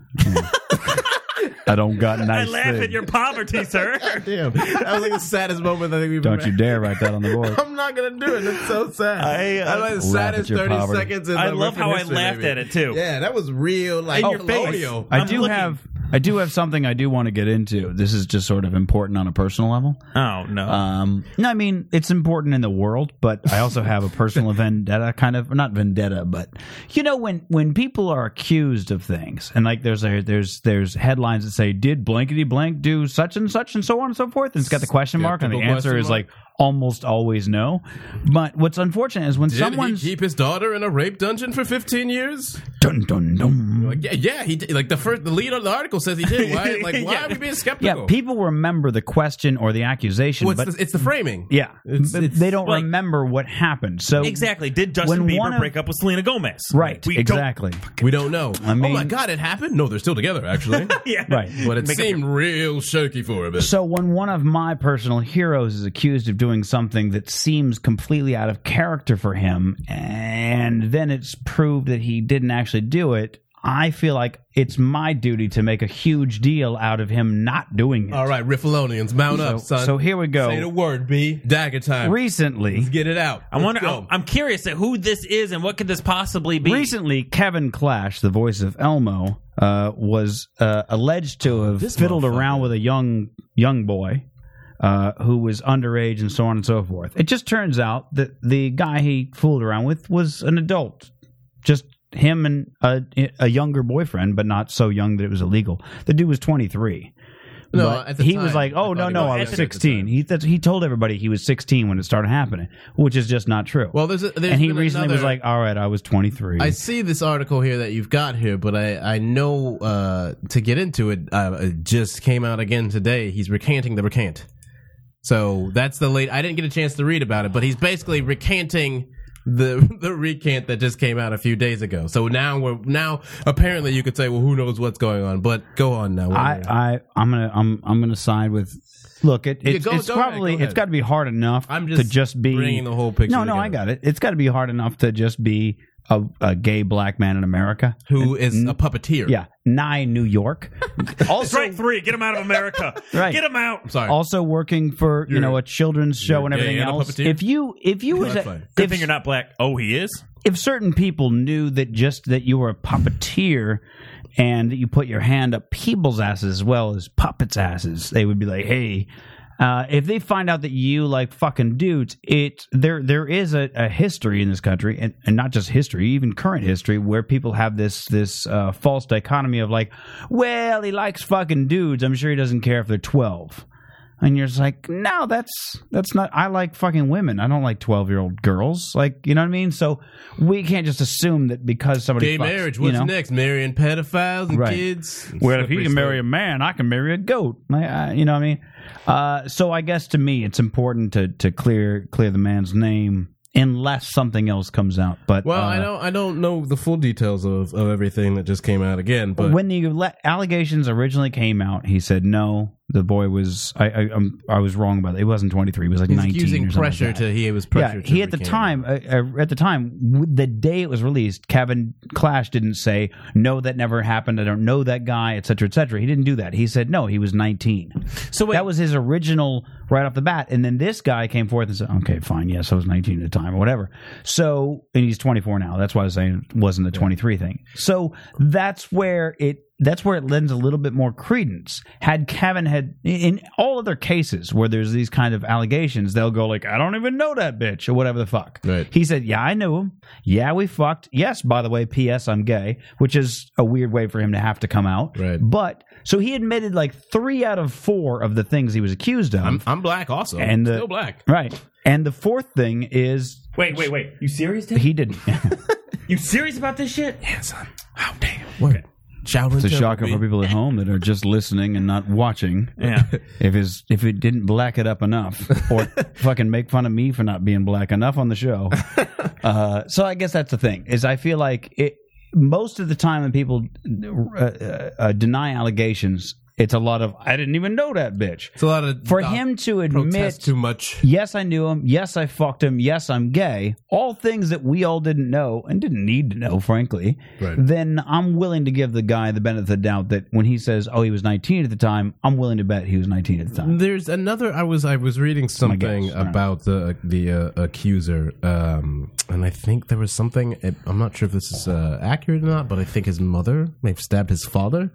S7: I don't got
S8: I
S7: nice."
S8: laugh at
S7: things.
S8: your poverty, sir.
S6: Damn, that was like the saddest moment I think we've
S7: Don't you dare write that on the board.
S6: I'm not gonna do it. That's so sad.
S8: I, uh,
S6: That was the
S7: Laugh at
S6: saddest
S7: your
S6: thirty
S7: poverty.
S6: seconds. In
S8: I
S6: the
S8: love
S6: record
S8: how I
S6: history,
S8: laughed
S6: maybe.
S8: at it too.
S6: Yeah, that was real. Like
S8: In your face.
S6: colonial.
S7: I
S8: I'm
S7: do
S8: looking.
S7: have. I do have something I do want to get into. This is just sort of important on a personal level.
S8: Oh no.
S7: Um, no, I mean it's important in the world, but I also have a personal vendetta, kind of not vendetta, but you know when when people are accused of things, and like there's a, there's there's headlines that say did blankety blank do such and such and so on and so forth, and it's got the question mark, and the
S6: Skeptical
S7: answer
S6: question
S7: is
S6: mark.
S7: like almost always no. But what's unfortunate is when
S6: Did
S7: someone's
S6: he keep his daughter in a rape dungeon for 15 years?
S7: dun dun dun.
S6: Like, yeah, yeah, he did. Like the first, the lead of the article says he did. Why? Like, why
S8: Yeah.
S6: are we being skeptical?
S7: Yeah, people remember the question or the accusation,
S6: Well, it's,
S7: but
S6: the, it's the framing.
S7: yeah,
S6: It's-
S7: but
S6: it's-
S7: they don't
S8: like-
S7: remember what happened. So
S8: exactly. Did Justin
S7: when one
S8: Bieber
S7: of-
S8: break up with Selena Gomez?
S7: Right,
S8: We don't-
S7: exactly.
S6: we don't know. oh
S7: mean-
S6: my god, it happened. No, they're still together actually.
S8: Yeah.
S7: Right.
S6: but it seemed real shaky for a bit.
S7: So when one of my personal heroes is accused of doing something that seems completely out of character for him, and then it's proved that he didn't actually do it, I feel like it's my duty to make a huge deal out of him not doing it.
S6: All right, Riffalonians, mount up, son.
S7: so here we go.
S6: Say the word, B. Dagger time.
S7: Recently,
S6: Get it out.
S8: I wonder.
S6: Let's go.
S8: I'm, I'm curious at who this is and what could this possibly be.
S7: recently, Kevin Clash, the voice of Elmo, uh, was uh, alleged to have fiddled around with a young young boy uh, who was underage and so on and so forth. It just turns out that the guy he fooled around with was an adult, just him and a, a younger boyfriend, but not so young that it was illegal. The dude was twenty three.
S6: No,
S7: But
S6: at the
S7: he
S6: time,
S7: was like,
S6: I
S7: "Oh
S6: thought
S7: no,
S6: he
S7: no,
S6: was
S7: I
S6: younger
S7: was
S6: at the
S7: 16."
S6: time.
S7: He that's, he told everybody he was 16 when it started happening, which is just not true.
S6: Well, there's a, there's
S7: and he
S6: been
S7: recently was
S6: another-
S7: like, "All right, I was 23."
S6: I see this article here that you've got here, but I I know uh, to get into it. Uh, it just came out again today. He's recanting the recant. So that's the late. I didn't get a chance to read about it, but he's basically recanting the the recant that just came out a few days ago. So now we're now apparently you could say, well, who knows what's going on? But go on now.
S7: I, I I'm gonna I'm I'm gonna side with. Look, it, it's,
S6: go-
S7: it's
S6: go ahead,
S7: probably
S6: go ahead.
S7: it's got to be hard enough
S6: I'm
S7: to
S6: just
S7: just be
S6: bringing the whole picture
S7: No, no, I
S6: together.
S7: got it. It's got to be hard enough to just be a, a gay black man in America.
S6: who is a puppeteer?
S7: Yeah, nigh New York. also,
S8: Strike three. Get him out of America.
S7: Right.
S8: Get him out.
S6: sorry.
S7: also working for you know a children's show and
S6: gay
S7: everything
S6: and a
S7: else.
S6: puppeteer?
S7: If you if you was
S6: That's
S7: a,
S6: fine.
S8: Good
S7: if-
S8: thing you're not black. Oh, he is.
S7: if certain people knew that just that you were a puppeteer and that you put your hand up people's asses as well as puppets' asses, they would be like, hey. Uh, if they find out that you like fucking dudes, it there there is a, a history in this country, and, and not just history, even current history, where people have this this uh, false dichotomy of like, well, he likes fucking dudes. I'm sure he doesn't care if they're twelve and you're just like no that's that's not i like fucking women i don't like 12 year old girls like you know what i mean so we can't just assume that because somebody
S6: Gay
S7: fucks,
S6: marriage.
S7: you
S6: What's
S7: know?
S6: next? Marrying pedophiles and
S7: Right.
S6: kids.
S7: well if he
S6: Slippery
S7: can marry a
S6: slope.
S7: man i can marry a goat Like, I- you know what i mean uh, so i guess to me it's important to to clear clear the man's name unless something else comes out but
S6: well,
S7: uh,
S6: I don't. I don't know the full details of, of everything that just came out again, but
S7: when the le- allegations originally came out, he said no. The boy was I I, I'm- I was wrong about it. It wasn't 23. It was like
S6: he's
S7: 19.
S6: using
S7: or something like
S6: pressure
S7: that.
S6: to. He was pressure.
S7: yeah, he
S6: to
S7: at the
S6: recant.
S7: time, uh, uh, at the time, w- the day it was released, Kevin Clash didn't say no, that never happened. I don't know that guy, et cetera, et cetera. He didn't do that. He said no, he was nineteen.
S8: So wait,
S7: That was his original right off the bat, and then this guy came forth and said, "Okay, fine, yes, I was nineteen at the time, or whatever." So, and he's twenty four now. That's why I was saying it wasn't a twenty three thing. So that's where it that's where it lends a little bit more credence. Had Kevin had in all other cases where there's these kind of allegations, they'll go like, "I don't even know that bitch" or whatever the fuck.
S6: Right.
S7: He said, "Yeah, I knew him. Yeah, we fucked. Yes, by the way, P.S. I'm gay," which is a weird way for him to have to come out.
S6: Right.
S7: But so he admitted like three out of four of the things he was accused of.
S6: I'm, I'm black also.
S7: And the-
S6: still black.
S7: right. And the fourth thing is
S8: wait, wait, wait. You serious? Dave?
S7: he didn't.
S8: You serious about this shit?
S6: Shower
S7: it's a shocker for people at home that are just listening and not watching.
S8: Yeah.
S7: If his if it didn't black it up enough, or fucking make fun of me for not being black enough on the show. Uh, so I guess that's the thing is I feel like it most of the time when people uh, uh, uh, deny allegations, it's a lot of I didn't even know that bitch.
S6: It's a lot of
S7: For
S6: uh,
S7: him to admit
S6: protest too much.
S7: Yes, I knew him. Yes, I fucked him. Yes, I'm gay. All things that we all didn't know and didn't need to know, frankly.
S6: Right.
S7: Then I'm willing to give the guy the benefit of the doubt that when he says, "Oh, he was 19 at the time," I'm willing to bet he was 19 at the time.
S6: There's another. I was I was reading something
S7: guess, all right.
S6: about the the uh, accuser, um, and I think there was something. I'm not sure if this is uh, accurate or not, but I think his mother may have stabbed his father.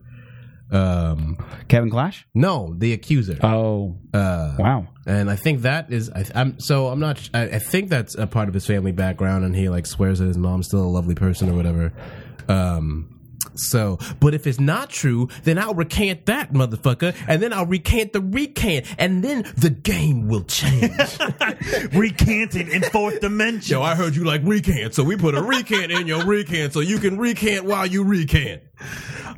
S6: Um,
S7: Kevin Clash.
S6: no, the accuser,
S7: Oh,
S6: Uh,
S7: wow.
S6: and I think that is. I, I'm so I'm not. I, I think that's a part of his family background, and he like swears that his mom's still a lovely person or whatever. Um. So, but if it's not true, then I'll recant that motherfucker, and then I'll recant the recant, and then the game will change.
S8: Recanted in fourth dimension.
S6: Yo, I heard you like recant, so we put a recant in your recant so you can recant while you recant.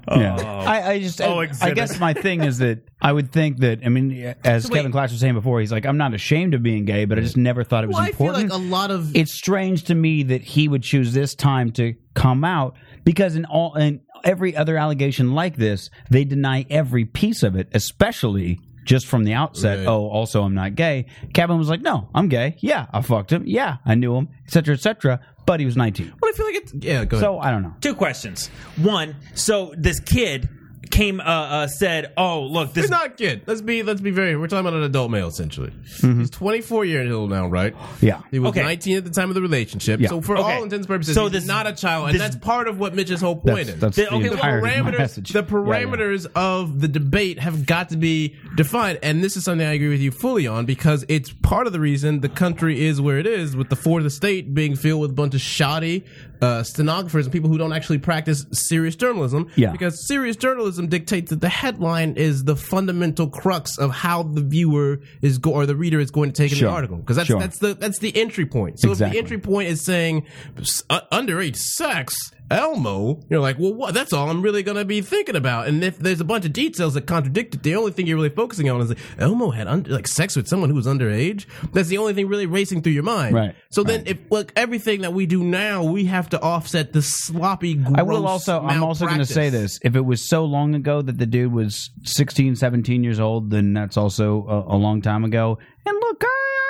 S7: Yeah. Oh. I, I just,
S6: Oh,
S7: I, I
S8: exhibit.
S7: guess my thing is that I would think that, I mean, as
S6: So wait-
S7: Kevin Clash was saying before, he's like, I'm not ashamed of being gay, but I just never thought it was
S6: Well, I feel
S7: important.
S6: like a lot of
S7: it's strange to me that he would choose this time to come out because in all in every other allegation like this, they deny every piece of it, especially just from the outset.
S6: Right.
S7: Oh, also I'm not gay. Kevin was like, "No, I'm gay. Yeah, I fucked him. Yeah, I knew him, etc., etc." But he was 19,
S6: Well, I feel like it's yeah. Go
S7: so I don't know.
S8: Two questions. One, so this kid came uh, uh said, "Oh, look, this
S6: He's not kid. Let's be let's be very. We're talking about an adult male essentially. He's 24 years old now, right?
S7: Yeah.
S6: He was
S8: Okay.
S6: 19 at the time of the relationship.
S7: Yeah.
S6: So for
S8: Okay.
S6: all intents and purposes,
S8: So
S6: he's
S8: this-
S6: not a child, and
S8: this-
S6: that's part of what Mitch's whole point
S7: That's,
S6: is.
S7: that's
S8: The-
S7: the
S8: okay,
S6: the
S8: well,
S7: entirety of my
S6: parameters,
S7: message.
S6: the
S7: Yeah, yeah.
S6: parameters of the debate have got to be defined, and this is something I agree with you fully on because it's part of the reason the country is where it is, with the fourth estate being filled with a bunch of shoddy uh, stenographers and people who don't actually practice serious journalism.
S7: Yeah.
S6: because serious journalism dictates that the headline is the fundamental crux of how the viewer is go- or the reader is going to take in
S7: Sure.
S6: the article because that's
S7: Sure.
S6: that's the that's the entry point. So
S7: Exactly.
S6: if the entry point is saying s- uh, underage sex, Elmo, you're like, well, what? That's all I'm really gonna be thinking about. And if there's a bunch of details that contradict it, the only thing you're really focusing on is like, Elmo had under, like sex with someone who was underage. That's the only thing really racing through your mind.
S7: Right.
S6: So then, if look, everything that we do now, we have to offset the sloppy. Gross
S7: I will also I'm also going to say
S6: malpractice.
S7: this. If it was so long ago that the dude was 16, 17 years old, then that's also a, a long time ago. And look, I,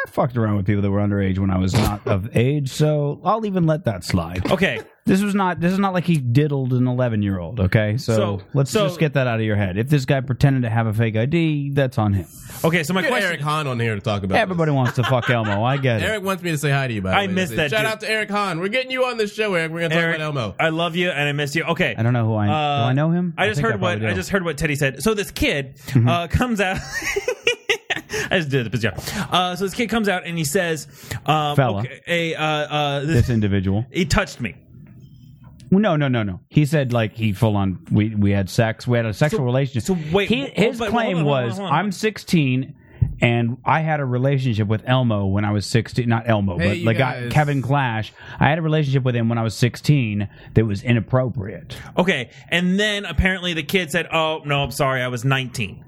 S7: I fucked around with people that were underage when I was not of age, so I'll even let that slide.
S8: Okay,
S7: This was not. This is not like he diddled an eleven-year-old. Okay, so,
S8: So-
S7: let's
S8: so-
S7: just get that out of your head. If this guy pretended to have a fake ID, that's on him.
S8: Okay, so my
S6: Get
S8: question.
S6: Eric Hahn on here to talk about. this.
S7: Everybody wants to fuck Elmo. I get it.
S6: Eric wants me to say hi to you. By the
S8: I
S6: way. He
S8: missed
S6: said,
S8: that
S6: Shout
S8: dude.
S6: out to Eric Hahn. We're getting you on this show, Eric. We're gonna talk
S8: Eric,
S6: about Elmo.
S8: I love you and I miss you. Okay,
S7: I don't know who I.
S8: Uh,
S7: do I know him?
S8: I just
S7: think
S8: heard what
S7: probably
S8: I
S7: do. Mm-hmm.
S8: just heard what Teddy said. So this kid uh, comes out. I just did it, but yeah. Uh, so this kid comes out and he says, um,
S7: Fella.
S8: okay, a, uh, uh, this,
S7: this individual.
S8: he touched me."
S7: Well, No, no, no, no. He said like he full on. We we had sex. We had a sexual relationship.
S8: so wait,
S7: He-
S8: wh-
S7: his
S8: but hold
S7: claim
S8: on, hold on,
S7: was
S8: hold on.
S7: I'm 16 and I had a relationship with Elmo when I was 16. Not Elmo,
S6: Hey,
S7: but
S6: you
S7: the guy
S6: guys.
S7: Kevin Clash. I had a relationship with him when I was 16 that was inappropriate.
S8: Okay, and then apparently the kid said, "Oh no, I'm sorry, I was 19."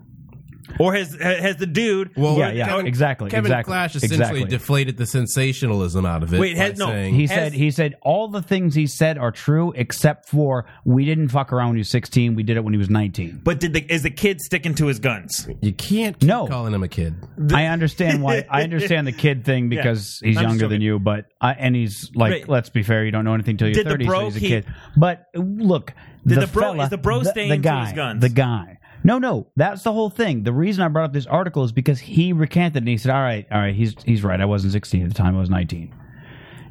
S8: Or has has the dude?
S6: Well, uh,
S7: Yeah, yeah, exactly,
S6: Kevin
S7: exactly,
S6: Clash essentially
S7: exactly.
S6: deflated the sensationalism out of it.
S8: Wait, has-
S6: by
S8: no,
S6: saying-
S7: He
S8: Has-
S7: said he said all the things he said are true except for we didn't fuck around when he was 16. We did it when he was 19.
S8: but did the is the kid sticking to his guns?
S6: you can't keep
S7: No.
S6: calling him a kid.
S7: I understand why. I understand the kid thing because he's
S8: I'm just
S7: younger than
S8: joking.
S7: you, but I, and he's like,
S8: Right.
S7: let's be fair, you don't know anything till you're
S8: Did the
S7: 30,
S8: bro
S7: so he's a
S8: keep-
S7: kid. But look,
S8: Did the bro-
S7: fella-
S8: is the bro staying
S7: the
S8: to
S7: guy,
S8: his guns?
S7: The guy. No, no, that's the whole thing. The reason I brought up this article is because he recanted and he said, "All right, all right, he's he's right. I wasn't 16 at the time; I was 19."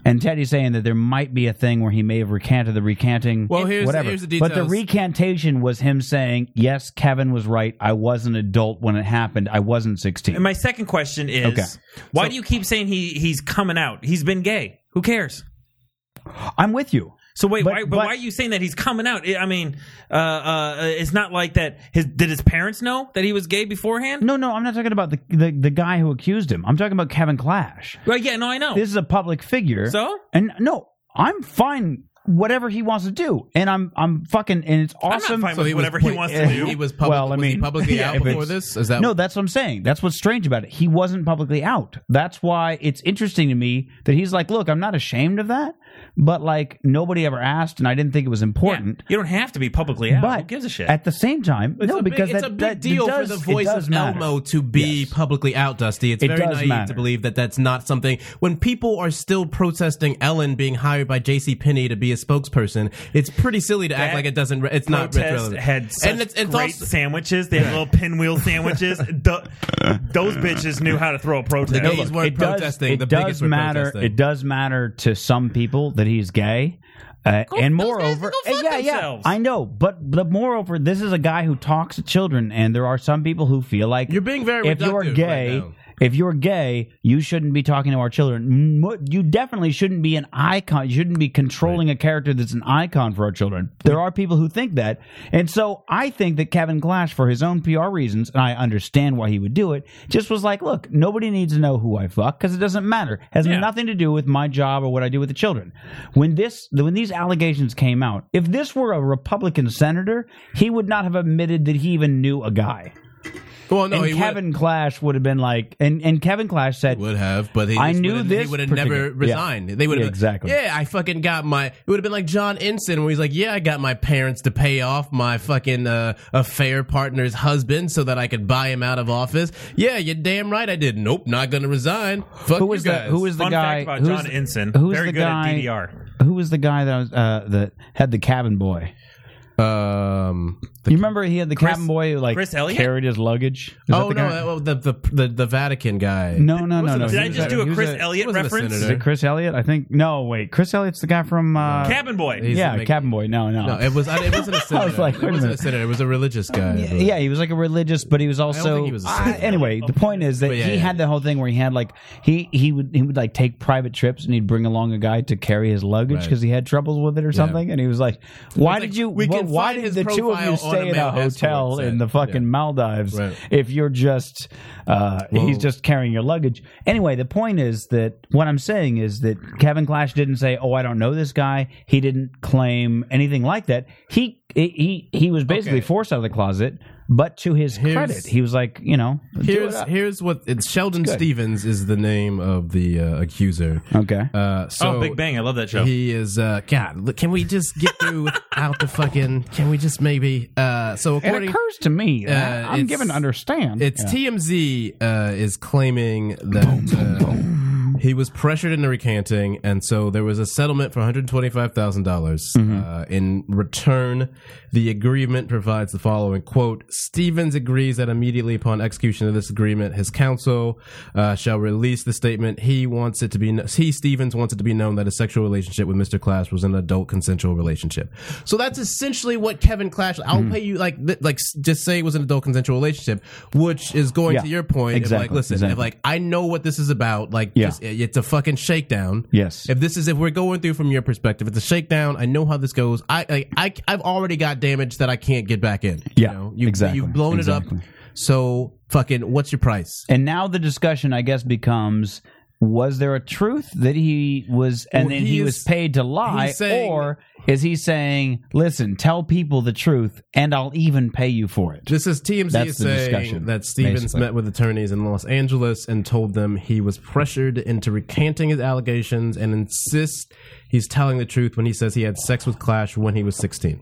S7: And Teddy's saying that there might be a thing where he may have recanted the recanting.
S6: Well, here's the-
S7: whatever.
S6: here's the
S7: But the
S6: details.
S7: recantation was him saying, "Yes, Kevin was right. I was an adult when it happened. I wasn't 16."
S8: And my second question is,
S7: Okay.
S8: why do you keep saying he he's coming out? He's been gay. Who cares?
S7: I'm with you.
S8: So wait,
S7: But-
S8: why, but,
S7: but-
S8: why are you saying that he's coming out? I I mean, uh, uh, it's not like that. His did his parents know that he was gay beforehand?
S7: No, no, I'm not talking about the, the the guy who accused him. I'm talking about Kevin Clash.
S8: Right? Yeah. No, I know.
S7: This is a public figure.
S8: So?
S7: and no, I'm fine. Whatever he wants to do, and I'm I'm fucking, and it's
S8: not
S7: awesome.
S8: fine with So he was whatever he pla- wants to do.
S6: He was public,
S7: Well, I
S6: was he
S7: mean,
S6: publicly
S7: yeah,
S6: out
S7: if
S6: before
S7: it's-
S6: this. Is that
S7: no, that's what I'm saying. That's what's strange about it. He wasn't publicly out. That's why it's interesting to me that he's like, look, I'm not ashamed of that, but like nobody ever asked, and I didn't think it was
S8: Yeah.
S7: important.
S8: You don't have to be publicly out.
S7: But
S8: Who gives a shit?
S7: At the same time,
S6: It's
S7: no,
S6: a big,
S7: because
S6: it's
S7: that,
S6: a big
S7: that-
S6: deal
S7: it does,
S6: for the
S7: it
S6: voice
S7: does
S6: of
S7: matter.
S6: Elmo to be
S7: Yes.
S6: publicly out, Dusty. It's
S7: It
S6: very
S7: does
S6: naive
S7: matter.
S6: to believe that that's not something. When people are still protesting Ellen being hired by J.C. Penney to be a spokesperson, it's pretty silly to act
S8: That
S6: like it doesn't. Re- it's not
S8: protest
S6: relevant.
S8: had such
S6: it's- it's
S8: great
S6: also-
S8: sandwiches. They had little pinwheel sandwiches. Th- those bitches knew how to throw a protest.
S6: gays weren't
S7: it does-
S6: protesting.
S7: it
S6: the
S7: does
S6: biggest were
S7: matter.
S6: protesting.
S7: It does matter to some people that he's gay. Uh, and
S8: those guys
S7: moreover,
S8: can go fuck
S7: yeah,
S8: themselves.
S7: yeah, I know, but but moreover, this is a guy who talks to children, and there are some people who feel like
S6: You're being very
S7: If you're
S6: reductive right
S7: gay,
S6: now.
S7: if you're gay, you shouldn't be talking to our children. Mo- You definitely shouldn't be an icon. You shouldn't be controlling a character that's an icon for our children. There are people who think that, and so I think that Kevin Glash, for his own PR reasons, and I understand why he would do it, just was like, look, nobody needs to know who I fuck because it doesn't matter. It has nothing to do with my job or what I do with the children. When this, when these allegations came out, if this were a Republican senator, he would not have admitted that he even knew a guy
S6: Well, no, he
S7: and
S6: would-
S7: Kevin Clash would have been like, and, and Kevin Clash said,
S6: would have, but he
S7: I
S6: just
S7: knew
S6: would've-
S7: this
S6: He would have never
S7: particular-
S6: resigned.
S7: yeah.
S6: They would have
S7: Yeah, exactly.
S6: Yeah, I fucking got my. It would have been like John Ensign, where he's like, "Yeah, I got my parents to pay off my fucking uh, affair partner's husband so that I could buy him out of office." Yeah, you're damn right. I did. Nope, not gonna resign. Fuck
S7: "Who was
S6: you
S7: the
S6: guys.
S7: who was the
S8: Fun
S7: guy?
S8: fact about
S7: who's
S8: John
S7: the-
S8: Ensign.
S7: who's
S8: very
S7: the
S8: good
S7: guy-
S8: at DDR.
S7: Who was the guy that was uh, that had the cabin boy?
S6: um?
S7: you remember he had the cabin boy who like
S8: Chris Elliott?
S7: carried his luggage. Is
S6: oh
S7: that the
S6: no,
S7: guy?
S6: that- well, the, the the the Vatican guy.
S7: no, no, no,
S6: wasn't
S7: no.
S6: a-
S7: He
S8: Did I
S7: was
S8: just
S7: a-
S8: do
S6: he
S8: a
S6: was
S8: Chris
S6: a- he
S8: Elliott
S6: wasn't a
S8: reference?
S6: senator.
S7: is it Chris Elliott? I think no. Wait, Chris Elliott's the guy from uh,
S8: Cabin Boy.
S6: He's
S7: yeah,
S6: a big-
S7: cabin boy. No, no.
S6: No, it was I- it wasn't a senator.
S7: like,
S6: it
S7: wait a
S6: wasn't a
S7: minute.
S6: senator. It was a religious guy. I believe.
S7: yeah, he was like a religious, but he was also.
S6: think he was a
S7: I-
S6: senator.
S7: anyway, the point is that
S6: But yeah,
S7: he
S6: yeah.
S7: had the whole thing where he had like he he would he would like take private trips and he'd bring along a guy to carry his luggage
S6: Right.
S7: because he had troubles with it or something, and he was like, "Why
S6: It's
S7: did
S6: like,
S7: you?
S6: we
S7: wh-
S6: can
S7: why
S6: find
S7: did
S6: his
S7: the two of
S6: profile
S7: you
S6: on
S7: stay
S6: a
S7: in a
S6: male escort
S7: hotel
S6: set."
S7: in the fucking
S6: Yeah.
S7: Maldives
S6: Right.
S7: if you're just uh, he's just carrying your luggage?" Anyway, the point is that what I'm saying is that Kevin Clash didn't say, "Oh, I don't know this guy." He didn't claim anything like that. He he he was basically
S6: Okay.
S7: forced out of the closet. But to his
S6: Here's-
S7: credit, he was like, you know, do it
S6: Here's
S7: up.
S6: here's what it's Sheldon Stevens is the name of the uh, accuser.
S7: okay.
S6: Uh, so
S8: Oh, Big Bang! I love that show.
S6: He is uh, God. Look, can we just get through without the fucking? Can we just maybe? Uh, so
S7: It
S6: according,
S7: occurs to me. that
S6: Uh,
S7: I'm
S6: it's-
S7: given to understand.
S6: it's TMZ uh, is claiming that uh, He was pressured into recanting, and so there was a settlement for one hundred twenty-five thousand dollars. Uh,
S8: Mm-hmm.
S6: in return, the agreement provides the following quote: Stevens agrees that immediately upon execution of this agreement, his counsel uh, shall release the statement. He wants it to be kn- he Stevens wants it to be known that his sexual relationship with Mr. Clash was an adult consensual relationship. So that's essentially what Kevin Clash. I'll
S7: Mm-hmm.
S6: pay you like th- like s- just say it was an adult consensual relationship, which is going
S7: Yeah,
S6: to your point. If like
S7: exactly,
S6: listen, if
S7: exactly.
S6: like like I know what this is about. Like,
S7: Yeah.
S6: just, it's a fucking shakedown.
S7: Yes.
S6: If this is if we're going through from your perspective, it's a shakedown. I know how this goes. I like, I I've already got damage that I can't get back in.
S7: Yeah,
S6: You know? you,
S7: exactly,
S6: You've blown
S7: exactly.
S6: it up. So fucking, what's your price?
S7: And now the discussion, I guess, becomes: Was there a truth that he was, and
S6: Well,
S7: then he
S6: he's-
S7: was paid to lie,
S6: he's saying-
S7: or is he saying, "Listen, tell people the truth, and I'll even pay you for it"?
S6: This is TMZ
S7: That's
S6: is
S7: the discussion,
S6: saying that Stevens
S7: basically.
S6: met with attorneys in Los Angeles and told them he was pressured into recanting his allegations and insists he's telling the truth when he says he had sex with Clash when he was 16.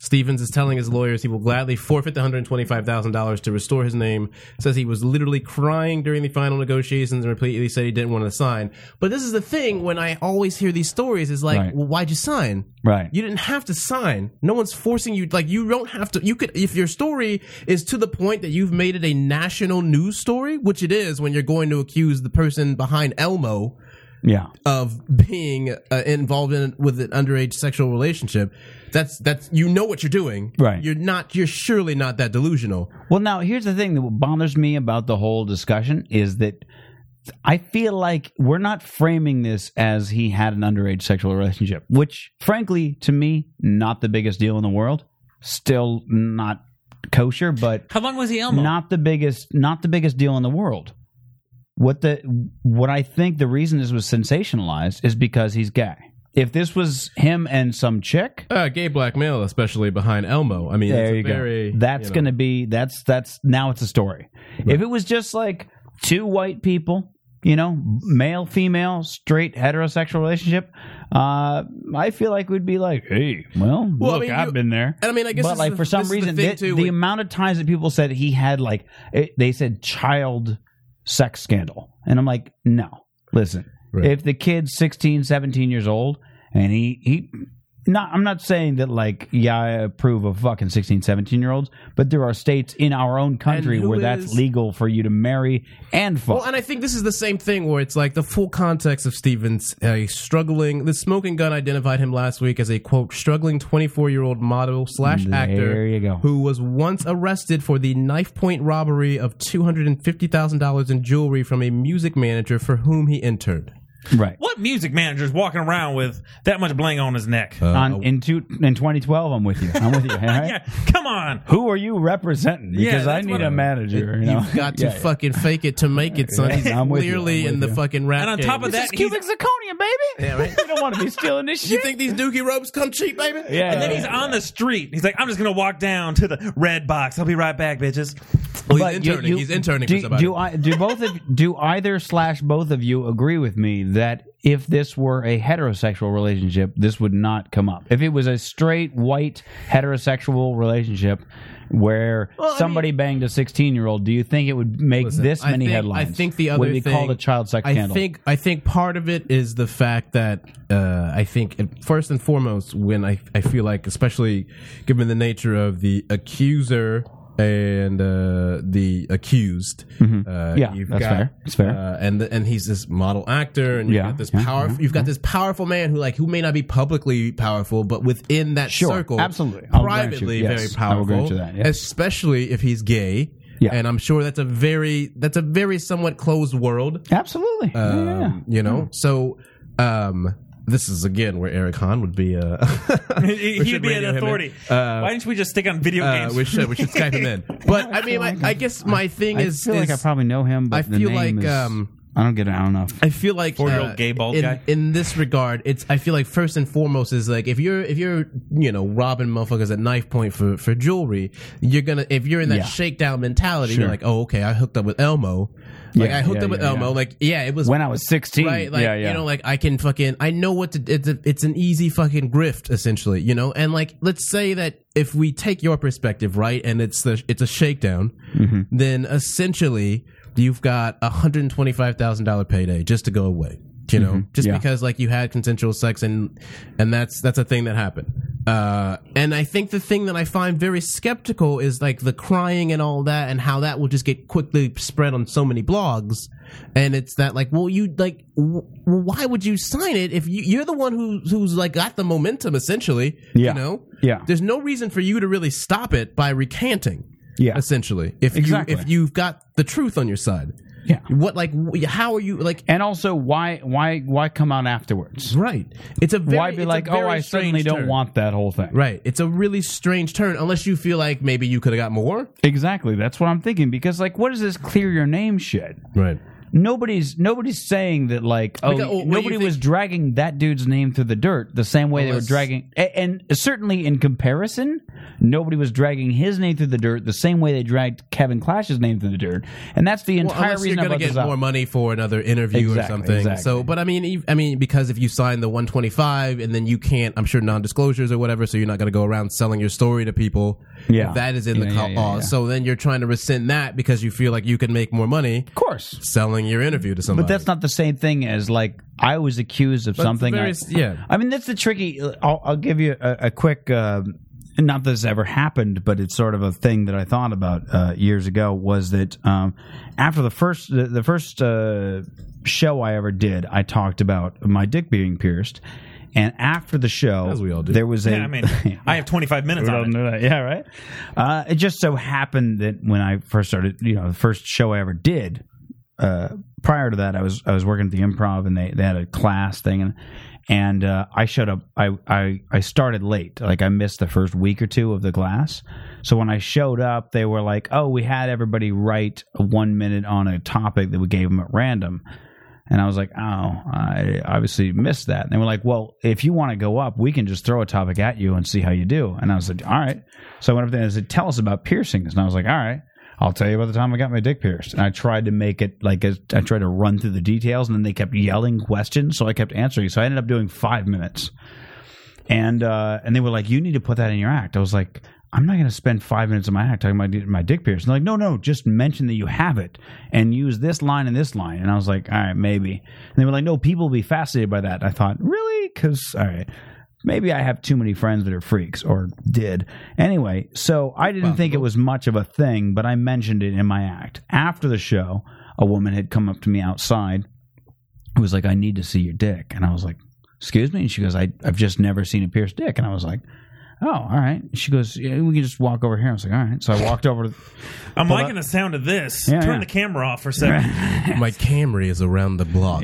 S6: Stevens is telling his lawyers he will gladly forfeit the $125,000 to restore his name. Says he was literally crying during the final negotiations and repeatedly said he didn't want to sign. But this is the thing when I always hear these stories is like,
S7: Right.
S6: well, why'd you sign?
S7: Right.
S6: You didn't have to sign. No one's forcing you. Like you don't have to. You could if your story is to the point that you've made it a national news story, which it is when you're going to accuse the person behind Elmo
S7: yeah.
S6: of being uh, involved in with an underage sexual relationship. That's that's you know what you're doing.
S7: Right.
S6: You're not. You're surely not that delusional.
S7: Well, now here's the thing that bothers me about the whole discussion is that I feel like we're not framing this as he had an underage sexual relationship, which, frankly, to me, not the biggest deal in the world. Still not kosher, but
S8: How long was he Elmo?
S7: not the biggest not the biggest deal in the world what the what i think the reason this was sensationalized is because he's gay if this was him and some chick
S6: Uh, gay black male, especially behind Elmo. I mean, it's
S7: there
S6: a
S7: you
S6: very,
S7: go that's
S6: you know-
S7: gonna be that's that's now it's a story if it was just like two white people you know male female straight heterosexual relationship uh i feel like we'd be like hey well,
S6: Well, I
S7: look
S6: mean,
S7: i've
S6: you-
S7: been there
S6: And I mean, I guess
S7: but
S6: this
S7: like
S6: is
S7: for
S6: the-
S7: some
S6: this is the
S7: reason,
S6: thing,
S7: the,
S6: too,
S7: the
S6: with-
S7: amount of times that people said he had like it, they said child sex scandal, and I'm like, no, listen,
S6: Right.
S7: if the kid's 16, 17 years old, and he he. Not, I'm not saying that, like, yeah, I approve of fucking 16, 17 year olds, but there are states in our own country
S6: who
S7: where that's
S6: is-
S7: legal for you to marry and fuck.
S6: Well, and I think this is the same thing where it's like the full context of Stevens uh, struggling. The smoking gun identified him last week as a quote struggling 24 year old model slash
S7: There
S6: actor
S7: you go.
S6: who was once arrested for the knife point robbery of $250,000 in jewelry from a music manager for whom he interned.
S7: right.
S8: what music manager's walking around with that much bling on his neck?
S6: Uh,
S7: On, in, two, in 2012, I'm with you. I'm with you. all right?
S8: yeah, come on.
S7: Who are you representing?
S8: Yeah,
S7: Because I
S8: that's
S7: need
S8: what
S7: a
S8: I'm-
S7: manager. You know?
S6: You've got to
S7: Yeah, yeah.
S6: fucking fake it to make it, son. He's
S7: I'm with you,
S6: clearly
S7: I'm with
S6: in the
S7: you.
S6: fucking rap.
S8: And on
S6: game.
S8: top of that, he's,
S11: Cubic zirconia, baby.
S6: yeah, right?
S11: You don't want to be stealing this
S6: you
S11: shit.
S6: think these dookie ropes come cheap, baby?
S7: Yeah.
S8: and then he's on the street. He's like, I'm just gonna walk down to the red box. I'll be right back, bitches.
S6: Well, he's
S7: But you-
S6: interning.
S7: you-
S6: he's interning
S7: do,
S6: for somebody.
S7: Do I? Do both of? do either slash both of you agree with me that if this were a heterosexual relationship, this would not come up? If it was a straight white heterosexual relationship where somebody banged a sixteen-year-old, do you think it would make
S6: Listen,
S7: this
S6: I
S7: many
S6: think-
S7: headlines?
S6: I think the other
S7: would it be
S6: thing,
S7: called a child sex
S6: I
S7: scandal.
S6: think I think part of it is the fact that uh, I think uh, first and foremost, when I I feel like, especially given the nature of the accuser and uh, the accused, uh,
S7: Mm-hmm. Yeah, that's fair. That's fair.
S6: Uh, and the, and he's this model actor, and you've
S7: Yeah,
S6: got this
S7: yeah, mm-hmm.
S6: powerful. You've got this powerful man who like who may not be publicly powerful, but within that
S7: Sure,
S6: circle,
S7: absolutely. I'll grant you,
S6: privately
S7: yes,
S6: very
S7: I will
S6: powerful.
S7: grant you that, yes.
S6: Especially if he's gay.
S7: Yeah.
S6: And I'm sure that's a very that's a very somewhat closed world.
S7: absolutely.
S6: Um,
S7: yeah. Hmm.
S6: You know, so um, this is again where Eric Hahn would be. Uh, we
S8: He-
S6: should
S8: He'd be an
S6: radio him in.
S8: authority.
S6: Uh,
S8: Why didn't we just stick on video
S6: uh,
S8: games?
S6: we should we should Skype him in. But I mean, I, I guess my thing
S7: I
S6: is
S7: feel like I
S6: is-
S7: probably know him, but
S6: I
S7: the
S6: feel
S7: name
S6: like,
S7: is-
S6: um,
S7: I don't get it. I don't know.
S6: I feel like uh,
S8: Four-year-old gay bald
S6: in,
S8: guy?
S6: In this regard, it's I feel like first and foremost is like if you're if you're you know robbing motherfuckers at knife point for for jewelry, you're gonna if you're in that
S7: Yeah.
S6: shakedown mentality,
S7: Sure.
S6: you're like, oh okay, I hooked up with Elmo, like
S7: Yeah,
S6: I hooked
S7: yeah,
S6: up with
S7: yeah,
S6: Elmo,
S7: yeah.
S6: like yeah, it was
S7: When I was sixteen,
S6: Right, like
S7: yeah, yeah.
S6: you know, like I can fucking I know what to. It's a, it's an easy fucking grift, essentially, you know. And like, let's say that if
S7: Mm-hmm.
S6: we take your perspective, right, and it's the it's a shakedown, then essentially you've got a hundred and twenty five thousand dollar payday just to go away. You know,
S7: Mm-hmm.
S6: just
S12: Yeah.
S6: because like you had consensual sex and and that's that's a thing that happened. Uh, and I think the thing that I find very skeptical is like the crying and all that and how that will just get quickly spread on so many blogs. And it's that like, well, you like, w- why would you sign it if you, you're the one who who's like got the momentum essentially?
S12: Yeah.
S6: You know,
S12: Yeah.
S6: There's no reason for you to really stop it by recanting
S12: Yeah.
S6: essentially if
S12: Exactly.
S6: you if you've got the truth on your side
S12: Yeah.
S6: what like w- how are you like
S7: And also, why why why come out afterwards?
S6: right it's a very,
S7: why be
S6: it's a
S7: like, oh,
S6: very
S7: I certainly
S6: strange
S7: don't
S6: turn.
S7: want that whole thing?
S6: right it's a really strange turn unless you feel like maybe you could have got more
S7: Exactly. That's what I'm thinking. Because like, what is this clear your name shit?
S6: right
S7: Nobody's nobody's saying that like oh
S6: Because- oh, what do you
S7: nobody was
S6: think-
S7: dragging that dude's name through the dirt the same way
S6: Unless-
S7: they were dragging a- and certainly in comparison nobody was dragging his name through the dirt the same way they dragged Kevin Clash's name through the dirt and that's the
S6: well,
S7: entire
S6: unless you're
S7: reason I
S6: gonna
S7: brought
S6: get
S7: this up.
S6: more money for another interview or
S7: Exactly,
S6: something
S7: exactly.
S6: so but i mean e- i mean because if you sign the 125 and then you can't i'm sure non-disclosures or whatever so you're not going to go around selling your story to people
S7: Yeah.
S6: that is in the
S7: Yeah,
S6: co-
S7: yeah, yeah,
S6: law
S7: yeah.
S6: so then you're trying to rescind that because you feel like you can make more money
S7: of course
S6: selling your interview to somebody
S7: But that's not the same thing as like I was accused of
S6: it's
S7: something.
S6: very-
S7: I-
S6: yeah.
S7: I mean that's the tricky. I'll, I'll give you a, a quick. um not that this ever happened, but it's sort of a thing that I thought about uh, years ago. Was that um, after the first the, the first uh, show I ever did, I talked about my dick being pierced, and after the show,
S6: As we all do.
S7: there was a
S8: Yeah, I mean, I have 25 minutes
S7: I don't
S8: on it.
S7: know that. Yeah, right. Uh, it just so happened that when I first started, you know, the first show I ever did. Uh, prior to that, I was I was working at the Improv, and they, they had a class thing, and and uh, I showed up. I, I I started late, like I missed the first week or two of the class. So when I showed up, they were like, "Oh, we had everybody write one minute on a topic that we gave them at random." And I was like, oh, I obviously missed that. And they were like, well, if you want to go up, we can just throw a topic at you and see how you do. And I was like, all right. So I went up there and I said, tell us about piercings. And I was like, all right, I'll tell you about the time I got my dick pierced. And I tried to make it like, as- I tried to run through the details and then they kept yelling questions. So I kept answering. So I ended up doing five minutes. And, uh, and they were like, you need to put that in your act. I was like, I'm not going to spend five minutes of my act talking about my dick pierced. And they're like, no, no, just mention that you have it and use this line and this line. And I was like, all right, maybe. And they were like, no, people will be fascinated by that. And I thought, really? Because, all right, maybe I have too many friends that are freaks or did. Anyway, so I didn't think it was much of a thing, but I mentioned it in my act. After the show, a woman had come up to me outside who was like, I need to see your dick. And I was like, excuse me? And she goes, I, I've just never seen a pierced dick. And I was like, oh, all right. She goes, yeah, we can just walk over here. I was like, all right. So I walked over. To,
S8: I'm liking the sound of this.
S7: Yeah,
S8: Turn
S7: yeah.
S8: the camera off for a second.
S6: My Camry is around the block.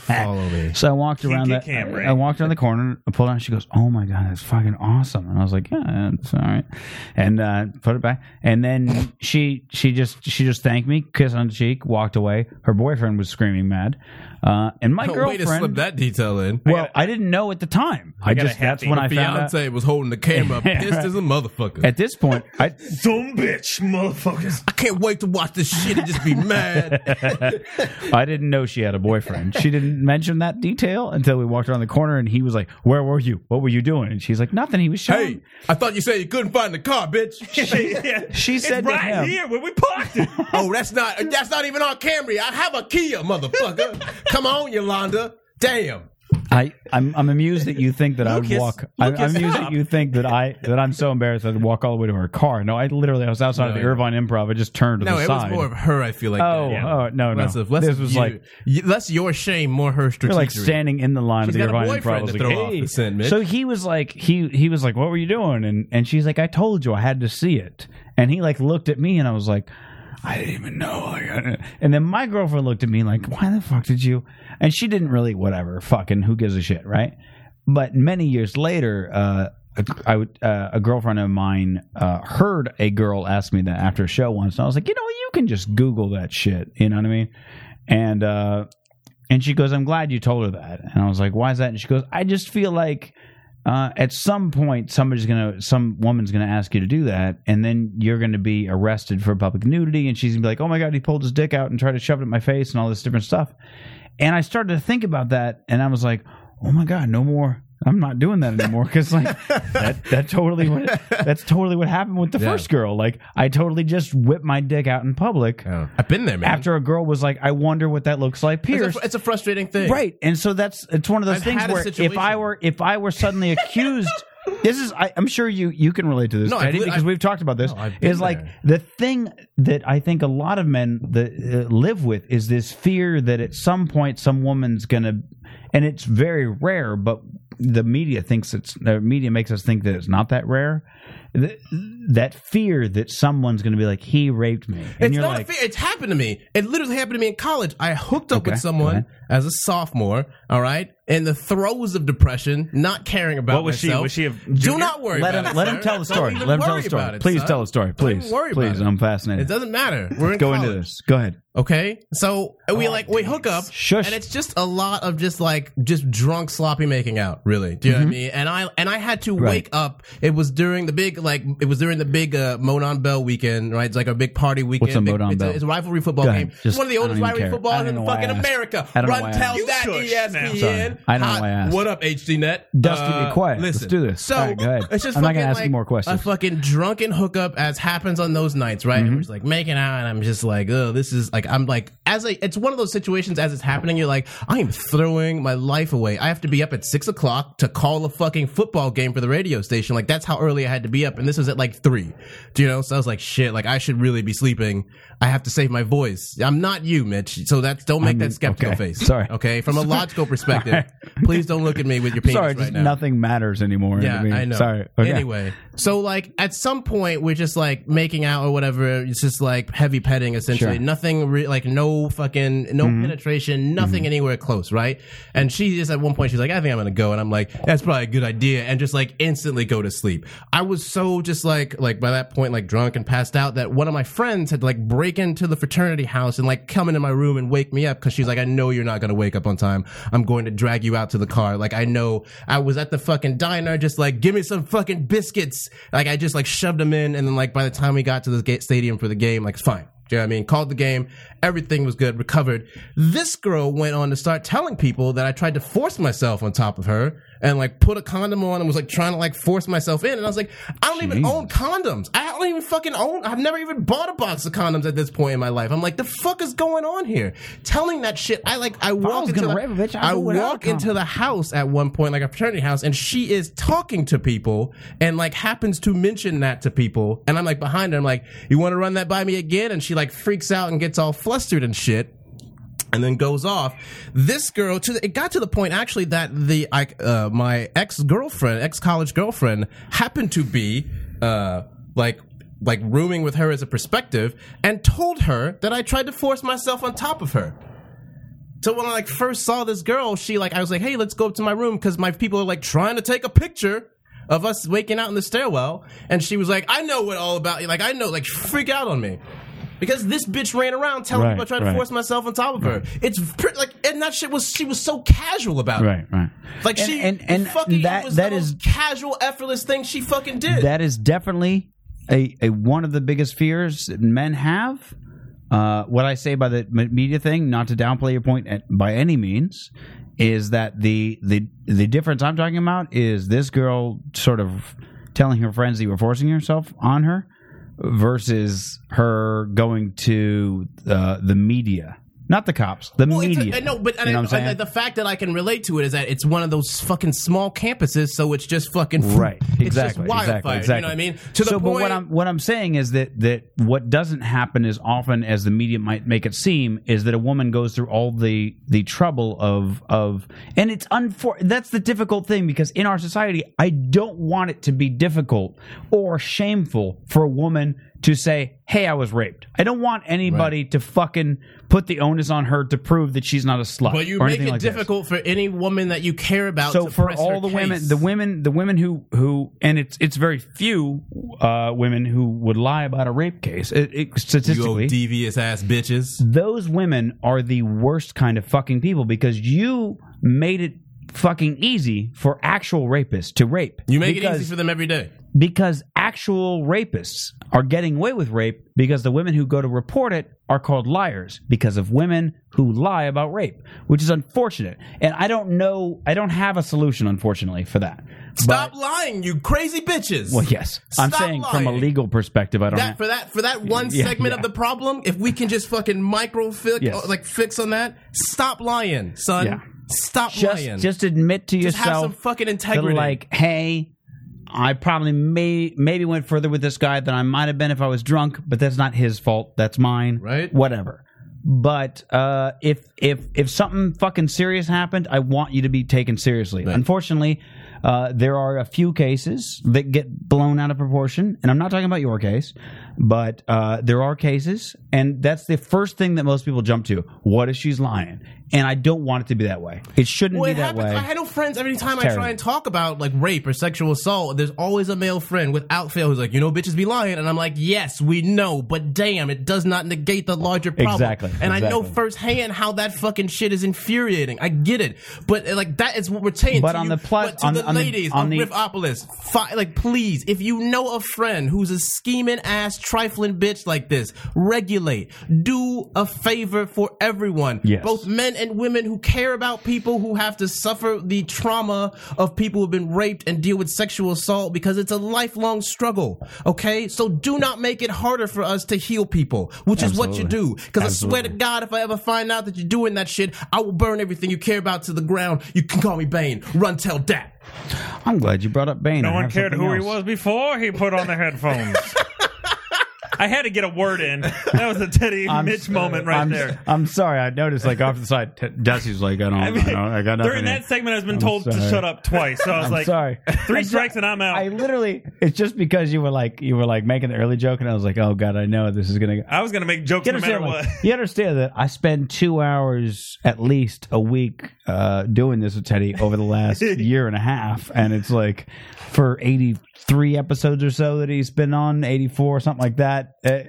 S6: Follow me.
S7: so I walked around the.
S8: Kinky camera.
S7: I walked around the corner, I pulled out. She goes, oh my god, that's fucking awesome. And I was like, yeah, that's all right. And uh, put it back. And then she she just she just thanked me, kiss on the cheek, walked away. Her boyfriend was screaming mad, uh, and my
S6: Oh, way
S7: girlfriend.
S6: to slip that detail in.
S7: well, I, didn't know at the time. I,
S8: got a
S7: just that's
S8: happy
S7: when I found out.
S6: Beyonce was holding the camera,
S7: Yeah,
S6: pissed
S7: right.
S6: as a motherfucker.
S7: At this point, I
S8: Some bitch, motherfuckers.
S6: I can't wait to watch this shit and just be mad.
S7: I didn't know she had a boyfriend. She didn't mention that detail until we walked around the corner and he was like, Where were you? What were you doing? And she's like, Nothing. He was showing.
S6: hey, I thought you said you couldn't find the car, bitch.
S7: She said
S8: it's
S7: to
S8: right
S7: him-
S8: here where we parked it.
S6: oh, that's not that's not even our Camry. I have a Kia, motherfucker. Come on, Yolanda. Damn.
S7: I, I'm, I'm amused that you think that I would
S8: Lucas,
S7: walk. I, I'm
S8: Lucas,
S7: amused
S8: stop.
S7: that you think that I that I'm so embarrassed that I'd walk all the way to her car. No, I literally I was outside of the
S6: No, yeah.
S7: Irvine Improv. I just turned to
S6: No,
S7: the
S6: it
S7: side.
S6: was more of her. I feel like.
S7: oh,
S6: that.
S7: oh, no, no.
S6: Less of, less
S7: this
S6: of
S7: was
S6: you-
S7: like
S6: you- less your shame, more her
S7: You're
S6: strategy.
S7: like standing in the line
S6: She's
S7: of the
S6: got a
S7: Irvine
S6: boyfriend
S7: Improv. I was
S6: to
S7: like,
S6: throw off
S7: "Hey."
S6: the scent, Mitch.
S7: So he was like, he he was like, "What were you doing?" And and she's like, "I told you, I had to see it." And he like looked at me, and I was like, "I didn't even know." Like, I- And then my girlfriend looked at me like, "Why the fuck did you?" And she didn't really, whatever, fucking who gives a shit, right? But many years later, uh, a- I would, uh, a girlfriend of mine uh, heard a girl ask me that after a show once, and I was like, you know what, you can just Google that shit. You know what I mean? And uh, and she goes, I'm glad you told her that. And I was like, why is that? And she goes, I just feel like uh, at some point somebody's gonna, some woman's gonna ask you to do that, and then you're gonna be arrested for public nudity, and she's gonna be like, oh my god, he pulled his dick out and tried to shove it in my face and all this different stuff. And I started to think about that, and I was like, oh my god, no more. I'm not doing that anymore because like that that totally what, that's totally what happened with the
S6: Yeah.
S7: first girl. Like I totally just whipped my dick out in public
S6: I've been there, Oh, man.
S7: after a girl was like, "I wonder what that looks like."
S6: it's a,
S7: Pierce,
S6: fr- it's a frustrating thing,
S7: right? And so that's it's one of those
S6: I've
S7: things
S6: had a
S7: where if
S6: situation.
S7: I were if I were suddenly accused. This is. I, I'm sure you you can relate to this,
S6: No, I've
S7: Teddy,
S6: li-
S7: because
S6: I've-
S7: we've talked about this.
S6: No, I've been
S7: is like
S6: there.
S7: the thing that I think a lot of men that uh, live with is this fear that at some point some woman's gonna, and it's very rare, but the media thinks it's the media makes us think that it's not that rare. Th- that fear that someone's gonna be like, he raped me, and
S6: it's
S7: you're
S6: not
S7: like,
S6: a fear. It's happened to me. It literally happened to me in college. I hooked up
S7: Okay,
S6: with
S7: go
S6: someone
S7: ahead.
S6: as a sophomore. All right, in the throes of depression, not caring about
S8: What was she?
S6: myself.
S8: Was she a
S6: Do
S8: junior?
S6: not worry.
S7: let
S6: about
S7: him
S6: it,
S7: let him
S6: sir.
S7: tell the
S6: Don't
S7: story.
S6: even
S7: Let him tell
S6: worry
S7: the story.
S6: about it,
S7: please
S6: son.
S7: tell the story.
S6: Don't even
S7: Please,
S6: worry about
S7: please.
S6: it.
S7: I'm
S6: It
S7: fascinated.
S6: doesn't matter. We're in
S7: Go into
S6: college.
S7: this. Go ahead.
S6: Okay, so we like we hook up,
S7: Shush.
S6: and it's just a lot of just like just drunk sloppy making out. Really, do you know
S7: Mm-hmm.
S6: what I mean? And I and I had to wake up. It was during the big like it was during the big uh, Monon Bell weekend, right? It's like a big party weekend.
S7: a
S6: big-
S7: Monon
S6: it's
S7: Bell?
S6: It's a rivalry football
S7: Go ahead.
S6: game.
S7: Just-
S6: it's one of the
S7: I don't
S6: oldest
S7: even
S6: rivalry
S7: care. I
S6: football
S7: don't
S6: in
S7: know why I
S6: fucking
S7: asked.
S6: America.
S7: I don't know why
S6: Run
S7: I
S6: tells
S7: asked.
S6: that E
S8: Shush now.
S6: ESPN.
S7: Sorry. I don't know
S6: Hot-
S7: why I asked.
S6: What up, HDNet?
S7: Dusty, be quiet.
S6: Uh, Listen,
S7: Let's do this.
S6: So
S7: All right, go ahead.
S6: it's just
S7: I'm not
S6: fucking,
S7: gonna ask you
S6: like,
S7: more questions.
S6: A fucking drunken hookup as happens on those nights, right?
S7: Mm-hmm.
S6: And we're just like making out, and I'm just like, oh, this is like, I'm like, as a, it's one of those situations as it's happening, you're like, I am throwing my life away. I have to be up at six o'clock to call a fucking football game for the radio station. Like that's how early I had to be up, and this was at like three. Do you know? So I was like, shit, like I should really be sleeping. I have to save my voice. I'm not you, Mitch. So that's don't make that skeptical
S7: okay.
S6: face.
S7: Sorry.
S6: Okay, from a logical perspective, please don't look at me with your penis
S7: Sorry,
S6: right
S7: just
S6: now.
S7: nothing matters anymore.
S6: Yeah,
S7: I, mean,
S6: I know.
S7: Sorry. Okay.
S6: Anyway, so like at some point we're just like making out or whatever. It's just like heavy petting essentially.
S7: Sure. Mm-hmm.
S6: Nothing re- like no fucking no penetration, nothing anywhere close, right? And she just at one point she's like, "I think I'm gonna go," and I'm like, "That's probably a good idea," and just like instantly go to sleep. I was so just like like by that point like drunk and passed out that one of my friends had like break into the fraternity house and like come into my room and wake me up because she's like, "I know you're not gonna wake up on time. I'm going to drag you out to the car." Like I know I was at the fucking diner just like give me some fucking biscuits. Like I just like shoved them in, and then like by the time we got to the ga- stadium for the game, like it's fine. Do you know what I mean? Called the game. Everything was good, recovered. This girl went on to start telling people that I tried to force myself on top of her and like put a condom on and was like trying to like force myself in. And I was like, I don't even own condoms. I don't even fucking own. I've never even bought a box of condoms at this point in my life. I'm like, the fuck is going on here? Telling that shit. I like, I walk
S7: was
S6: into
S7: gonna
S6: the,
S7: rape a bitch, I'd
S6: I
S7: do it without
S6: walk into the house at one point, like a fraternity house, and she is talking to people and like happens to mention that to people. And I'm like behind her, I'm like, you want to run that by me again? And she like freaks out and gets all flustered and shit. And then goes off. This girl, to the, it got to the point actually that the I, uh, my ex girlfriend, ex college girlfriend, happened to be uh, like like rooming with her as a perspective, and told her that I tried to force myself on top of her. So when I like first saw this girl, she like I was like, "Hey, let's go up to my room because my people are like trying to take a picture of us waking out in the stairwell." And she was like, "I know what all about you. Like I know. Like freak out on me." Because this bitch ran around telling
S7: Right,
S6: people I tried
S7: right.
S6: to force myself on top of her. It's pretty, like, and that shit was she was so casual about it.
S7: Right, right.
S6: Like
S7: And-
S6: she
S7: and- and
S6: fucking it
S7: that-
S6: was
S7: that
S6: the
S7: is-
S6: most casual, effortless thing she fucking did.
S7: That is definitely a, a one of the biggest fears that men have. Uh, what I say by the me- media thing, not to downplay your point at, by any means, is that the the the difference I'm talking about is this girl sort of telling her friends that you were forcing yourself on her versus her going to uh, the media, not the cops, the
S6: Well, it's a-
S7: media.
S6: I know, but
S7: You know
S6: I-
S7: what I'm
S6: I-
S7: saying?
S6: the fact that I can relate to it is that it's one of those fucking small campuses, so it's just fucking
S7: Right. Exactly.
S6: It's just
S7: exactly,
S6: wildfire.
S7: Exactly.
S6: You know what I mean? To the
S7: so,
S6: point,
S7: but what I'm what I'm saying is that that what doesn't happen as often as the media might make it seem is that a woman goes through all the the trouble of of and it's unfor that's the difficult thing because in our society I don't want it to be difficult or shameful for a woman to say hey I was raped. I don't want anybody to fucking put the onus on her to prove that she's not a slut
S6: but you
S7: or
S6: make
S7: anything
S6: it
S7: like this
S6: difficult for any woman that you care about.
S7: so
S6: to
S7: for
S6: press her
S7: all the women
S6: case.
S7: the women the women who who and it's it's very few uh women who would lie about a rape case it, it,
S6: you old
S7: statistically
S6: devious ass bitches.
S7: those women are the worst kind of fucking people because you made it fucking easy for actual rapists to rape.
S6: You make
S7: Because-
S6: it easy for them every day.
S7: because actual rapists are getting away with rape because the women who go to report it are called liars because of women who lie about rape, which is unfortunate. And I don't know, I don't have a solution, unfortunately, for that.
S6: Stop lying, you crazy bitches.
S7: Well, yes, I'm
S6: Stop
S7: saying from a
S6: lying.
S7: legal perspective, I don't.
S6: That
S7: have,
S6: for that for that one
S7: Yeah,
S6: segment
S7: yeah.
S6: of the problem, if we can just fucking micro fix
S7: Yes.
S6: like fix on that, stop lying, son.
S7: Yeah.
S6: Stop lying.
S7: just just admit to
S6: Just
S7: yourself,
S6: have some fucking
S7: that,
S6: integrity.
S7: like, hey. I probably may maybe went further with this guy than I might have been if I was drunk, but that's not his fault. That's mine.
S6: Right.
S7: Whatever. But uh, if if if something fucking serious happened, I want you to be taken seriously. Unfortunately, uh, there are a few cases that get blown out of proportion, and I'm not talking about your case, but uh, there are cases, and that's the first thing that most people jump to. What if she's lying? And I don't want it to be that way. It shouldn't
S6: well,
S7: be
S6: it
S7: that
S6: happens.
S7: way.
S6: I know friends. Every time I
S7: terrible.
S6: try and talk about like rape or sexual assault, there's always a male friend without fail who's like, you know, bitches be lying, and I'm like, yes, we know, but damn, it does not negate the larger problem.
S7: Exactly,
S6: And I know
S7: exactly.
S6: firsthand how that fucking shit is infuriating. I get it, but uh, like that is what we're saying.
S7: But
S6: to
S7: on
S6: you-
S7: the plus-
S6: but to
S7: on-
S6: the
S7: on the-
S6: ladies
S7: on
S6: of
S7: the-
S6: Riffopolis, fi- like please, if you know a friend who's a scheming ass, trifling bitch like this, regulate. Do a favor for everyone,
S7: Yes.
S6: both men and women who care about people who have to suffer the trauma of people who've been raped and deal with sexual assault because it's a lifelong struggle. Okay, so do not make it harder for us to heal people, which is what you do. Because I swear to God, if I ever find out that you're doing that shit, I will burn everything you care about to the ground. You can call me Bane. Run, tell that.
S7: I'm glad you brought up Bane.
S8: No
S7: I
S8: one
S7: have
S8: cared
S7: something
S8: who he
S7: else.
S8: was before he put on the headphones. I had to get a word in. That was a Teddy Mitch moment right
S7: I'm,
S8: there.
S7: I'm sorry. I noticed like off to the side. T- Dusty's like, I don't, I,
S8: I mean,
S7: don't, I got nothing.
S8: during
S7: here.
S8: that segment, I've been told to
S7: sorry.
S8: shut up twice. So I was
S7: I'm
S8: like,
S7: sorry.
S8: three
S7: I ju-
S8: strikes and I'm out.
S7: I literally. It's just because you were like, you were like making the early joke, and I was like, oh god, I know this is gonna. go.
S8: I was going to make jokes
S7: You
S8: no matter
S7: understand,
S8: what.
S7: like, you understand that I spend two hours at least a week uh, doing this with Teddy over the last year and a half, and it's like for eighty three episodes or so that he's been on eighty four something like that. Uh,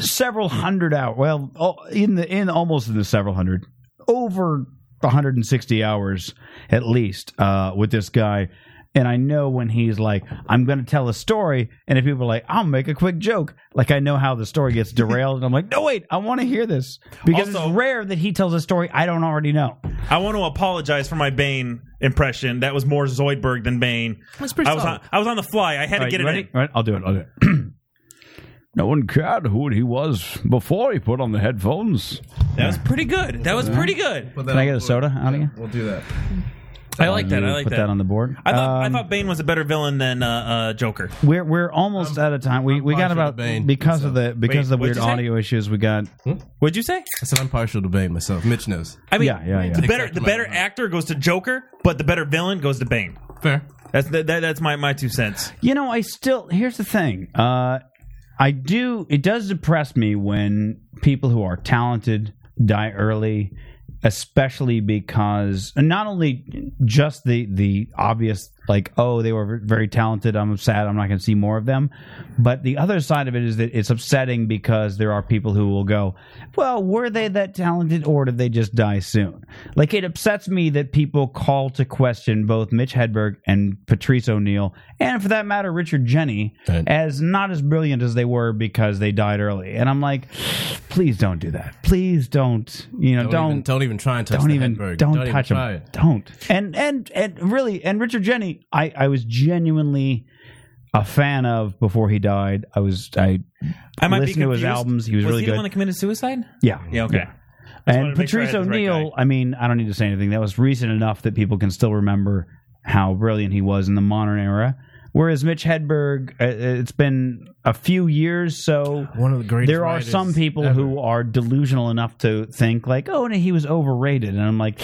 S7: several hundred hours. Well, oh, in the in almost in the several hundred, over 160 hours at least uh, with this guy. And I know when he's like, I'm going to tell a story. And if people are like, I'll make a quick joke. Like, I know how the story gets derailed. and I'm like, no, wait, I want to hear this. Because
S8: Also-
S7: it's rare that he tells a story I don't already know.
S8: I want to apologize for my Bane impression. That was more Zoidberg than Bane.
S6: That's pretty
S8: I was on, I was on the fly. I had to
S7: All right,
S8: get
S7: you
S8: it
S7: ready?
S8: in.
S7: All right, I'll do it. I'll do it.
S13: No one cared who he was before he put on the headphones.
S8: That was pretty good. That was pretty good.
S7: Can I get a soda out of you?
S6: We'll do that.
S8: I like that. I like
S7: Put that.
S8: that.
S7: on the board.
S8: I thought,
S7: Um,
S8: I thought Bane was a better villain than uh, uh, Joker.
S7: We're we're almost out of time. We we got
S6: partial to
S7: about
S6: Bane,
S7: because of the because of the
S8: what'd
S7: weird
S8: you say?
S7: audio issues we got.
S8: Would you say?
S6: I said I'm partial to Bane myself. Mitch knows.
S8: I mean,
S7: Yeah, yeah, yeah.
S8: The better,
S6: Exactly
S8: the better
S6: my mind.
S8: actor goes to Joker, but the better villain goes to Bane.
S6: Fair.
S8: That's that, that, that's my, my two cents.
S7: You know, I still here's the thing. Uh, I do. It does depress me when people who are talented die early, especially because not only just the the obvious like oh they were very talented. I'm sad. I'm not going to see more of them. But the other side of it is that it's upsetting because there are people who will go, well, were they that talented or did they just die soon? Like it upsets me that people call to question both Mitch Hedberg and Patrice O'Neill, and for that matter, Richard Jenny, as not as brilliant as they were because they died early. And I'm like, please don't do that. Please don't. You know,
S6: Don't
S7: don't
S6: don't even, don't even try and touch
S7: don't
S6: the
S7: even
S6: Hedberg.
S7: don't,
S6: even
S7: touch
S6: try
S7: him.
S6: it.
S7: Don't. And and and really, and Richard Jenny, I I was genuinely a fan of before he died. I was I
S8: I might
S7: listened
S8: be
S7: to his
S8: confused.
S7: albums. He was, really
S8: he
S7: good.
S8: the one that committed suicide?
S7: yeah.
S8: Yeah, okay. wanted
S7: And
S8: to make sure I
S7: Patrice
S8: had the right
S7: O'Neill, I mean, I don't need to say anything. That was recent enough that people can still remember how brilliant he was in the modern era. Whereas Mitch Hedberg, uh, it's been a few years, so
S6: One of the greatest
S7: There are
S6: writers
S7: some people who are delusional enough to think like, "Oh, no, he was overrated," and I'm like,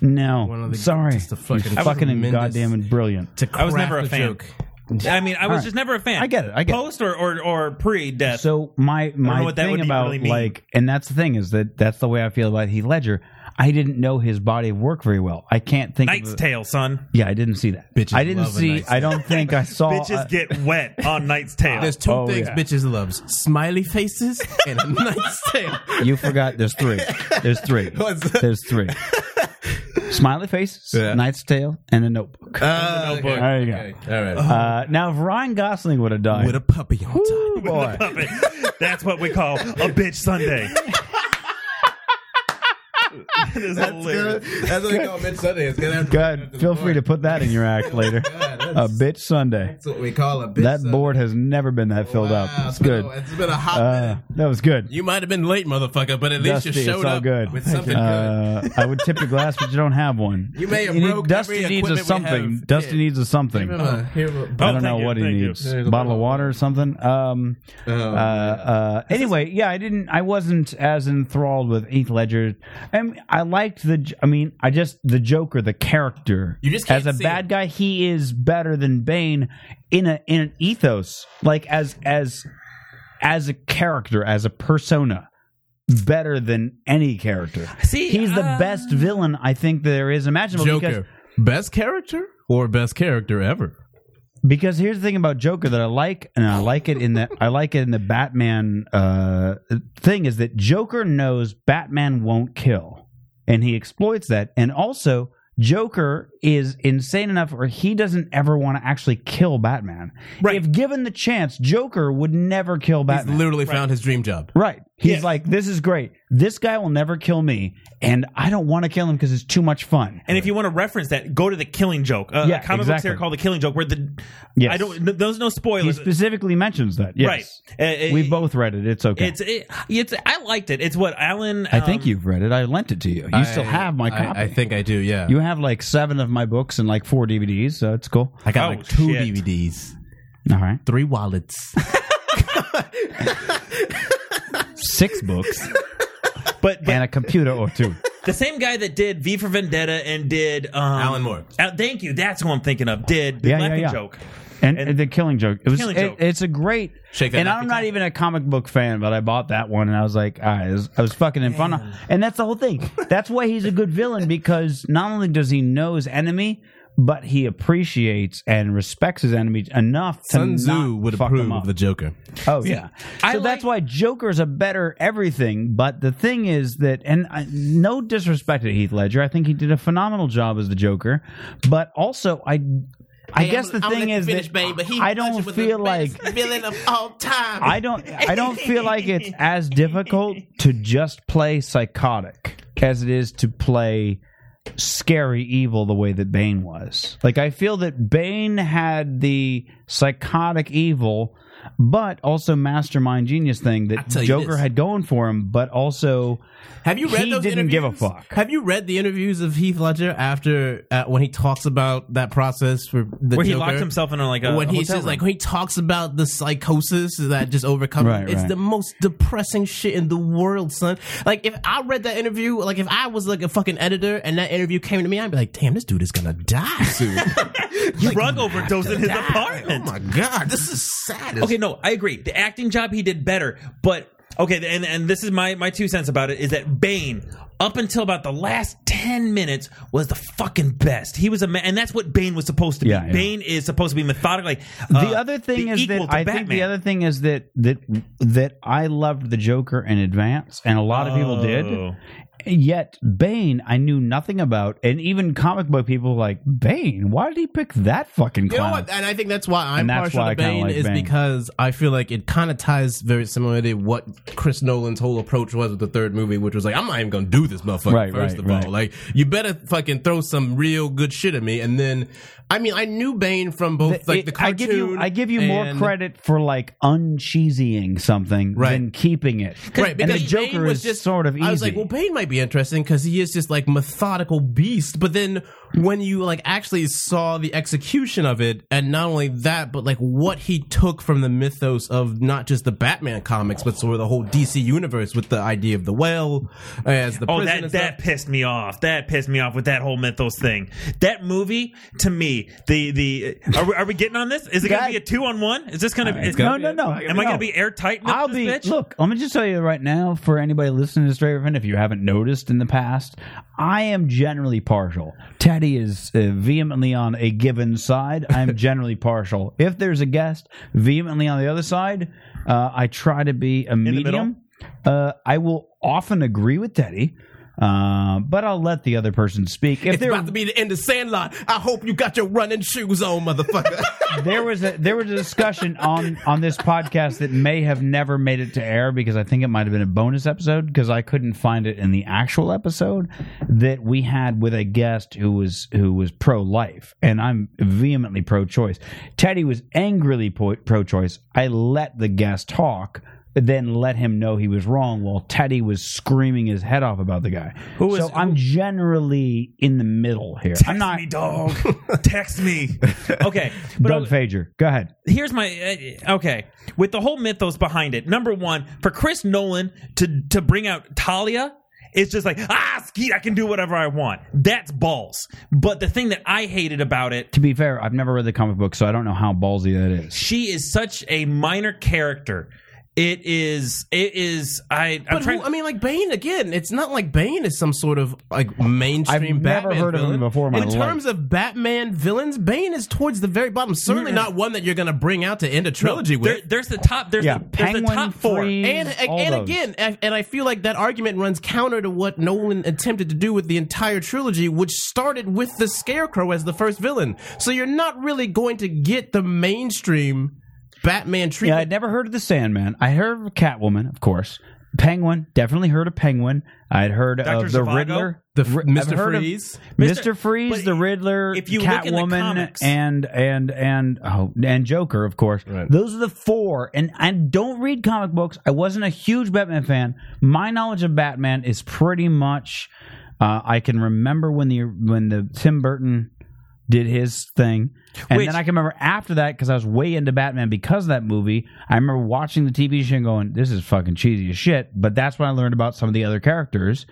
S7: "No,
S6: One of the-
S7: sorry,
S6: just a fucking
S7: he's fucking and
S6: tremendous-
S7: goddamn and brilliant."
S6: To
S8: I was
S6: craft
S8: never a fan.
S6: joke.
S8: I mean, I was
S7: right.
S8: just never a fan.
S7: I get it, I get it.
S8: Post or or, or pre death.
S7: So my my
S8: what that
S7: thing
S8: would be
S7: about
S8: really mean.
S7: like, and that's the thing is that that's the way I feel about Heath Ledger. I didn't know his body of work very well. I can't think.
S8: Knight's
S7: of,
S8: Tale, son.
S7: Yeah, I didn't see that.
S6: Bitches
S7: I didn't
S6: love a
S7: see.
S6: nice
S7: I don't think I saw.
S8: Bitches
S7: uh,
S8: get wet on Knight's Tale.
S6: There's two
S7: Oh,
S6: things
S7: yeah.
S6: bitches loves: smiley faces and a nice tail.
S7: you forgot. There's three. There's three.
S6: What's-
S7: There's three. Smiley Faces,
S6: Yeah.
S7: Knight's Tale, and The Notebook.
S6: Uh,
S8: Notebook.
S7: There you go.
S6: All right.
S7: Uh, now, if Ryan Gosling would have died,
S6: With a puppy on top.
S7: Ooh, boy.
S8: That's what we call a bitch Sunday.
S6: That's good. That's what we call mid Sunday. It's gonna have to
S7: Good. Feel free to put that in your act later. a bitch Sunday.
S6: That's what we call a bitch.
S7: That
S6: Sunday.
S7: board has never been that filled
S6: Wow,
S7: up. It's
S6: so
S7: good.
S6: It's been a hot
S7: Uh,
S6: minute.
S7: that was good.
S6: You might have been late, motherfucker, but at least
S7: Dusty,
S6: you showed
S7: it's all
S6: up
S7: good.
S6: with something good.
S7: Uh, I would tip your glass, but you don't have one.
S6: You may have
S7: need-
S6: broke
S7: Dusty
S6: every
S7: needs a
S6: equipment we
S7: something.
S6: have.
S7: Dusty
S6: Yeah.
S7: needs a something.
S6: Give him a- give him a-
S7: I don't know
S8: thank you,
S7: what he
S8: thank you.
S7: needs.
S6: There's
S7: A
S6: a
S7: bottle of water or something. Um,
S6: Oh,
S7: uh, uh, anyway, yeah, I didn't. I wasn't as enthralled with Heath Ledger. And I liked the. J- I mean, I just the Joker, the character.
S6: You just can't
S7: as a
S6: see
S7: bad
S6: it.
S7: guy, he is better than Bane in a in an ethos, like as as as a character, as a persona. Better than any character.
S8: See,
S7: he's the
S8: uh,
S7: best villain I think there is imaginable. because-
S6: um, Joker. Best character or best character ever?
S7: because here's the thing about Joker that I like, and I like it in the I like it in the Batman uh, thing is that Joker knows Batman won't kill, and he exploits that. And also, Joker is insane enough where he doesn't ever want to actually kill Batman.
S8: Right.
S7: If given the chance, Joker would never kill Batman.
S6: He's literally found his dream job.
S7: Right. He's
S8: Yeah.
S7: like, this is great. This guy will never kill me, and I don't want to kill him because it's too much fun.
S8: And if you want to reference that, go to the Killing Joke. Uh,
S7: Yeah,
S8: a comic books
S7: exactly.
S8: here called the Killing Joke, where the
S7: Yes.
S8: I don't. th- There's no
S7: He
S8: spoilers.
S7: specifically mentions that. Yes.
S8: Right. Uh,
S7: we
S8: uh,
S7: both read it. It's okay.
S8: It's it, it's. I liked it. It's what Alan.
S7: I think
S8: um,
S7: you've read it. I lent it to you. You still
S6: I-
S7: have my
S6: I-
S7: copy.
S6: I, think I do, yeah.
S7: you have like seven of my books and like four DVDs, so it's cool.
S6: I got
S8: Oh,
S6: like two
S8: shit.
S6: DVDs,
S7: All right,
S6: three wallets.
S7: six books
S8: But, but
S7: and a computer or two.
S8: the same guy that did V for Vendetta and did um,
S6: Alan Moore.
S8: Uh, thank you. That's who I'm thinking of. Did the
S7: Yeah,
S8: Laughing
S7: yeah, yeah.
S8: Joke.
S7: And, and the Killing Joke. It was.
S8: Killing
S7: it-
S8: Joke.
S7: It's a great.
S6: Shake that
S7: and
S6: knock
S7: I'm
S6: your
S7: not
S6: tail.
S7: even a comic book fan, but I bought that one, and I was like, all right, I was, I was fucking in fun. of- And that's the whole thing. That's why he's a good villain because not only does he know his enemy, but he appreciates and respects his enemy enough to
S6: Sun Tzu
S7: not
S6: would
S7: fuck
S6: approve
S7: him up.
S6: of the Joker.
S7: Oh yeah.
S8: I
S7: so that's why Joker's a better everything. But the thing is that, and I, no disrespect to Heath Ledger, I think he did a phenomenal job as the Joker. But also, I, I
S14: Hey,
S7: guess
S14: I'm-
S7: the
S14: I'm
S7: thing
S14: gonna
S7: is
S14: finish,
S7: that
S14: babe, but he
S7: I don't
S14: was the
S7: feel like
S14: best villain of all time.
S7: I don't I don't feel like it's as difficult to just play psychotic as it is to play scary evil the way that Bane was. Like I feel that Bane had the psychotic evil but also mastermind genius thing that
S6: tell you
S7: Joker
S6: this.
S7: had going for him, but also
S6: Have you read
S7: He
S6: those
S7: didn't
S6: interviews?
S7: give a fuck.
S6: Have you read the interviews of Heath Ledger after uh, when he talks about that process for the
S8: Where he
S6: Joker?
S8: locked himself in a, like a
S6: when he's
S8: hotel
S6: just
S8: room.
S6: like when he talks about the psychosis that just overcomes
S7: Right,
S6: him, it's
S7: right.
S6: the most depressing shit in the world, son. Like if I read that interview, like if I was like a fucking editor and that interview came to me, I'd be like, damn, this dude is gonna die soon.
S8: drug overdose in his apartment.
S6: oh my god, this is sad. as
S8: Okay, no, I agree. The acting job he did better, but okay, and and this is my my two cents about it is that Bane up until about the last 10 minutes was the fucking best. He was a man, and that's what Bane was supposed to be.
S7: Yeah, yeah.
S8: Bane is supposed to be methodical like
S7: the
S8: uh,
S7: other thing
S8: the
S7: is
S8: equal
S7: that
S8: to
S7: I think
S8: Batman.
S7: the other thing is that that that I loved the Joker in advance, and a lot of people did.
S8: Oh.
S7: Yet Bane, I knew nothing about, and even comic book people were like Bane. Why did he pick that fucking
S6: You know
S7: clown?
S6: what? And I think that's why I'm
S7: And that's
S6: partial
S7: why I
S6: to
S7: kinda
S6: Bane
S7: like
S6: is
S7: Bane.
S6: because I feel like it kind of ties very similarly to what Chris Nolan's whole approach was with the third movie, which was like, I'm not even gonna do this motherfucker.
S7: Right,
S6: first
S7: right,
S6: of
S7: right.
S6: all, like you better fucking throw some real good shit at me, and then, I mean, I knew Bane from both like the
S7: It-
S6: cartoon.
S7: I give you, I give you more
S6: and-
S7: credit for like uncheesying something
S6: Right.
S7: than keeping it.
S6: Right,
S7: and
S6: because
S7: the Joker
S6: Bane was
S7: is
S6: just
S7: sort of easy.
S6: I was like, well, Bane might be interesting because he is just like methodical beast. But then when you like actually saw the execution of it, and not only that, but like what he took from the mythos of not just the Batman comics, but sort of the whole DC universe with the idea of the whale as the
S8: Oh,
S6: prison
S8: that
S6: and
S8: that
S6: stuff.
S8: pissed me off. That pissed me off with that whole mythos thing. That movie to me, the the are we, are we getting on this? Is it
S7: That- Uh,
S8: gonna be a two on one? Is this gonna? be
S7: no, no, no.
S8: Am
S7: No.
S8: I gonna be airtight? in
S7: I'll
S8: this
S7: be
S8: bitch?
S7: look. Let me just tell you right now, for anybody listening to Stray Riffin, if you haven't noticed in the past, I am generally partial. Teddy is uh, vehemently on a given side. I'm generally partial. If there's a guest vehemently on the other side, uh, I try to be a medium. Uh, I will often agree with Teddy. Uh, but I'll let the other person speak. If
S6: It's
S7: there,
S6: about to be the end of Sandlot. I hope you got your running shoes on, motherfucker.
S7: there was a there was a discussion on on this podcast that may have never made it to air because I think it might have been a bonus episode because I couldn't find it in the actual episode that we had with a guest who was who was pro life and I'm vehemently pro choice. Teddy was angrily pro choice. I let the guest talk. Then let him know he was wrong while Teddy was screaming his head off about the guy. Who
S8: is-
S7: so I'm generally in the middle here.
S8: Text
S7: I'm not
S8: me, dog. Text me. Okay, but
S7: Doug Fager. Go ahead.
S8: here's my uh, okay with the whole mythos behind it. Number one, for Chris Nolan to to bring out Talia. It's just like ah, skeet. I can do whatever I want. That's balls. But the thing that I hated about it
S7: to be fair, I've never read the comic book, so I don't know how ballsy that is.
S8: she is such a minor character. It is. It is. I. I'm
S6: but
S8: trying.
S6: who, I mean, like Bane again. It's not like Bane is some sort of like mainstream.
S7: I've never
S6: Batman
S7: heard of him
S6: villain.
S7: before in my life.
S6: terms of Batman villains, Bane is towards the very bottom. Certainly not one that you're going to bring out to end a trilogy
S8: there,
S6: with.
S8: there's the top. There's,
S7: Yeah,
S8: the, there's the
S7: Penguin,
S8: top four.
S7: Freeze,
S6: And
S7: all
S6: and
S7: those.
S6: again, and and I feel like that argument runs counter to what Nolan attempted to do with the entire trilogy, which started with the Scarecrow as the first villain. So you're not really going to get the mainstream Batman
S7: Yeah, I'd
S6: treatment.
S7: never heard of the Sandman. I heard of Catwoman, of course. Penguin, definitely heard of Penguin. I'd heard
S8: Dr.
S7: of the
S8: Zhivago?
S7: Riddler,
S6: The f-
S7: Ri- I've
S6: Mr.
S7: heard of
S6: Freeze.
S7: Mr.
S8: Mr.
S7: Freeze,
S8: but
S7: the Riddler,
S8: if you look in the
S7: Catwoman,
S8: comics-
S7: and and and oh, and Joker, of course. Those are the four. And I don't read comic books. I wasn't a huge Batman fan. My knowledge of Batman is pretty much. Uh, I can remember when the when the Tim Burton did his thing. And
S8: Which-
S7: then I can remember after that because I was way into Batman because of that movie. I remember watching the TV show and going, "This is fucking cheesy as shit." But that's when I learned about some of the other characters.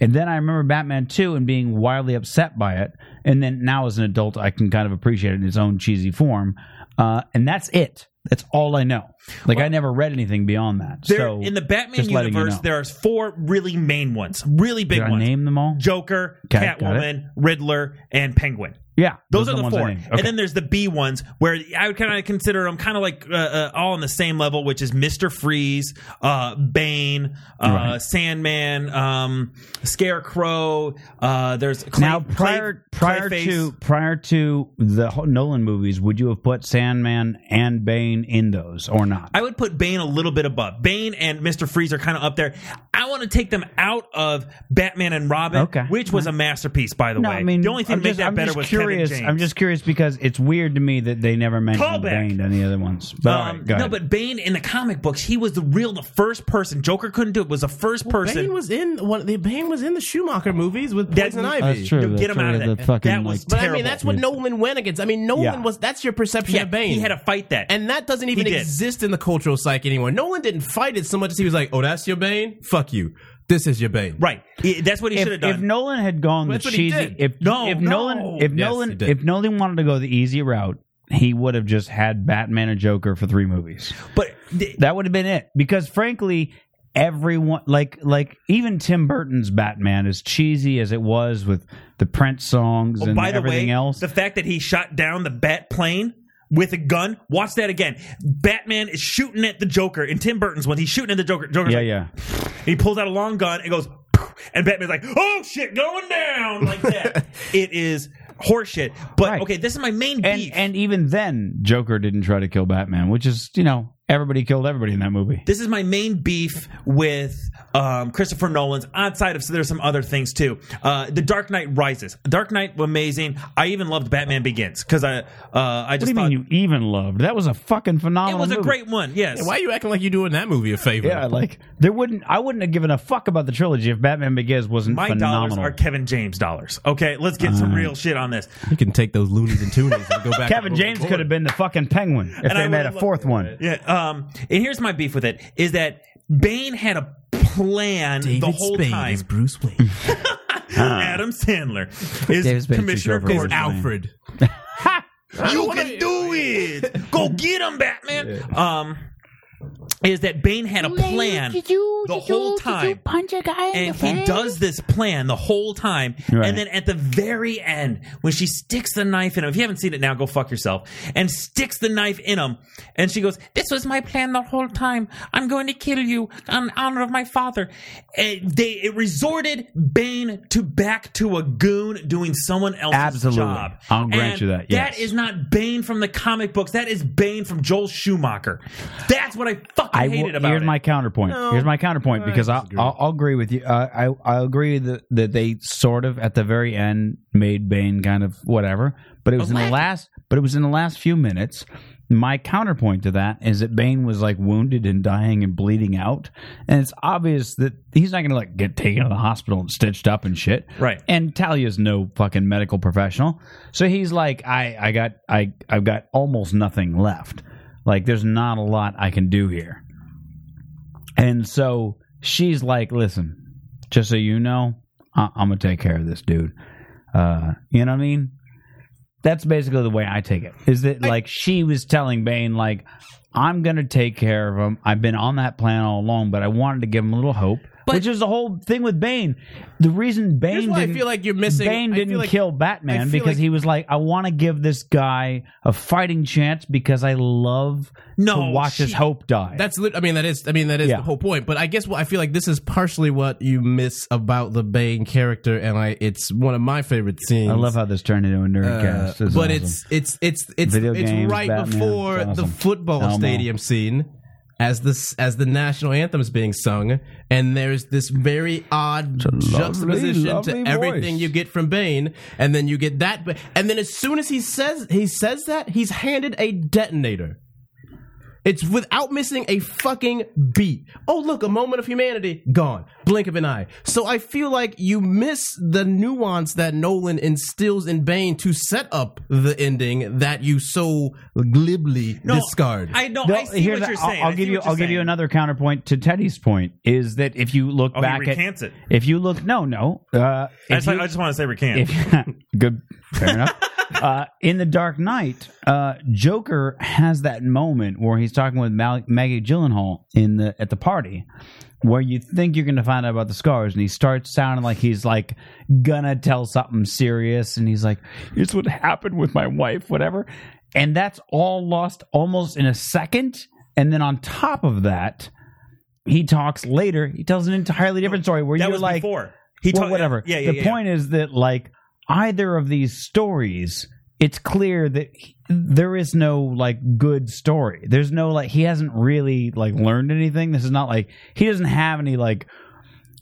S7: And then I remember Batman Two and being wildly upset by it. And then now as an adult, I can kind of appreciate it in its own cheesy form. Uh, and that's it. That's all I know. Like I never read anything beyond that.
S8: There,
S7: so
S8: in the Batman
S7: just letting you
S8: universe,
S7: know.
S8: there are four really main ones, really big
S7: did I
S8: ones:
S7: name them all?
S8: Joker,
S7: Okay, got
S8: Catwoman, Riddler, and Penguin.
S7: Yeah,
S8: Those, are the,
S7: ones I
S8: four,
S7: named.
S8: and
S7: Okay.
S8: then there's the B ones where I would kind of consider them kind of like uh, uh, all on the same level, which is Mister Freeze, uh, Bane, uh,
S7: Right.
S8: Sandman, um, Scarecrow. Uh, there's Clay,
S7: now prior
S8: Clay-
S7: prior
S8: Clayface.
S7: to prior to the ho- Nolan movies, would you have put Sandman and Bane in those or not?
S8: I would put Bane a little bit above. Bane and Mr. Freeze are kind of up there. I want to take them out of Batman and Robin,
S7: Okay.
S8: which was a masterpiece, by the way. the only thing
S7: I'm
S8: that made
S7: just-
S8: that
S7: I'm
S8: better
S7: just
S8: was
S7: curious.
S8: Kevin James.
S7: I'm just curious because it's weird to me that they never mentioned
S8: Callback.
S7: Bane to any other ones. But, all
S8: um,
S7: right, go
S8: no,
S7: ahead.
S8: but Bane in the comic books, he was the real, the first person. Joker couldn't do it. Was the first person.
S6: Bane was in one. The Bane was in the Schumacher movies with
S8: That's-
S6: Poison Ivy.
S8: that's
S7: Hmm,
S15: That's true.
S8: Dude,
S15: that's
S8: get him
S15: true.
S8: out of
S15: The
S8: there.
S15: fucking,
S8: That was-
S15: like,
S6: But I mean,
S8: terrible.
S6: that's what Nolan went against. I mean, Nolan
S7: Yeah.
S6: was that's your perception
S8: yeah,
S6: of Bane.
S8: he had to fight that.
S6: and that doesn't even
S8: did.
S6: exist in the cultural psyche anymore. Nolan didn't fight it so much as he was like, "Oh, that's your Bane. Fuck you. This is your Bane."
S8: right, He- that's what he should
S7: if,
S8: have done.
S7: if Nolan had gone
S6: That's
S7: the
S6: what he
S7: cheesy,
S6: did.
S7: if
S8: No,
S7: if
S8: no.
S7: Nolan, if
S6: Yes, he
S7: Nolan,
S6: did.
S7: if Nolan wanted to go the easy route, he would have just had Batman and Joker for three movies.
S8: but th-
S7: That would have been it. Because frankly, everyone like like even Tim Burton's Batman, as cheesy as it was with the Prince songs
S8: Oh,
S7: and
S8: by the
S7: everything
S8: way,
S7: else.
S8: the fact that he shot down the bat plane with a gun. Watch that again. Batman is shooting at the Joker in Tim Burton's one. He's shooting at the Joker. Joker's
S7: yeah,
S8: like,
S7: yeah.
S8: He pulls out a long gun and goes, "Poof," and Batman's like, "Oh shit, going down!" Like that. it is horseshit. But
S7: Right.
S8: okay, this is my main
S7: And
S8: beef.
S7: and even then, Joker didn't try to kill Batman, which is, you know, everybody killed everybody in that movie.
S8: this is my main beef with um, Christopher Nolan's. Outside of so there's some other things too. Uh, the Dark Knight Rises. Dark Knight, amazing. I even loved Batman Begins because I uh, I
S7: What do
S8: just
S7: you
S8: thought
S7: mean you even loved? That was a fucking
S8: it
S7: phenomenal
S8: was a
S7: movie.
S8: great one. Yes.
S6: Why are you acting like you're doing that movie a favor?
S7: Yeah, like there wouldn't I wouldn't have given a fuck about the trilogy if Batman Begins wasn't
S8: My dollars
S7: phenomenal. Uh-huh.
S8: are Kevin James dollars. Okay, let's get some real shit on this.
S6: you can take those loonies and toonies and go back.
S7: Kevin James could have been the fucking penguin if
S8: I
S7: they made
S8: would've
S7: a
S8: loved-
S7: fourth one.
S8: Yeah. Um. And here's my beef with it is that Bane had a plan the whole time.
S6: Bruce Wayne.
S8: Adam Sandler is
S7: David Spade's
S8: Commissioner of
S7: Joker. Is
S8: Gordon.
S6: Alfred.
S8: You can do it. Go get him, Batman. Um. is that Bane had a plan the whole time.
S16: punch a guy
S8: and he does this plan the whole time
S7: Right.
S8: and then at the very end when she sticks the knife in him if you haven't seen it now go fuck yourself and sticks the knife in him and she goes this was my plan the whole time i'm going to kill you on honor of my father and they it resorted bane to back to a goon doing someone else's
S7: Absolutely.
S8: job
S7: I'll grant
S8: And
S7: you that, yes.
S8: that is not bane from the comic books that is bane from joel schumacher that's what i fucking
S7: I will-
S8: hated about
S7: here's
S8: it
S7: my counterpoint. Here's my counterpoint because I, I'll, I'll agree with you. Uh, I I agree that, that they sort of at the very end made Bane kind of whatever, but it was in the
S8: Alack.
S7: last. But it was in the last few minutes. My counterpoint to that is that Bane was like wounded and dying and bleeding out, and it's obvious that he's not going to like get taken to the hospital and stitched up and shit.
S8: Right.
S7: And Talia's no fucking medical professional, so he's like, I I got I I've got almost nothing left. Like there's not a lot I can do here. And so she's like, listen, just so you know, I- I'm going to take care of this dude. Uh, you know what I mean? That's basically the way I take it. Is that like she was telling Bane, like, I'm going to take care of him. I've been on that plan all along, but I wanted to give him a little hope.
S8: But-
S7: which is the whole thing with Bane. The reason Bane
S6: Here's why I
S7: didn't-
S6: feel like you're missing-
S7: Bane
S6: I feel
S7: didn't
S6: like-
S7: kill
S6: I
S7: Batman
S6: feel
S7: because
S6: like-
S7: he was like, I want to give this guy a fighting chance because I love
S8: No,
S7: to watch his
S8: she-
S7: hope die.
S6: That's lit- I mean that is I mean that is
S7: Yeah.
S6: the whole point. But I guess what I feel like this is partially what you miss about the Bane character, and I it's one of my favorite scenes.
S7: I love how this turned into a nerdcast.
S6: Uh,
S7: This is
S6: but
S7: awesome.
S6: it's it's it's it's
S7: Video
S6: it's
S7: games,
S6: right
S7: Batman,
S6: before
S7: it's
S6: the
S7: awesome.
S6: football
S7: Elmo.
S6: stadium scene as this as the national anthem is being sung and there's this very odd juxtaposition
S7: lovely
S6: to everything
S7: voice.
S6: you get from Bane and then you get that Ba- and then as soon as he says he says that he's handed a detonator it's without missing a fucking beat. Oh, look, a moment of humanity gone. Blink of an eye. So I feel like you miss the nuance that Nolan instills in Bane to set up the ending that you so glibly
S8: No,
S6: discard.
S8: I know.
S7: No,
S8: I see
S7: here's
S8: what you're
S7: the- I'll-
S8: saying.
S7: I'll,
S8: I see
S7: give you.
S8: what
S7: I'll
S8: you're
S7: give you
S8: saying.
S7: another counterpoint to Teddy's point is that if you look
S8: Oh, he
S7: back at
S8: recants it.
S7: if you look no no uh,
S8: I
S7: if
S8: just,
S7: you,
S8: I just want to say recant.
S7: if, good fair enough. Uh, in the Dark Knight, uh, Joker has that moment where he's talking with Mal- Maggie Gyllenhaal in the at the party, where you think you're going to find out about the scars, and he starts sounding like he's like gonna tell something serious, and he's like, "It's what happened with my wife, whatever," and that's all lost almost in a second. And then on top of that, he talks later. He tells an entirely different story where
S8: that
S7: you're
S8: was
S7: like,
S8: before. He
S7: well,
S8: told-
S7: whatever.
S8: Yeah, yeah.
S7: the
S8: yeah,
S7: point is that like either of these stories, it's clear that he- there is no like good story. There's no like he hasn't really like learned anything. This is not like he doesn't have any like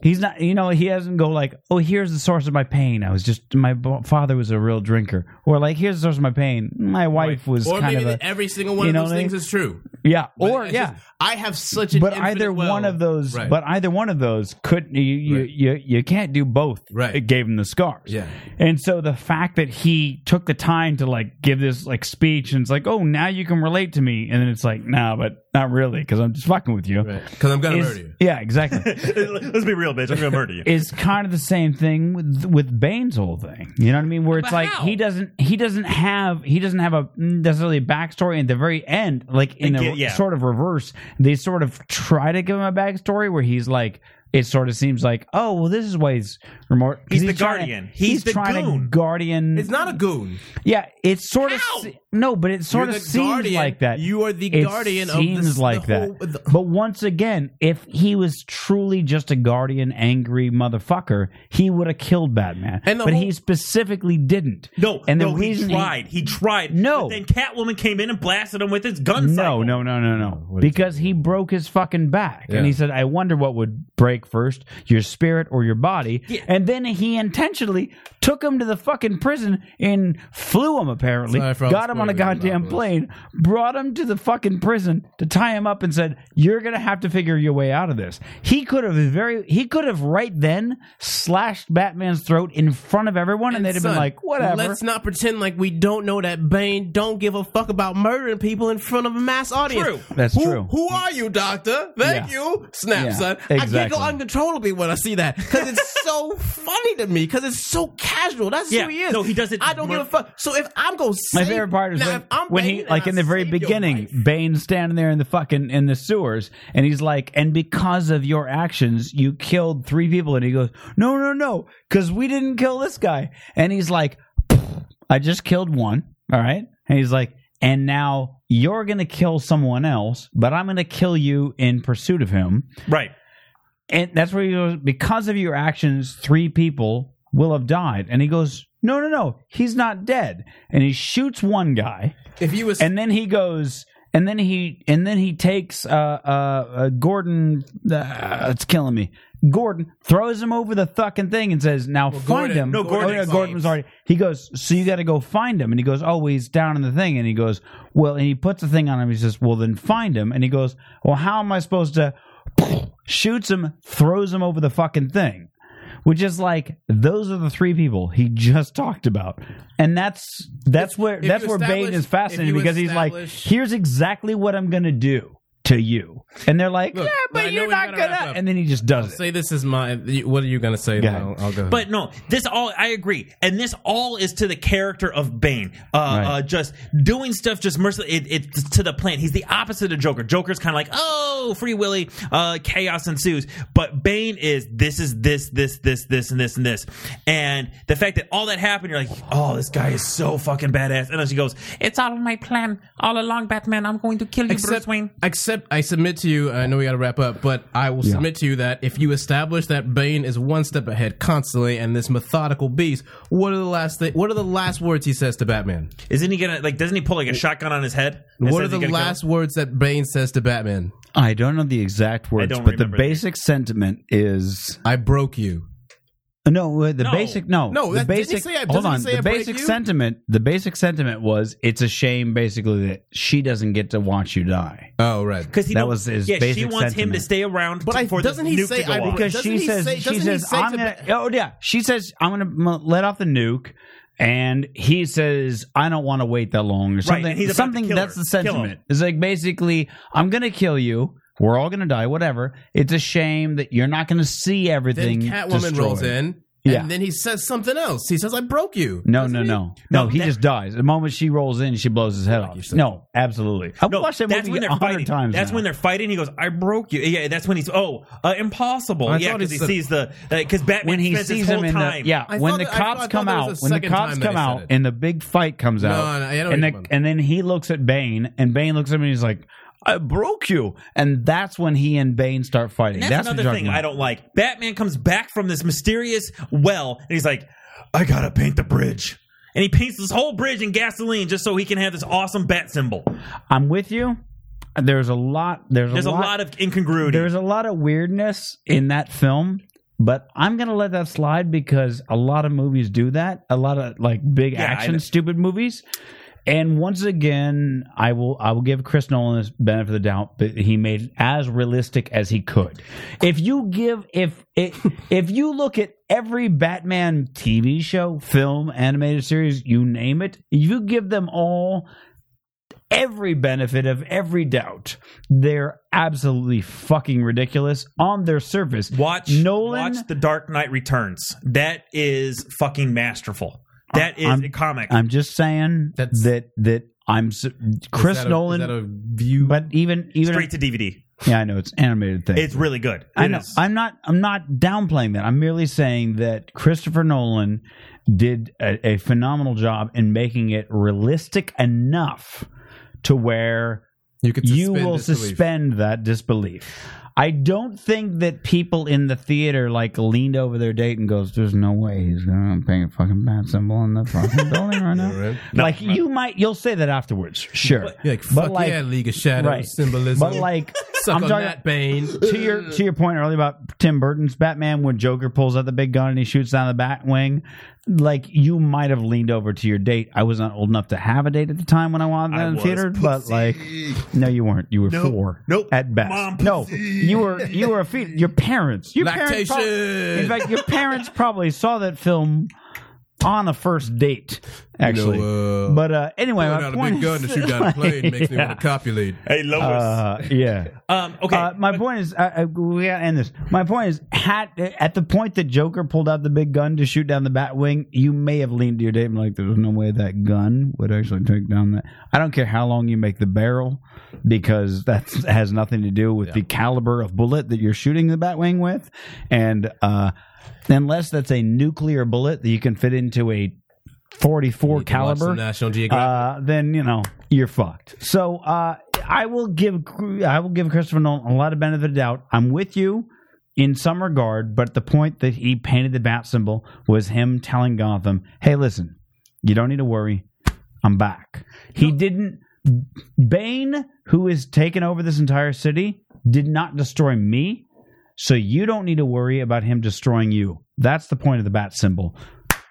S7: he's not you know he doesn't go like oh here's the source of my pain. I was just my bo- father was a real drinker or like here's the source of my pain. My wife was
S6: or
S7: kind
S6: maybe
S7: of a
S6: that every single one
S7: you
S6: of
S7: know
S6: those
S7: what I
S6: things
S7: mean?
S6: is true.
S7: yeah
S6: But
S7: or
S6: it's
S7: yeah.
S6: just- I have such an
S7: but
S6: infinite
S7: either
S6: well.
S7: one of those,
S6: Right.
S7: but either one of those couldn't. You you
S6: Right.
S7: you, you can't do both.
S6: Right.
S7: It gave him the scars.
S6: Yeah.
S7: And so the fact that he took the time to like give this like speech and it's like, oh, now you can relate to me, and then it's like, nah, but not really, because I'm just fucking with you.
S6: because I'm gonna
S7: Is-
S6: murder you.
S7: yeah, exactly.
S8: Let's be real, bitch. I'm gonna murder you.
S7: is kind of the same thing with with Bane's whole thing. You know what I mean? Where it's
S8: But
S7: like
S8: how?
S7: he doesn't he doesn't have he doesn't have a necessarily a backstory. And at the very end, like in
S8: They
S7: a
S8: get- yeah.
S7: sort of reverse, they sort of try to give him a backstory where he's like. It sort of seems like, oh well, this is why he's remor- 'cause
S8: He's the
S7: trying to-
S8: guardian. He's the
S7: trying
S8: goon.
S7: to guardian.
S6: It's not a goon.
S7: yeah, it's sort of
S6: How?
S7: se- no, but it sort
S6: You're
S7: of
S6: the
S7: seems
S6: guardian.
S7: like that.
S6: You are the
S7: It
S6: guardian of
S7: seems
S6: this- the
S7: like
S6: whole-
S7: that.
S6: the-
S7: But once again, if he was truly just a guardian, angry motherfucker, he would have killed Batman.
S6: And the
S7: but
S6: whole-
S7: he specifically didn't.
S8: No,
S7: and
S8: no,
S7: the reason
S8: he tried. He, tried.
S7: No.
S8: But then Catwoman came in and blasted him with his gun.
S7: no,
S8: cycle.
S7: no, no, no, no. Because he broke his fucking back, and he said, "I wonder what would break first, your spirit or your body."
S8: Yeah.
S7: And then he intentionally took him to the fucking prison and flew him. Apparently,
S6: Sorry for all
S7: got him on a
S6: spoilers,
S7: goddamn
S6: Marvelous.
S7: plane, brought him to the fucking prison to tie him up, and said, "You're gonna have to figure your way out of this." He could have very, he could have right then slashed Batman's throat in front of everyone, and, they'd have
S6: son,
S7: been like, "Whatever."
S6: Let's not pretend like we don't know that Bane don't give a fuck about murdering people in front of a mass audience.
S8: True.
S7: That's
S6: Who-
S7: true.
S6: Who are you, doctor? Thank
S7: Yeah.
S6: you. Snap,
S7: Yeah,
S6: son. I
S7: exactly.
S6: giggle uncontrollably when I see that because it's so funny to me because it's so casual. That's
S8: Yeah.
S6: who he is.
S8: No, he does it
S6: I don't
S8: more-
S6: give a fuck. So if I'm gonna
S7: My
S6: save,
S7: favorite part is
S6: now,
S7: when,
S6: if I'm
S7: when he,
S6: Bane and
S7: like in
S6: I
S7: the very
S6: save your
S7: beginning,
S6: life-
S7: Bane's standing there in the fucking in the sewers, and he's like, "And because of your actions, you killed three people." And he goes, "No, no, no, because we didn't kill this guy." And he's like, "I just killed one, all right." And he's like, "And now you're gonna kill someone else, but I'm gonna kill you in pursuit of him."
S8: Right.
S7: and that's where he goes because of your actions three people will have died and he goes no no no he's not dead and he shoots one guy
S6: If you was
S7: and then he goes and then he and then he takes uh uh, uh gordon uh, it's killing me gordon throws him over the fucking thing and says now find
S6: Gordon-
S7: him
S6: no, Gordon
S7: oh, yeah,
S6: escapes.
S7: gordon was already he goes so you got to go find him and he goes oh well, he's down in the thing and he goes well and he puts the thing on him he says well then find him and he goes well how am i supposed to shoots him throws him over the fucking thing which is like those are the three people he just talked about and that's that's where
S6: you
S7: that's where Bane
S6: establish-
S7: is fascinating
S6: if you
S7: because he's like
S6: establish-
S7: here's exactly what I'm gonna do to you and they're like
S6: Look,
S7: yeah
S6: but I
S7: but
S6: know
S7: you're
S6: we
S7: not
S6: gotta
S7: gonna
S6: wrap up.
S7: and then he just does it
S6: say this is my. What are you gonna say?
S7: Go
S6: then?
S7: ahead.
S6: I'll, I'll go. ahead.
S8: But no, this all I agree, and this all is to the character of Bane. Uh, uh, just doing stuff, just mercilessly. It, it's to the plan. He's the opposite of Joker. Joker's kind of like, oh, free Willy, uh, chaos ensues. But Bane is this is this this this this and this and this. And the fact that all that happened, you're like, oh, this guy is so fucking badass. And then she goes, it's all my plan all along, Batman. I'm going to kill you, Bruce
S6: Except,
S8: Wayne.
S6: except I submit to you. I know we got to wrap up, but I will submit to you that if you establish that Bane is one step ahead constantly and this methodical beast, what are the last thi- What are the last words he says to Batman?
S8: Isn't he gonna like? Doesn't he pull like a shotgun on his head? and
S6: What are
S8: says
S6: the
S8: he's gonna kill him?
S6: last words that Bane says to Batman?
S7: I don't know the exact words
S8: don't
S7: but the
S8: remember the-
S7: basic sentiment is
S6: I broke you.
S7: no uh, the
S8: No.
S7: basic no
S6: No,
S7: the
S6: that- didn't he
S7: basic
S6: say I-
S7: hold
S6: doesn't he
S7: on
S6: say
S7: the
S6: I break
S7: basic
S6: you?
S7: sentiment the basic sentiment was it's a shame basically that she doesn't get to watch you die
S6: Oh right.
S8: Because he
S7: That
S8: don't-
S7: was his
S8: yeah, she
S7: basic
S8: wants him to
S7: sentiment.
S8: stay around.
S6: But
S8: to,
S6: I-
S8: for
S6: doesn't
S8: the
S6: he
S8: nuke
S6: say
S8: to go
S6: I-
S8: off.
S7: because
S6: Doesn't
S7: she
S6: he
S7: says
S6: say-
S7: she
S6: doesn't he
S7: says
S6: say
S7: I'm
S6: to
S7: gonna
S6: Ba-
S7: oh yeah she says I'm gonna m- let off the nuke, and he says I don't want to wait that long or something.
S8: and he's about to
S7: something
S8: kill
S7: that's
S8: her.
S7: the
S8: Kill him.
S7: sentiment. It's like basically I'm gonna kill you. We're all gonna die. Whatever. It's a shame that you're not gonna see
S6: Then
S7: everything.
S6: Catwoman
S7: destroyed.
S6: rolls in,
S7: Yeah.
S6: and then he says something else. He says, "I broke you."
S7: No,
S6: Doesn't
S7: no,
S6: he?
S7: no, no.
S8: No,
S7: He
S8: that-
S7: just dies. The moment she rolls in, she blows his head off. No, absolutely. I've
S8: No,
S7: watched that
S8: that's
S7: movie
S8: when
S7: a
S8: they're
S7: hundred
S8: fighting.
S7: times.
S8: that's
S7: now.
S8: when they're fighting. He goes, "I broke you." Yeah, that's when he's oh, uh, impossible.
S6: I
S8: yeah,
S6: thought
S8: because
S6: he
S8: he
S6: said-
S8: sees the because Batman
S7: when he
S8: spends his
S7: sees
S8: whole
S7: him in
S8: time.
S7: the yeah
S6: I
S7: when
S6: thought
S7: the
S6: that- I thought-
S7: cops
S6: I thought
S7: come
S6: that was
S7: out
S6: the
S7: when the
S6: second
S7: cops
S6: time that
S7: come
S6: he said
S7: out
S6: it.
S7: and the big fight comes
S6: No,
S7: out
S6: no, I know what
S7: and,
S6: you
S7: the,
S6: mean.
S7: and then he looks at Bane and Bane looks at him and he's like I broke you and that's when he and Bane start fighting
S8: And that's,
S7: that's, what
S8: another
S7: you're
S8: thing
S7: talking
S8: I
S7: about.
S8: don't like. Batman comes back from this mysterious well, and he's like, "I gotta paint the bridge." And he paints this whole bridge in gasoline just so he can have this awesome bat symbol.
S7: I'm with you there's a lot there's,
S8: There's a lot of incongruity.
S7: There's a lot of weirdness in that film, but I'm gonna let that slide because a lot of movies do that. A lot of like big
S8: Yeah, I
S7: action
S8: know.
S7: stupid movies. And once again, I will I will give Chris Nolan the benefit of the doubt that he made it as realistic as he could. If you give if it, if you look at every Batman TV show, film, animated series, you name it, you give them all every benefit of every doubt. They're absolutely fucking ridiculous on their surface.
S8: Watch
S7: Nolan-
S8: Watch The Dark Knight Returns. That is fucking masterful. That is
S7: I'm-
S8: a comic.
S7: I'm just saying
S6: That's-
S7: that that I'm su- Chris
S6: Is that a-
S7: Nolan,
S6: Is that a view?
S7: but even even
S8: Straight to DVD.
S7: yeah, I know it's an animated thing.
S8: It's really good.
S7: I
S8: It
S7: know.
S8: is.
S7: I'm not. I'm not downplaying that. I'm merely saying that Christopher Nolan did a, a phenomenal job in making it realistic enough to where
S6: you could
S7: you will
S6: disbelief.
S7: suspend that disbelief. I don't think that people in the theater like leaned over their date and goes, "There's no way he's gonna paint a fucking bat symbol on the fucking building right now."
S6: Yeah, right.
S7: like you might, you'll say that afterwards, sure.
S6: You're like, fuck
S7: like-
S6: yeah, League of Shadows
S7: right.
S6: symbolism.
S7: But like,
S6: Suck
S7: I'm
S6: on
S7: talking
S6: that, Bane.
S7: to your to your point earlier about Tim Burton's Batman when Joker pulls out the big gun and he shoots down the bat wing, like you might have leaned over to your date. I was not old enough to have a date at the time when I wanted that
S8: I
S7: in
S8: was
S7: theater, but like no you weren't. You were four.
S8: Nope.
S7: At best.
S8: Mom,
S7: no. You were you were a feet your parents. Your parents prob-
S6: Lactation.
S7: in fact your parents probably saw that film on a first date, actually.
S17: know, uh,
S7: but uh, anyway,
S17: pulling
S7: my
S17: out a
S7: point
S17: big gun to
S7: is-
S17: shoot down a plane makes me
S7: Yeah.
S17: want to copulate.
S8: Hey, Lois.
S7: Uh, yeah.
S8: um, okay.
S7: Uh, my point is, uh, uh, we gotta end this. My point is, had, at the point that Joker pulled out the big gun to shoot down the Batwing, you may have leaned to your date and like, "There's no way that gun would actually take down that." I don't care how long you make the barrel, because that has nothing to do with the caliber of bullet that you're shooting the Batwing with, and uh, unless that's a nuclear bullet that you can fit into a 44
S6: can watch
S7: caliber
S6: some National Geographic.
S7: uh, then you know you're fucked. So uh, I will give I will give Christopher Nolan a lot of benefit of the doubt. I'm with you in some regard, but the point that he painted the bat symbol was him telling Gotham, "Hey, listen, you don't need to worry, I'm back." He didn't. Bane, who has taken over this entire city, did not destroy me. So you don't need to worry about him destroying you. That's the point of the bat symbol.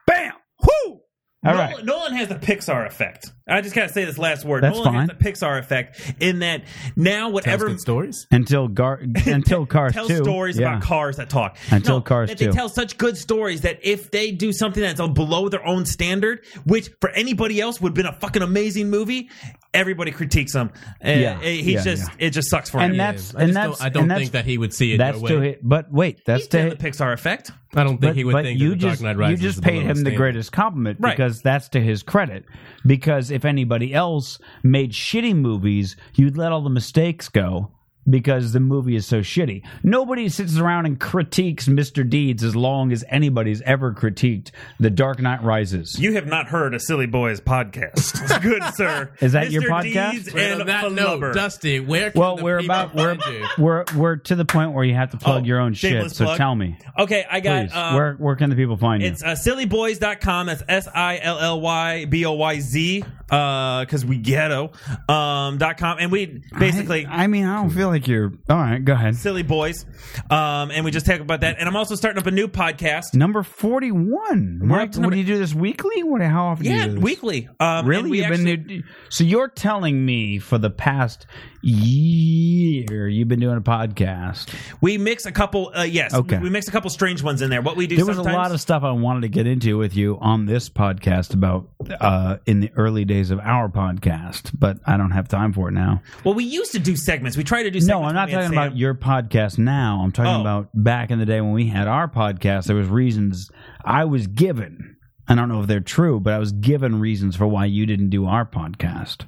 S7: Bam! Whoo! All
S8: Nolan,
S7: right.
S8: Nolan has the Pixar effect. I just gotta say this last word.
S7: That's
S8: Nolan
S7: fine.
S8: has the Pixar effect in that now
S6: Uh,
S8: whatever
S6: stories.
S7: until gar- until cars
S8: tell
S7: two.
S8: stories
S7: Yeah.
S8: about cars that talk
S7: Until
S8: No,
S7: Cars
S8: that they
S7: 2.
S8: tell such good stories that if they do something that's below their own standard, which for anybody else would have been a fucking amazing movie, everybody critiques them. Uh,
S7: Yeah,
S8: he
S7: yeah,
S8: just it just sucks for him.
S7: And that's
S6: I,
S7: and
S6: just
S7: that's
S6: don't, I don't
S7: and that's-
S6: think that he would see it.
S7: That's
S6: that
S7: to
S6: way.
S7: hit, but wait, that's
S8: He's
S7: to
S8: doing the
S7: hit.
S8: Pixar effect.
S6: I don't think
S7: But,
S6: he would
S7: but
S6: think
S7: you
S6: that
S7: just
S6: the Dark Knight Rises
S7: you
S6: is
S7: just
S6: below
S7: paid
S6: his
S7: him the
S6: standard.
S7: greatest compliment
S8: Right.
S7: because that's to his credit. Because if anybody else made shitty movies, you'd let all the mistakes go because the movie is so shitty. Nobody sits around and critiques Mr. Deeds as long as anybody's ever critiqued The Dark Knight Rises.
S8: You have not heard a Silly Boys podcast. Good sir.
S7: Is that your
S8: Mr.
S7: podcast?
S8: Deeds
S6: But on
S8: and
S6: that
S8: Flubber.
S6: note, Dusty, where can
S7: well,
S6: the
S7: we're
S6: people
S7: about we're,
S6: find you?
S7: we're we're to the point where you have to plug
S8: Oh,
S7: your own shit.
S8: shameless
S7: So
S8: plug.
S7: tell me,
S8: Okay, I got
S7: please,
S8: um,
S7: where where can the people find you?
S8: It's uh, sillyboys.com. That's S I L L Y B O Y Z, because we ghetto. Um, dot com. And we basically.
S7: I, I mean, I don't feel like you're. All right, go ahead.
S8: Silly boys, um, and we just talk about that. And I'm also starting up a new podcast.
S7: Number forty-one.
S8: We're
S7: What,
S8: up to
S7: what
S8: number-
S7: do you do this weekly? What? How often?
S8: Yeah,
S7: do you do this?
S8: weekly. Um,
S7: Really,
S8: and we
S7: you've
S8: actually-
S7: been do- so you're telling me for the past year you've been doing a podcast.
S8: We mix a couple. Uh, yes,
S7: Okay.
S8: We mix a couple strange ones in there. What we do.
S7: There was a
S8: sometimes-
S7: lot of stuff I wanted to get into with you on this podcast about uh, in the early days of our podcast, but I don't have time for it now.
S8: Well, we used to do segments. We try to do.
S7: No,
S8: segments
S7: I'm not
S8: when we had
S7: talking about
S8: Sam.
S7: your podcast now. I'm talking
S8: Oh.
S7: about back in the day when we had our podcast. There was reasons I was given. I don't know if they're true, but I was given reasons for why you didn't do our podcast.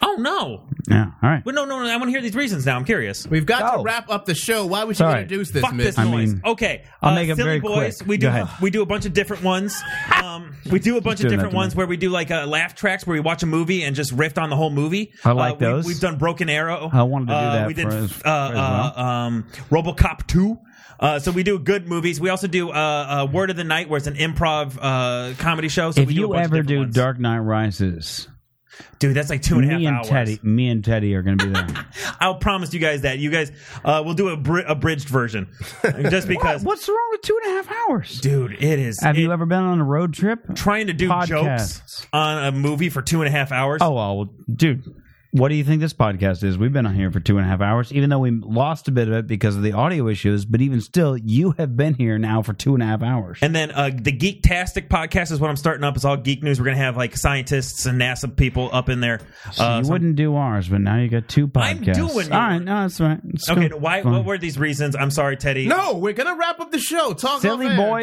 S8: Oh no!
S7: Yeah. All right.
S8: Well, no, no, no. I want to hear these reasons now. I'm curious.
S6: We've got
S7: Oh.
S6: to wrap up the show. Why would you
S7: Sorry.
S6: introduce this,
S8: Fuck
S6: Miss?
S8: this
S7: I
S8: noise.
S7: mean,
S8: okay, uh,
S7: I'll make it
S8: silly
S7: very
S8: boys.
S7: quick.
S8: We do
S7: Go ahead.
S8: we do a bunch of different ones. Um, we do a bunch of
S7: doing that
S8: different
S7: to me.
S8: ones where we do like uh, laugh tracks where we watch a movie and just riff on the whole movie.
S7: I like
S8: Uh, we-
S7: those.
S8: We've done Broken Arrow.
S7: I wanted to do
S8: Uh,
S7: that
S8: we did
S7: for as-
S8: uh,
S7: for as well.
S8: uh, um, RoboCop two. Uh, so we do good movies. We also do uh, uh, Word of the Night, where it's an improv uh, comedy show. So
S7: if
S8: we do a
S7: you
S8: bunch of
S7: ever
S8: different
S7: do
S8: ones.
S7: Dark Knight Rises,
S8: dude, that's like two and a
S7: me
S8: half
S7: and
S8: hours.
S7: Teddy, me and Teddy are going to be there.
S8: I'll promise you guys that you guys uh, we'll do a bri- abridged version, just because,
S7: What's wrong with two and a half hours?
S8: dude, it is.
S7: Have
S8: it-
S7: you ever been on a road trip?
S8: trying to do
S7: Podcasts.
S8: jokes on a movie for two and a half hours.
S7: Oh well, dude. What do you think this podcast is? We've been on here for two and a half hours, even though we lost a bit of it because of the audio issues. But even still, you have been here now for two and a half hours.
S8: And then uh, the Geektastic podcast is what I'm starting up. It's all geek news. We're gonna have like scientists and NASA people up in there.
S7: So
S8: Uh,
S7: you
S8: so-
S7: wouldn't do ours, but now you got two
S8: I'm
S7: podcasts.
S8: doing yours.
S7: All right, no, that's right. It's
S8: okay,
S7: cool.
S8: why?
S7: Fine.
S8: What were these reasons? I'm sorry, Teddy.
S6: No, we're gonna wrap up the show. Talk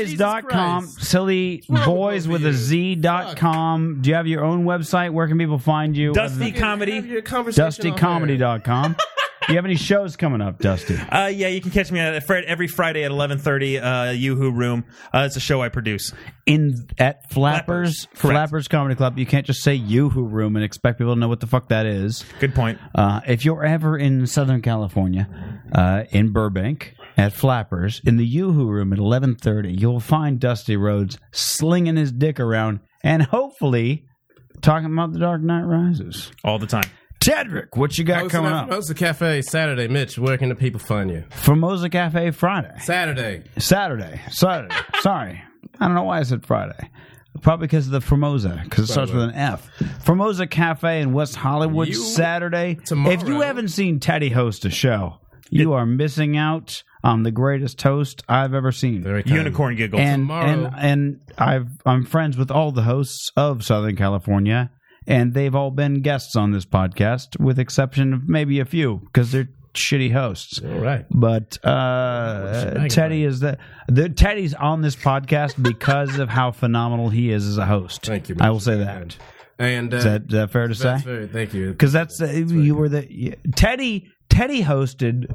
S7: Sillyboys.com, sillyboys with a Z dot com. Do you have your own website? Where can people find you?
S8: Dusty comedy.
S7: DustyComedy.com. do you have any shows coming up, Dusty?
S8: Uh, yeah, you can catch me at Fred every Friday at 11:30. Uh, YooHoo Room. Uh, it's a show I produce.
S7: in at Flappers
S8: Flappers,
S7: Flappers,
S8: correct.
S7: Comedy Club. You can't just say YooHoo Room and expect people to know what the fuck that is.
S8: Good point.
S7: Uh, if you're ever in Southern California, uh, in Burbank at Flappers in the YooHoo Room at 11:30, you'll find Dusty Rhodes slinging his dick around and hopefully talking about The Dark Knight Rises.
S8: All the time.
S7: Tedrick, what you got coming up?
S6: Most of Cafe Saturday, Mitch. Where can the people find you?
S7: Formosa Cafe Friday.
S6: Saturday.
S7: Saturday. Saturday. Sorry. I don't know why I said Friday. Probably because of the Formosa, because it starts with an F. Formosa Cafe in West Hollywood,
S6: You-
S7: Saturday.
S6: Tomorrow.
S7: If you haven't seen Teddy host a show, You are missing out on the greatest toast I've ever seen.
S8: Unicorn giggles.
S7: And,
S6: Tomorrow.
S7: and and I've I'm friends with all the hosts of Southern California, and they've all been guests on this podcast, with exception of maybe a few because they're shitty hosts.
S6: All right.
S7: But uh, Teddy is the, the Teddy's on this podcast because of how phenomenal he is as a host.
S6: Thank you.
S7: I will say
S6: Mr.
S7: that.
S6: And uh,
S7: Is that, is that fair to
S6: that's
S7: say?
S6: very, thank you.
S7: Because that's, uh, you were the yeah. Teddy. Teddy hosted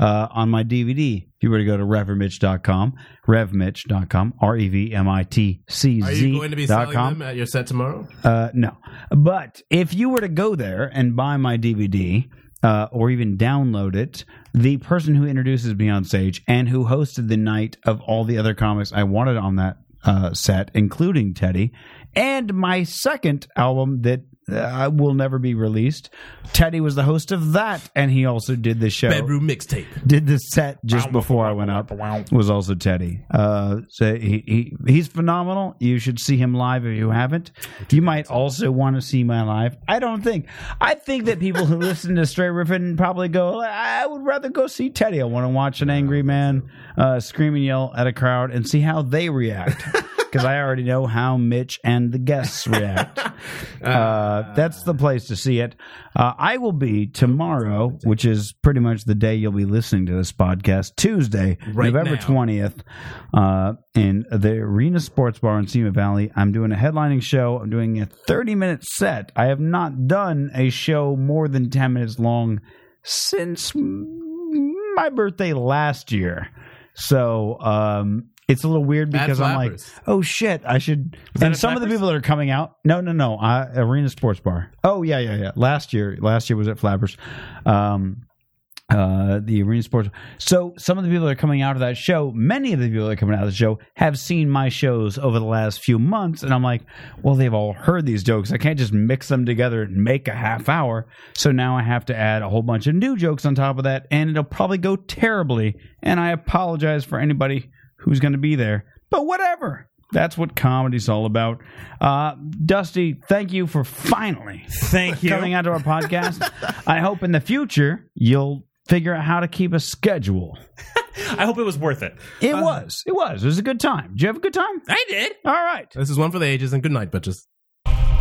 S7: uh, on my DVD. If you were to go to revmitch.com, revmitch.com, r e v m i t c z.
S6: Are you going to be selling them at your set tomorrow?
S7: Uh, no. But if you were to go there and buy my DVD uh, or even download it, the person who introduces me on stage and who hosted the night of all the other comics I wanted on that uh, set, including Teddy, and my second album that uh, will never be released, Teddy was the host of that, and he also did the show
S6: Bedroom mixtape.
S7: did this set just before I went up was also Teddy. Uh, so he, he he's phenomenal. You should see him live if you haven't. You might also want to see my live. I don't think. I think that people who listen to Stray Riffin probably go. I would rather go see Teddy. I want to watch an angry man uh, scream and yell at a crowd and see how they react. Because I already know how Mitch and the guests react. Uh, that's the place to see it. Uh, I will be tomorrow, which is pretty much the day you'll be listening to this podcast, Tuesday, November
S8: now.
S7: 20th, uh, in the Arena Sports Bar in Sima Valley. I'm doing a headlining show. I'm doing a 30 minute set. I have not done a show more than 10 minutes long since my birthday last year. So, um, it's a little weird
S6: At
S7: because I'm like,
S6: Flappers.
S7: oh shit, I should.
S8: that
S7: And
S8: at
S7: some of the
S8: Flappers?
S7: people that are coming out, no, no, no, uh, Arena Sports Bar. Oh yeah, yeah, yeah. Last year, last year was at Flappers. Um, uh, the Arena Sports. So some of the people that are coming out of that show, many of the people that are coming out of the show have seen my shows over the last few months, and I'm like, well, they've all heard these jokes. I can't just mix them together and make a half hour. So now I have to add a whole bunch of new jokes on top of that, and it'll probably go terribly. And I apologize for anybody who's going to be there, but whatever. That's what comedy's all about. Uh, Dusty, thank you for finally
S8: Thank you.
S7: coming onto our podcast. I hope in the future you'll figure out how to keep a schedule.
S8: I hope it was worth it.
S7: It was. It was. It was a good time. Did you have a good time?
S8: I did.
S7: All right.
S6: This is one for the ages, and good night, bitches.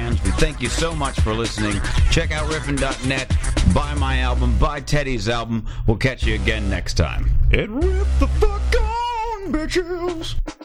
S10: We thank you so much for listening. Check out riffin.net, buy my album, buy Teddy's album. We'll catch you again next time. It ripped the fuck on, bitches!